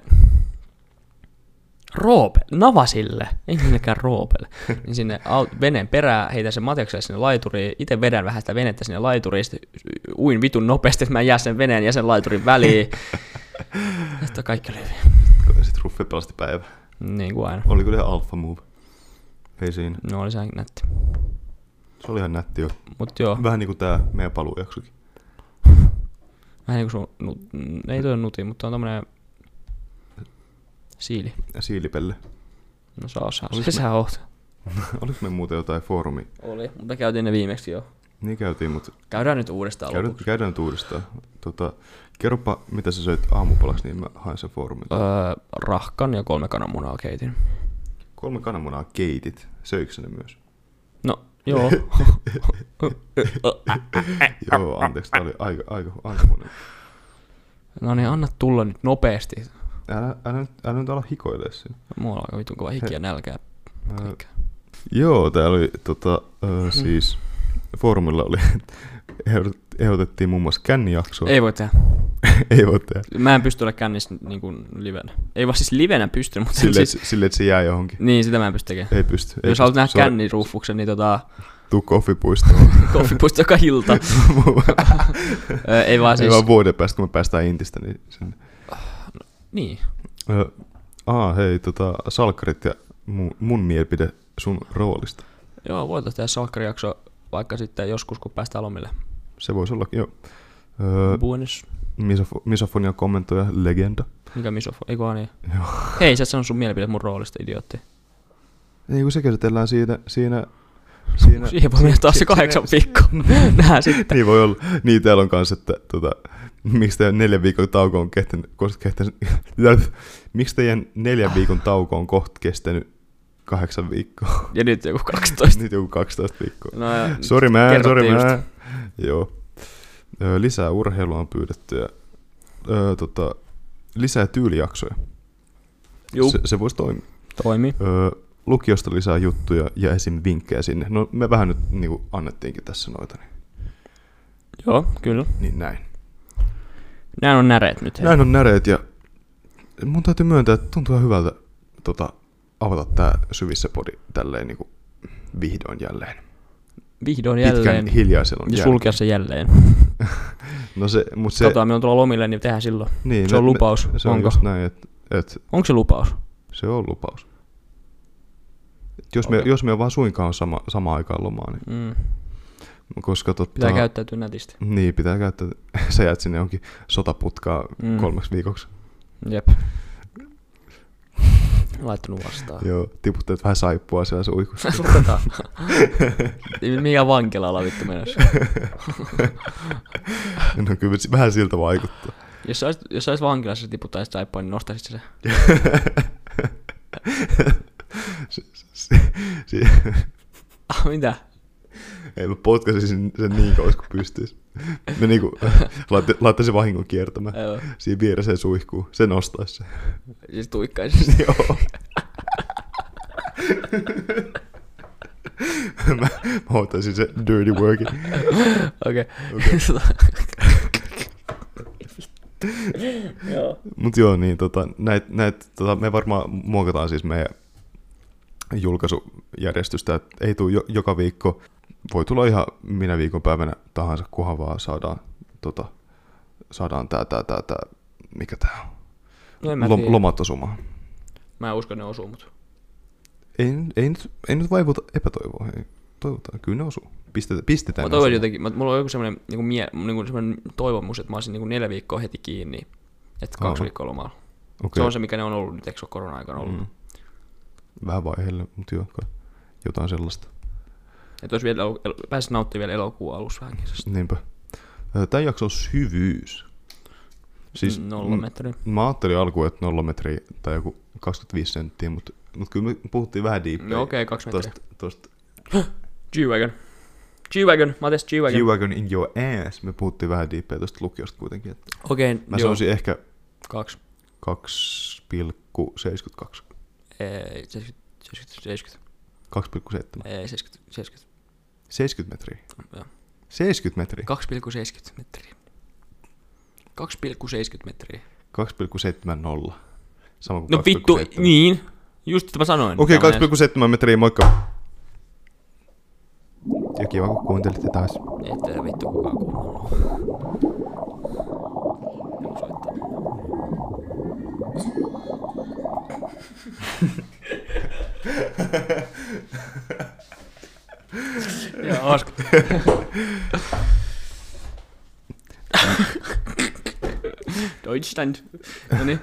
Speaker 2: Roope, Navasille, ei millekään Roopelle, niin sinne au- veneen perään, heitä sen Matiakselle sinne laituriin, itse vedän vähän sitä venettä sinne laituriin, sitten uin vitun nopeasti, että mä en jää sen veneen ja sen laiturin väliin. Sitten kaikki oli hyvin.
Speaker 1: Sitten Ruffe pelasti päivä.
Speaker 2: Niin kuin aina.
Speaker 1: Oli kyllä ihan alpha move. Ei siinä.
Speaker 2: No oli se ainakin nätti.
Speaker 1: Se oli ihan nätti jo.
Speaker 2: Mut joo,
Speaker 1: Vähän niinku tää meidän paluujaksokin.
Speaker 2: vähän niinku sun, nut, mm, ei toi nuti, mutta on tämmönen siili.
Speaker 1: Ja Siilipelle. *laughs*
Speaker 2: No saa osaa,
Speaker 1: Olis
Speaker 2: se sä oot.
Speaker 1: Oliko me muuten jotain foorumi?
Speaker 2: Oli, mutta käytiin ne viimeksi jo.
Speaker 1: Niin käytiin, mutta
Speaker 2: Käydään nyt uudestaan
Speaker 1: käydään,
Speaker 2: lopuksi.
Speaker 1: käydään nyt uudestaan. Tota, kerropa, mitä sä söit aamupalaksi, niin mä haen sen foorumin.
Speaker 2: Öö, rahkan ja kolme kananmunaa keitin.
Speaker 1: Kolme kananmunaa keitit. Söikö sä ne myös?
Speaker 2: *laughs* No, joo.
Speaker 1: Joo, anteeksi, tää oli aika, aika, aika monen.
Speaker 2: no niin, anna tulla nyt nopeasti.
Speaker 1: Älä, älä, nyt, älä nyt ala hikoilee siinä.
Speaker 2: Mulla on aika vitun kova hiki ja nälkää.
Speaker 1: Öö,
Speaker 2: Kaikkea.
Speaker 1: Joo, täällä oli tota,
Speaker 2: Hmm.
Speaker 1: ö, siis foorumilla oli, *laughs* ehdot- ehdotettiin muun muassa kännijaksoa.
Speaker 2: Ei voi tehdä.
Speaker 1: *laughs* Ei voi
Speaker 2: *laughs*
Speaker 1: tehdä.
Speaker 2: Mä en pysty olla kännissä niin kuin livenä. Ei vaan siis livenä pysty, mutta
Speaker 1: Silleen,
Speaker 2: siis,
Speaker 1: siis... sille, että se jää johonkin.
Speaker 2: niin sitä mä en pysty tekemään.
Speaker 1: Ei pysty. Ei
Speaker 2: Jos
Speaker 1: pysty.
Speaker 2: haluat nähdä
Speaker 1: Sorry.
Speaker 2: känniruffuksen, niin tota, *laughs*
Speaker 1: Tuu koffipuistoon.
Speaker 2: koffipuisto joka
Speaker 1: *laughs*
Speaker 2: ilta. Ö, ei vaan
Speaker 1: siis... Ei
Speaker 2: siis,
Speaker 1: vaan vuoden päästä, kun me päästään Intistä, niin sen...
Speaker 2: niin.
Speaker 1: Öö, aa, hei, tota, salkkarit ja mun, mun mielipide sun roolista.
Speaker 2: Joo, voitaisiin tehdä salkkarijakso vaikka sitten joskus, kun päästään lomille.
Speaker 1: Se voisi olla, joo. Öö,
Speaker 2: Buenos.
Speaker 1: misofo- misofonia kommentoja, legenda.
Speaker 2: Mikä misofo? Eikö vaan niin?
Speaker 1: Joo. No,
Speaker 2: Hei, sä et sanonut sun mielipide mun roolista, idiootti.
Speaker 1: Niin kuin se käsitellään siinä,
Speaker 2: *laughs*
Speaker 1: siinä, siinä...
Speaker 2: Siihen voi mennä taas se
Speaker 1: siinä-
Speaker 2: kahdeksan
Speaker 1: *laughs*
Speaker 2: viikkoa. Nähdään sitten.
Speaker 1: Niin voi olla. Niin täällä on kanssa, että tota, miksi teidän neljän viikon tauko on kestänyt, kost- kestänyt *laughs* miksi teidän neljän viikon tauko on kohta kestänyt kahdeksan
Speaker 2: *laughs*
Speaker 1: viikkoa.
Speaker 2: Ja nyt joku 12.
Speaker 1: Nyt joku 12 viikkoa.
Speaker 2: No, ja
Speaker 1: Sori mä, en, sori
Speaker 2: kerrottiin
Speaker 1: mä.
Speaker 2: just.
Speaker 1: en. Joo. Öö, Lisää urheilua on pyydetty ja öö, tota, lisää tyylijaksoja.
Speaker 2: Juu,
Speaker 1: Se, se voisi toimia.
Speaker 2: toimii.
Speaker 1: Öö, lukiosta lisää juttuja ja esim. vinkkejä sinne. No me vähän nyt niin kuin annettiinkin tässä noita, niin,
Speaker 2: Joo, kyllä.
Speaker 1: niin näin.
Speaker 2: Nämä on näreet nyt. hei.
Speaker 1: Näin on näreet ja mun täytyy myöntää, että tuntuu ihan hyvältä tota, avata tää syvissä podi tälleen niin kuin vihdoin jälleen.
Speaker 2: Vihdoin No jälleen.
Speaker 1: Pitkän hiljaisella
Speaker 2: Ja sulkea se jälleen.
Speaker 1: No se, mut se,
Speaker 2: Se... Katsotaan, milloin tulla lomille, niin tehdään silloin.
Speaker 1: niin,
Speaker 2: se on lupaus.
Speaker 1: Me, se on
Speaker 2: Onko?
Speaker 1: just näin, että et,
Speaker 2: Onko se lupaus?
Speaker 1: se on lupaus. Et jos, me,
Speaker 2: Okei.
Speaker 1: jos me vaan suinkaan on sama, samaan aikaan lomaa, niin
Speaker 2: Mm.
Speaker 1: koska totta...
Speaker 2: Pitää käyttäytyä nätisti.
Speaker 1: Niin, pitää käyttää. *laughs* Sä jäät sinne jonkin sotaputkaa
Speaker 2: Mm.
Speaker 1: mm. kolmeksi viikoksi. *laughs*
Speaker 2: Jep. Laittanut vastaan. *laughs*
Speaker 1: Joo, tiputtelet vähän saippua siellä sun uikussa. *laughs*
Speaker 2: Lopetaan. *laughs* Mikä vankilalla vittu menossa?
Speaker 1: no kyllä se vähän siltä vaikuttaa.
Speaker 2: Jos sä olisit, jos sä olisit vankilassa ja tiputtaisit saippua, niin nostaisit sä sen. *laughs*
Speaker 1: se, se, se, se,
Speaker 2: Ah, mitä?
Speaker 1: ei mä potkaisin sen, sen niin kauas kuin pystyis. Mä niinku laitta- laittaisin vahingon kiertämään.
Speaker 2: Joo.
Speaker 1: Siinä vieressä suihkuu. Se nostaisi se. *laughs*
Speaker 2: Siis tuikkaisit.
Speaker 1: Joo. mä, mä ottaisin se dirty workin.
Speaker 2: Okei. Tota,
Speaker 1: Okei.
Speaker 2: *laughs* Joo.
Speaker 1: Mut joo, niin tota, näit, näit, tota, me varmaan muokataan siis meidän julkaisujärjestystä, et ei tule jo, joka viikko, voi tulla ihan minä viikonpäivänä tahansa, kunhan vaan saadaan, tota, saadaan tää, tää, tää, tää, mikä tää on,
Speaker 2: No en mä
Speaker 1: Lom,
Speaker 2: tiedä.
Speaker 1: lomat osumaan.
Speaker 2: Mä en usko, ne osuu mut.
Speaker 1: Ei, ei, nyt, ei nyt vaivuta epätoivoa, ei, toivotaan, kyllä ne osuu, Pistetään, pistetään
Speaker 2: Mä
Speaker 1: ne
Speaker 2: toivon
Speaker 1: osumaan.
Speaker 2: jotenkin, mä, mulla on joku semmonen, niinku mie, niinku semmonen toivomus, että mä olisin niinku neljä viikkoa heti kiinni. Että kaksi
Speaker 1: Aha.
Speaker 2: viikkoa lomalla.
Speaker 1: Okei.
Speaker 2: Se on se, mikä ne on ollut nyt, eikö se ole korona-aikana ollut? Mm.
Speaker 1: Mm. Vähän vaiheelle, mutta joo, kai jotain sellaista.
Speaker 2: Että olisi vielä, elu- el- pääsit nauttimaan vielä elokuun alussa vähän kesästä.
Speaker 1: Niinpä. Tämän jakson syvyys. Siis
Speaker 2: Nolla metriä.
Speaker 1: m- mä ajattelin alkuun, että nolla metriä tai joku 25 senttiä, mutta mut kyllä me puhuttiin vähän diippejä.
Speaker 2: No okei, kaksi metriä.
Speaker 1: Tosta, tosta
Speaker 2: G-Wagon. G-Wagon, mä tein G-Wagon.
Speaker 1: G-Wagon in your ass me puhuttiin vähän diippejä tosta lukiosta kuitenkin. Että
Speaker 2: Okei,
Speaker 1: mä
Speaker 2: joo.
Speaker 1: sanoisin ehkä
Speaker 2: Kaksi.
Speaker 1: 2,72.
Speaker 2: Ei, 70, 70,
Speaker 1: 2,7.
Speaker 2: 70, ei, 70, 70,
Speaker 1: 70 metriä.
Speaker 2: joo.
Speaker 1: 70 metriä.
Speaker 2: 2,70 metriä. 2,70 metriä.
Speaker 1: 2,70. Sama kuin
Speaker 2: No vittu,
Speaker 1: 2,7.
Speaker 2: niin. Just sitä mä sanoin.
Speaker 1: Okei,
Speaker 2: Tää on
Speaker 1: 2,7 metriä, moikka. Ja kiva, kun kuuntelitte taas.
Speaker 2: näin. Ei tää vittu kukaan kuunnellut. Joku soittaa. *laughs* Joo, hauska. Deutschland. No niin.